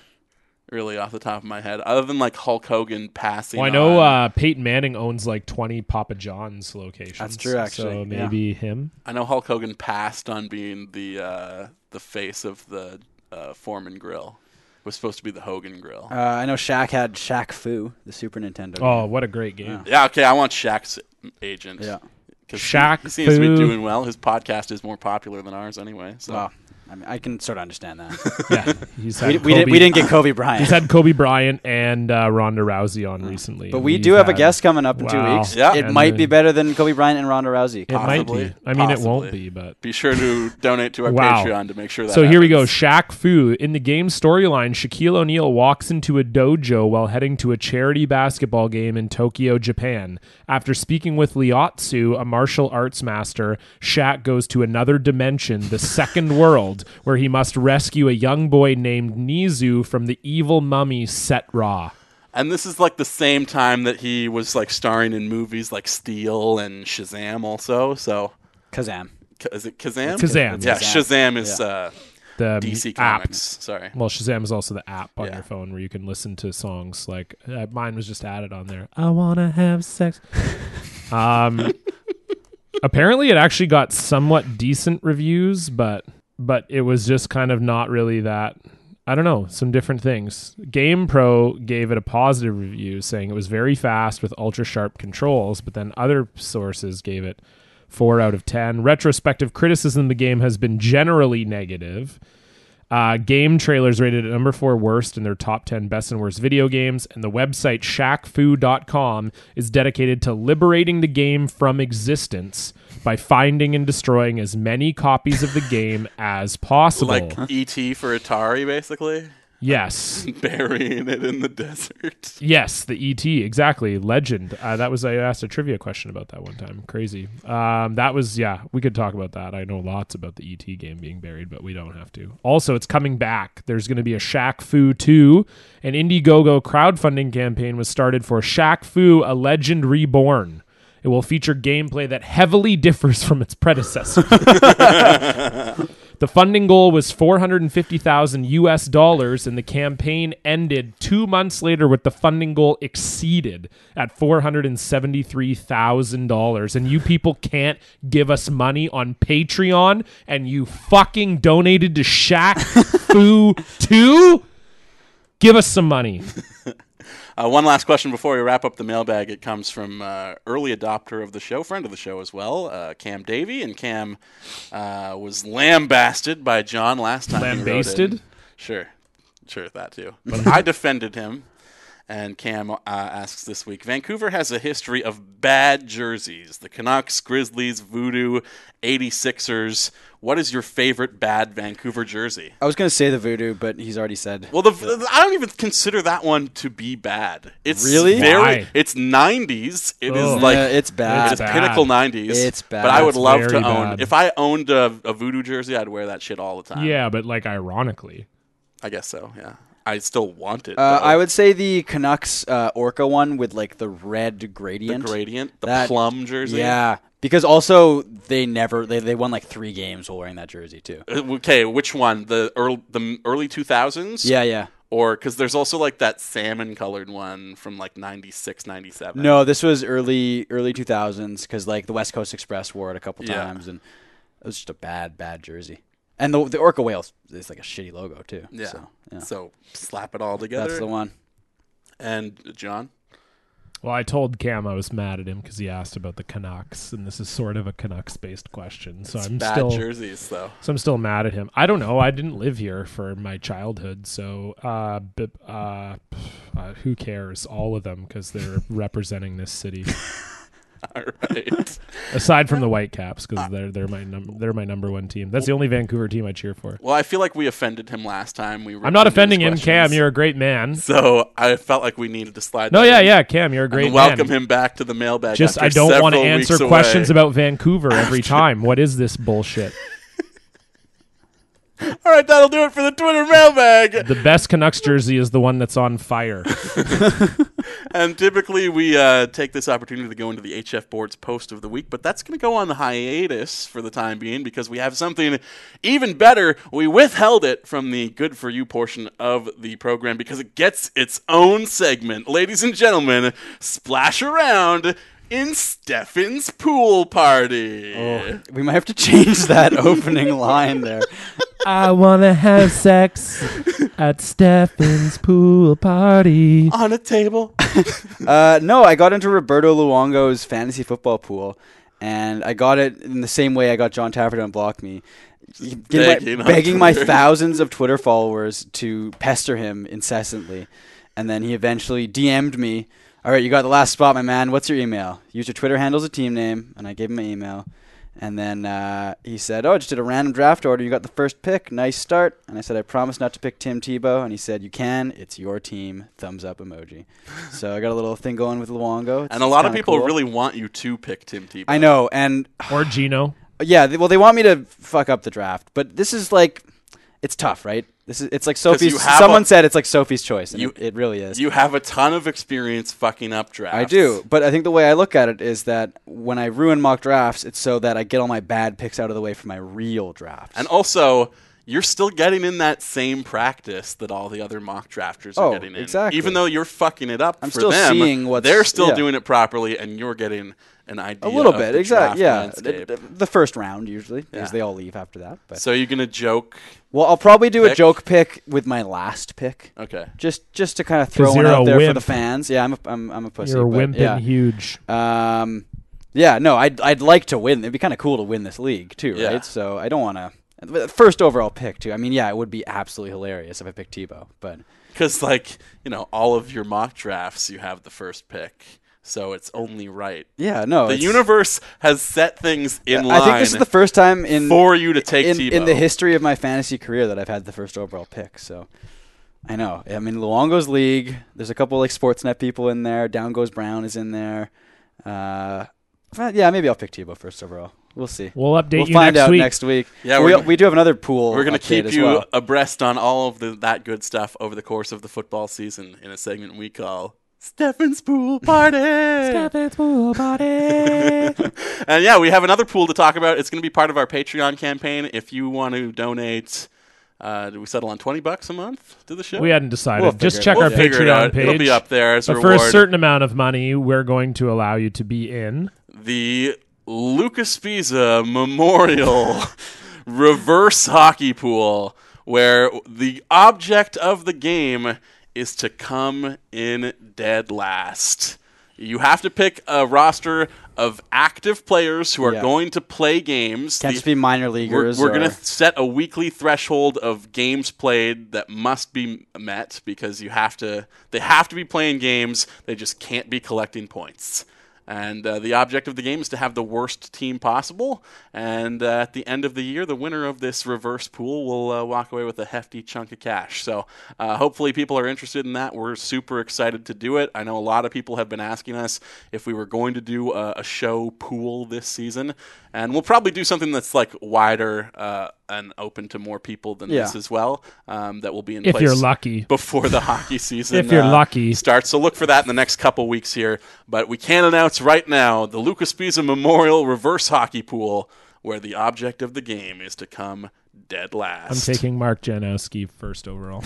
S2: really off the top of my head, other than like Hulk Hogan passing.
S4: Well, I know
S2: on.
S4: uh, Peyton Manning owns like 20 Papa John's locations.
S3: That's true, actually,
S4: So
S3: yeah.
S4: maybe him.
S2: I know Hulk Hogan passed on being the uh, the face of the uh, Foreman Grill. It was supposed to be the Hogan Grill.
S3: Uh, I know Shaq had Shaq Fu, the Super Nintendo.
S4: Oh,
S3: game.
S4: what a great game.
S2: yeah, okay, I want Shaq's agent.
S3: Yeah.
S2: 'Cause
S4: Shaq
S2: he, he seems to be
S4: Fu.
S2: doing well. His podcast is more popular than ours anyway. So
S3: Wow. I mean, I can sort of understand that.
S4: Yeah, he's
S3: we,
S4: had
S3: we, did,
S4: Kobe-
S3: we didn't get Kobe Bryant,
S4: He's had Kobe Bryant and uh, Ronda Rousey on recently.
S3: but
S4: and
S3: we
S4: he's
S3: do have a
S4: had-
S3: guest coming up in two
S4: Wow.
S3: weeks.
S2: Yeah.
S3: it
S4: And
S3: might
S4: the-
S3: be better than Kobe Bryant and Ronda Rousey.
S4: It might be.
S2: Possibly.
S4: I mean, it
S2: Possibly.
S4: won't be, but
S2: be sure to donate to our
S4: Wow.
S2: Patreon to make sure that.
S4: So here we go.
S2: happens.
S4: Shaq Fu. In the game storyline, Shaquille O'Neal walks into a dojo while heading to a charity basketball game in Tokyo, Japan. After speaking with Liatsu, a martial arts master, Shaq goes to another dimension, the second world, where he must rescue a young boy named Nizu from the evil mummy Set Ra.
S2: And this is like the same time that he was like starring in movies like Steel and Shazam also. So
S3: Kazam.
S2: K- is it Kazam?
S4: Kazam.
S2: Yeah,
S3: Kazam.
S2: Shazam is
S3: Yeah.
S2: uh,
S4: The
S2: DC
S4: app.
S2: Comics. Sorry.
S4: Well, Shazam is also the app on
S2: Yeah.
S4: your phone where you can listen to songs. Like uh, mine was just added on there. I wanna have sex. um, apparently, it actually got somewhat decent reviews, but but it was just kind of not really that. I don't know, some different things. GamePro gave it a positive review, saying it was very fast with ultra sharp controls, but then other sources gave it four out of ten. Retrospective criticism of the game has been generally negative. Uh, game trailers rated at number four worst in their top 10 best and worst video games. And the website shackfu.com is dedicated to liberating the game from existence by finding and destroying as many copies of the game as possible.
S2: Like E.T. for Atari, basically.
S4: yes.
S2: Burying it in the desert.
S4: Yes, the ET exactly legend. Uh, that was I asked a trivia question about that one time. Crazy. Um, that was yeah. We could talk about that. I know lots about the ET game being buried, but we don't have to. Also, it's coming back. There's going to be a Shaq Fu two. An Indiegogo crowdfunding campaign was started for Shaq Fu: A Legend Reborn. It will feature gameplay that heavily differs from its predecessor. The funding goal was 450,000 US dollars and the campaign ended 2 months later with the funding goal exceeded at $473,000 and you people can't give us money on Patreon and you fucking donated to Shaq Fu 2 Give us some money.
S2: Uh, one last question before we wrap up the mailbag. It comes from uh, early adopter of the show, friend of the show as well, uh, Cam Davey. And Cam uh, was lambasted by John last time. he wrote in.
S4: Lambasted?
S2: Sure. Sure, that too. But I defended him. And Cam uh, asks this week Vancouver has a history of bad jerseys the Canucks, Grizzlies, Voodoo, 86ers. What is your favorite bad Vancouver jersey?
S3: I was gonna say the voodoo, but he's already said.
S2: Well, the, I don't even consider that one to be bad. It's
S3: Really?
S2: very.
S4: Why?
S2: It's '90s. It is
S4: Ugh.
S2: like
S3: Yeah, it's bad.
S2: It's
S4: It's
S2: pinnacle
S4: bad.
S2: '90s.
S3: It's bad.
S2: But I would
S4: It's
S2: love to
S4: very
S2: own.
S4: bad.
S2: If I owned a, a voodoo jersey, I'd wear that shit all the time.
S4: Yeah, but like ironically.
S2: I guess so. Yeah, I still want it.
S3: Uh,
S2: though.
S3: I would say the Canucks uh, Orca one with like the red
S2: the
S3: gradient.
S2: gradient, the
S3: That-
S2: plum jersey.
S3: Yeah, because also they never they, they won like three games while wearing that jersey too.
S2: Uh, Okay, which one? The early the early 2000s.
S3: Yeah, yeah.
S2: Or because there's also like that salmon colored one from like '96, '97.
S3: No, this was early early two thousands because like the West Coast Express wore it a couple
S2: Yeah.
S3: times, and it was just a bad bad jersey. And the the Orca whale is- is like a shitty logo too.
S2: Yeah.
S3: so, yeah.
S2: So slap it all together.
S3: that's the one.
S2: And John.
S4: Well, I told Cam I was mad at him because he asked about the Canucks, and this is sort of a Canucks-based question. So I'm
S2: bad
S4: still
S2: jerseys though.
S4: So I'm still mad at him. I don't know. I didn't live here for my childhood, so uh, b- uh, pff, uh, who cares? All of them because they're representing this city.
S2: All right.
S4: Aside from the Whitecaps,
S2: Uh,
S4: because they're they're my num- they're my number one team. That's the only Vancouver team I cheer for.
S2: well, I feel like we offended him last time. We were
S4: I'm not
S2: doing these
S4: offending him, Cam.
S2: questions.
S4: You're a great man.
S2: so I felt like we needed to slide.
S4: No,
S2: that
S4: yeah,
S2: in
S4: yeah, Cam. You're a
S2: and
S4: great
S2: welcome
S4: man.
S2: him back to the mailbag.
S4: Just
S2: after
S4: I don't want to
S2: several
S4: answer
S2: weeks
S4: questions
S2: away.
S4: about Vancouver every time. What is this bullshit?
S2: All right, that'll do it for the Twitter mailbag.
S4: The best Canucks jersey is the one that's on fire.
S2: And Um, typically we uh, take this opportunity to go into the HF Board's post of the week, but that's going to go on hiatus for the time being because we have something even better. We withheld it from the good for you portion of the program because it gets its own segment. Ladies and gentlemen, splash around in Stefan's pool party.
S3: We might have to change that opening line there.
S4: I wanna have sex at Stefan's pool party.
S2: On a table.
S3: Uh, no, I got into Roberto Luongo's fantasy football pool, and I got it in the same way I got John Taffer on Block Me. Getting my-
S2: begging on
S3: begging my
S2: Twitter.
S3: thousands of Twitter followers to pester him incessantly. And then he eventually DM'd me, All right, you got the last spot, my man. What's your email? Use your Twitter handle as a team name. And I gave him my email. And then uh, he said, Oh, I just did a random draft order. You got the first pick. Nice start. And I said, I promise not to pick Tim Tebow. And he said, You can. It's your team. Thumbs up emoji. so I got a little thing going with Luongo. It's-
S2: And a
S3: it's
S2: lot of
S3: kinda
S2: people
S3: cool.
S2: really want you to pick Tim Tebow.
S3: I know. And
S4: Or Gino.
S3: yeah, they, well, they want me to fuck up the draft, but this is like, it's tough, right? This is it's like
S2: you
S3: Sophie's.
S2: have
S3: Someone
S2: a-
S3: said it's like Sophie's choice, and
S2: You-
S3: it, it really is.
S2: You have a ton of experience fucking up drafts.
S3: I do, but I think the way I look at it is that when I ruin mock drafts, it's so that I get all my bad picks out of the way for my real drafts.
S2: And also, you're still getting in that same practice that all the other mock drafters are
S3: Oh,
S2: getting in.
S3: exactly.
S2: Even though you're fucking it up
S3: I'm
S2: for
S3: still
S2: them,
S3: seeing what's-
S2: they're still
S3: yeah.
S2: doing it properly, and you're getting an idea.
S3: a little
S2: of
S3: bit,
S2: the draft
S3: exactly. Yeah,
S2: landscape.
S3: the, the first round usually, because
S2: Yeah.
S3: they all leave after that. But
S2: so you're gonna joke.
S3: well, I'll probably do
S2: Pick?
S3: a joke pick with my last pick.
S2: Okay.
S3: Just, just to kind of throw one
S4: you're
S3: out
S4: a
S3: there for
S4: wimp.
S3: the fans. Yeah, I'm a, I'm, I'm a pussy.
S4: You're
S3: but
S4: wimping
S3: yeah.
S4: huge.
S3: Um, yeah, no, I'd I'd like to win. It'd be kind of cool to win this league too,
S2: Yeah.
S3: right? So I don't want to. First overall pick too. I mean, yeah, it would be absolutely hilarious if I picked Tebow, but
S2: Because, like, you know, all of your mock drafts, you have the first pick. So it's only right.
S3: yeah, no.
S2: The
S3: it's-
S2: universe has set things in line
S3: I think this is the first time in
S2: for you to take
S3: in,
S2: Tebow.
S3: in the history of my fantasy career that I've had the first overall pick. So I know. I mean, Luongo's league. There's a couple like Sportsnet people in there. Down goes Brown is in there. Uh, but yeah, maybe I'll pick Tebow first overall. We'll see.
S4: We'll update
S3: we'll
S4: you
S3: find
S4: next
S3: out
S4: week.
S3: next week.
S2: Yeah,
S3: we,
S2: we're gonna-
S3: we do have another pool.
S2: We're going to
S3: update
S2: keep
S3: as
S2: you
S3: well.
S2: abreast on all of the, that good stuff over the course of the football season in a segment we call Stefan's Pool Party. Stefan's Pool Party. and yeah, we have another pool to talk about. It's going to be part of our Patreon campaign. If you want to donate, uh, do we settle on 20 bucks a month to the show?
S4: We hadn't decided.
S3: We'll
S4: Just
S3: figure it
S4: check
S3: out.
S4: our
S2: We'll figure it
S4: Patreon
S2: out.
S4: page.
S2: It'll be up there as a
S4: But for a
S2: reward.
S4: certain amount of money, we're going to allow you to be in.
S2: the Lucas Pisa Memorial Reverse Hockey Pool, where the object of the game is to come in dead last. You have to pick a roster of active players who are
S3: Yeah.
S2: going to play games.
S3: Can't
S2: The-
S3: just be minor
S2: we're,
S3: leaguers. uh,
S2: we're going
S3: or-
S2: to set a weekly threshold of games played that must be m- met because you have to they have to be playing games they just can't be collecting points and uh, the object of the game is to have the worst team possible and uh, at the end of the year the winner of this reverse pool will uh, walk away with a hefty chunk of cash so uh, hopefully people are interested in that we're super excited to do it i know a lot of people have been asking us if we were going to do a, a show pool this season and we'll probably do something that's like wider uh, and open to more people than
S3: Yeah.
S2: this as well um, that will be in
S4: If
S2: place
S4: you're lucky.
S2: before the hockey season
S4: If you're
S2: uh,
S4: lucky.
S2: starts so look for that in the next couple weeks here but we can announce right now the lucas pisa memorial reverse hockey pool where the object of the game is to come dead
S4: I'm
S2: last
S4: taking Mark Janowski first overall.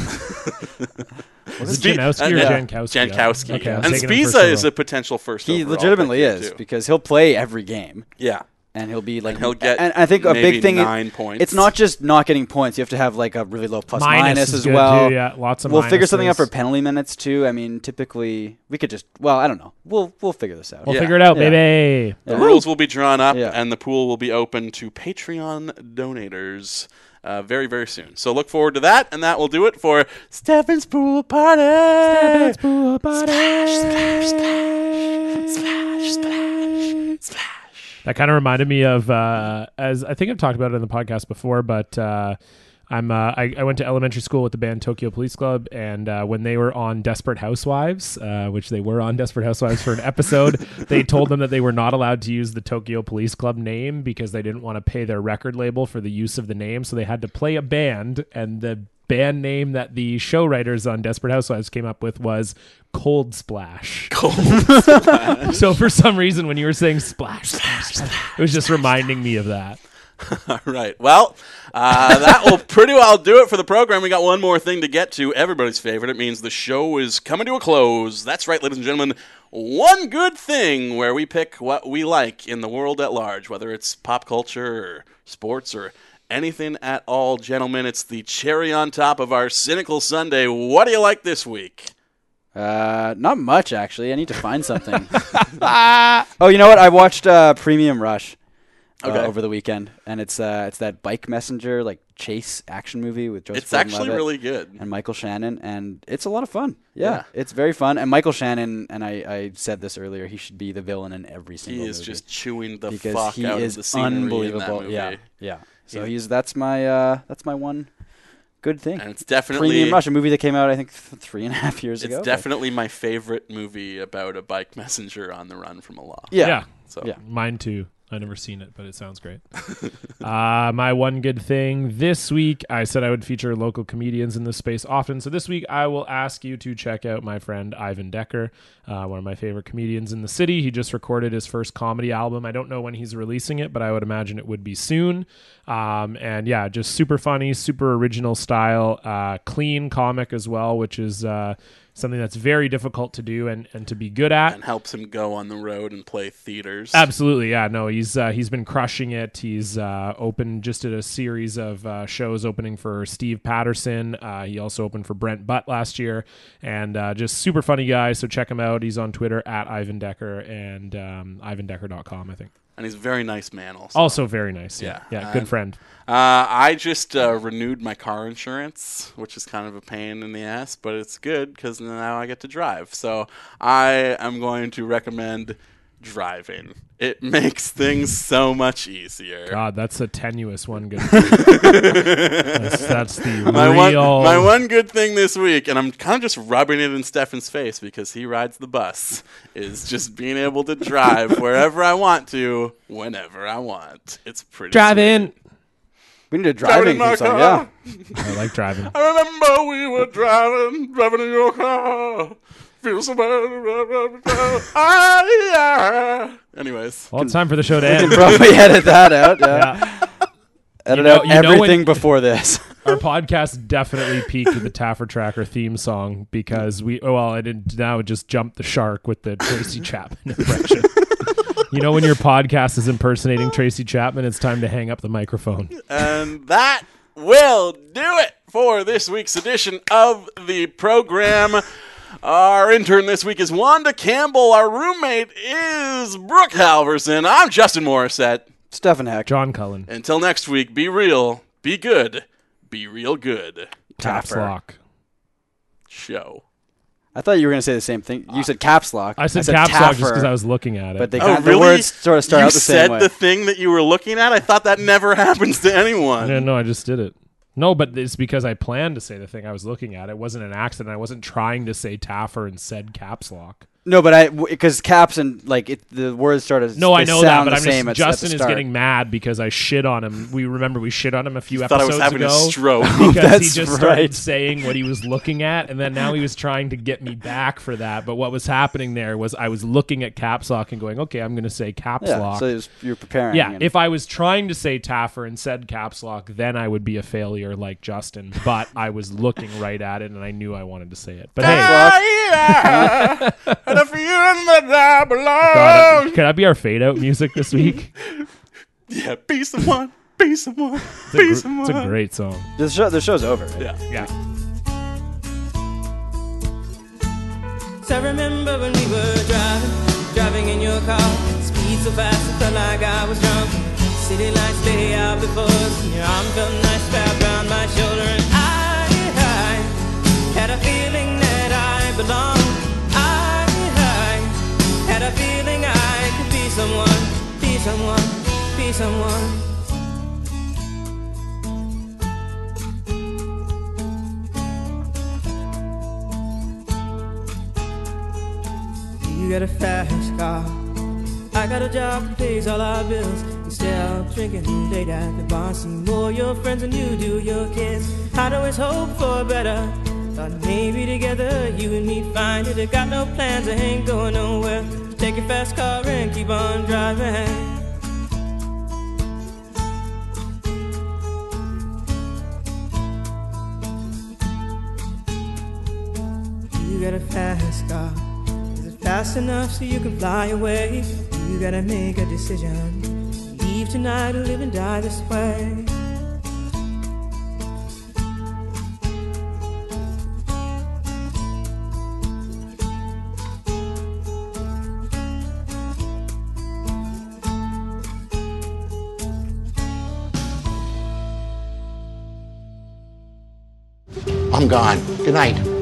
S4: Was it
S2: Spe-
S4: Janowski
S2: uh,
S4: or
S2: yeah.
S4: Jankowski?
S2: Jankowski,
S4: Okay,
S2: yeah.
S4: I'm
S2: and
S4: taking him first
S2: Spiza is
S4: overall.
S2: a potential first.
S3: he
S2: overall
S3: legitimately
S2: pick here,
S3: is
S2: too.
S3: because he'll play every game,
S2: yeah,
S3: and he'll be like
S2: he'll get
S3: And I think a
S2: maybe
S3: big thing.
S2: nine points.
S3: It's not just not getting points. You have to have like a really low plus
S4: Minus
S3: minus
S4: is
S3: as
S4: good,
S3: well.
S4: too, yeah, lots of
S3: We'll figure something out
S4: minuses.
S3: for penalty minutes too. I mean, typically we could just. Well, I don't know. We'll we'll figure this out.
S4: We'll
S2: Yeah.
S4: figure it out,
S3: Yeah.
S4: baby.
S2: The rules will be drawn up,
S3: Yeah.
S2: and the pool will be open to Patreon donators uh, very, very soon. So look forward to that, and that will do it for Stefan's Pool Party. Stefan's Pool Party. Splash, splash, splash, splash, splash.
S4: That kind of reminded me of uh, as I think I've talked about it in the podcast before, but uh, I'm uh, I, I went to elementary school with the band Tokyo Police Club, and uh, when they were on Desperate Housewives, uh, which they were on Desperate Housewives for an episode, they told them that they were not allowed to use the Tokyo Police Club name because they didn't want to pay their record label for the use of the name, so they had to play a band, and the band name that the show writers on Desperate Housewives came up with was Cold Splash. Cold Splash. so for some reason, when you were saying splash, splash, splash it was just reminding me of that.
S2: All right. Well, uh, that will pretty well do it for the program. We got one more thing to get to. Everybody's favorite. It means the show is coming to a close. That's right, ladies and gentlemen. One good thing where we pick what we like in the world at large, whether it's pop culture or sports or anything at all, gentlemen. It's the cherry on top of our cynical Sunday. What do you like this week?
S3: Uh, not much actually. I need to find something. oh, you know what? I watched uh, Premium Rush uh,
S2: Ah! Okay.
S3: over the weekend, and it's uh, it's that bike messenger like chase action movie with Joseph
S2: It's actually
S3: Gordon-Levitt
S2: really good.
S3: and Michael Shannon, and it's a lot of fun. Yeah,
S2: Yeah.
S3: it's very fun. And Michael Shannon, and I, I said this earlier, he should be the villain in every single.
S2: He is
S3: movie
S2: just chewing the
S3: because
S2: fuck
S3: he
S2: out
S3: is
S2: of the scenery
S3: unbelievable.
S2: in that movie.
S3: Yeah, yeah. So
S2: He's-
S3: he's that's my uh, that's my one good thing.
S2: And it's definitely-
S3: Premium Rush, a movie that came out I think th- three and a half years
S2: It's
S3: ago. like-
S2: definitely my favorite movie about a bike messenger on the run from a law.
S3: Yeah.
S4: Yeah.
S2: So
S3: Yeah.
S4: Mine too. I never seen it, but it sounds great. uh, my one good thing this week, I said I would feature local comedians in this space often. So this week, I will ask you to check out my friend Ivan Decker, uh, one of my favorite comedians in the city. He just recorded his first comedy album. I don't know when he's releasing it, but I would imagine it would be soon. Um, and yeah, just super funny, super original style, uh, clean comic as well, which is uh, something that's very difficult to do and, and to be good at.
S2: and helps him go on the road and play theaters.
S4: Absolutely, yeah. No, he's uh, he's been crushing it. He's uh, opened just did a series of uh, shows opening for Steve Patterson. Uh, he also opened for Brent Butt last year, and uh, just super funny guy. So check him out. He's on Twitter at Ivan Decker and um, IvanDecker.com, I think.
S2: And he's a very nice man also.
S3: Oh.
S4: Also very nice. Yeah,
S2: Yeah,
S4: yeah,
S2: and-
S4: good friend.
S2: Uh, I just uh, renewed my car insurance, which is kind of a pain in the ass, but it's good because now I get to drive. So I am going to recommend driving. It makes things so much easier.
S4: God, that's a tenuous one. Good. that's, that's the
S2: my one,
S4: real.
S2: my one good thing this week, and I'm kind of just rubbing it in Stefan's face because he rides the bus, is just being able to drive wherever I want to, whenever I want. It's pretty.
S4: drive
S2: sweet.
S4: in.
S3: we need a driving
S2: my
S3: theme song.
S2: car.
S3: Yeah.
S4: I like driving.
S2: I remember we were driving, driving in your car. Feel so bad. Ah, yeah. Anyways,
S4: Well, it's time for the show to
S3: can
S4: end.
S3: probably edit that out. Yeah. Edit
S4: know-
S3: out
S4: you know when-
S3: everything before this.
S4: our podcast definitely peaked with the Taffer Tracker theme song because we well I didn't now it just jumped the shark with the Tracy Chapman impression. you know when your podcast is impersonating Tracy Chapman, it's time to hang up the microphone.
S2: and that will do it for this week's edition of the program. Our intern this week is Wanda Campbell. Our roommate is Brooke Halverson. I'm Justin Morissette.
S3: Stefan Heck.
S4: John Cullen,
S2: Until next week, be real, be good, be real good.
S4: caps
S3: Taffer.
S4: lock.
S2: Show.
S3: I thought you were going to say the same thing. You said caps lock.
S4: I said, caps lock just
S3: Taffer,
S4: because I was looking at it.
S3: But they
S2: Oh,
S3: kind of
S2: really?
S3: the words sort of start
S2: you
S3: out the
S2: said
S3: same way.
S2: the thing that you were looking at. I thought that never happens to
S4: I
S2: anyone.
S4: didn't know. I just did it. No, but it's because I planned to say the thing I was looking at. It wasn't an accident. I wasn't trying to say Taffer and said caps lock.
S3: no, but I because caps and like it, the words sort of
S4: No, I
S3: they
S4: know that,
S3: sound
S4: but
S3: the
S4: I'm
S3: same
S4: just
S3: at- at the
S4: Justin is
S3: start.
S4: getting mad because I shit on him. We remember we shit on him a few
S2: thought
S4: episodes
S2: I was
S4: ago.
S2: having a stroke.
S4: because he
S3: That's
S4: just started
S3: right.
S4: saying what he was looking at, and then now he was trying to get me back for that. But what was happening there was I was looking at caps lock and going, okay, I'm going to say caps
S3: yeah.
S4: lock.
S3: So it was, you're preparing.
S4: yeah,
S3: and-
S4: if I was trying to say Taffer and said caps lock, then I would be a failure like Justin. But I was looking right at it, and I knew I wanted to say it. But hey,
S2: Ah, yeah. and if you in the dark below.
S4: God, can that be our fade out music this week?
S2: Yeah, be someone, be someone,
S4: It's a
S2: be
S4: gr-
S2: someone.
S4: it's a great song.
S3: the, show, the show's over. right?
S2: Yeah.
S4: Yeah.
S9: I remember when we were driving, driving in your car. Speed so fast, I felt like I was drunk. City lights lay out before us. and Your arm felt nice wrapped around my shoulder. And I, I had a feeling that I belonged. I, I had a feeling I could be someone, be someone, be someone.
S6: You got a fast car. I got a job that pays all our bills. Instead of drinking late at the bar, see more your friends than you do your kids. I'd always hope for better. Thought maybe together you and me find it. I got no plans, I ain't going nowhere. Take your fast car and keep on driving. You got a fast car. Is it fast enough so you can fly away? You gotta make a decision. Leave tonight or live and die this way.
S10: I'm gone. Good night.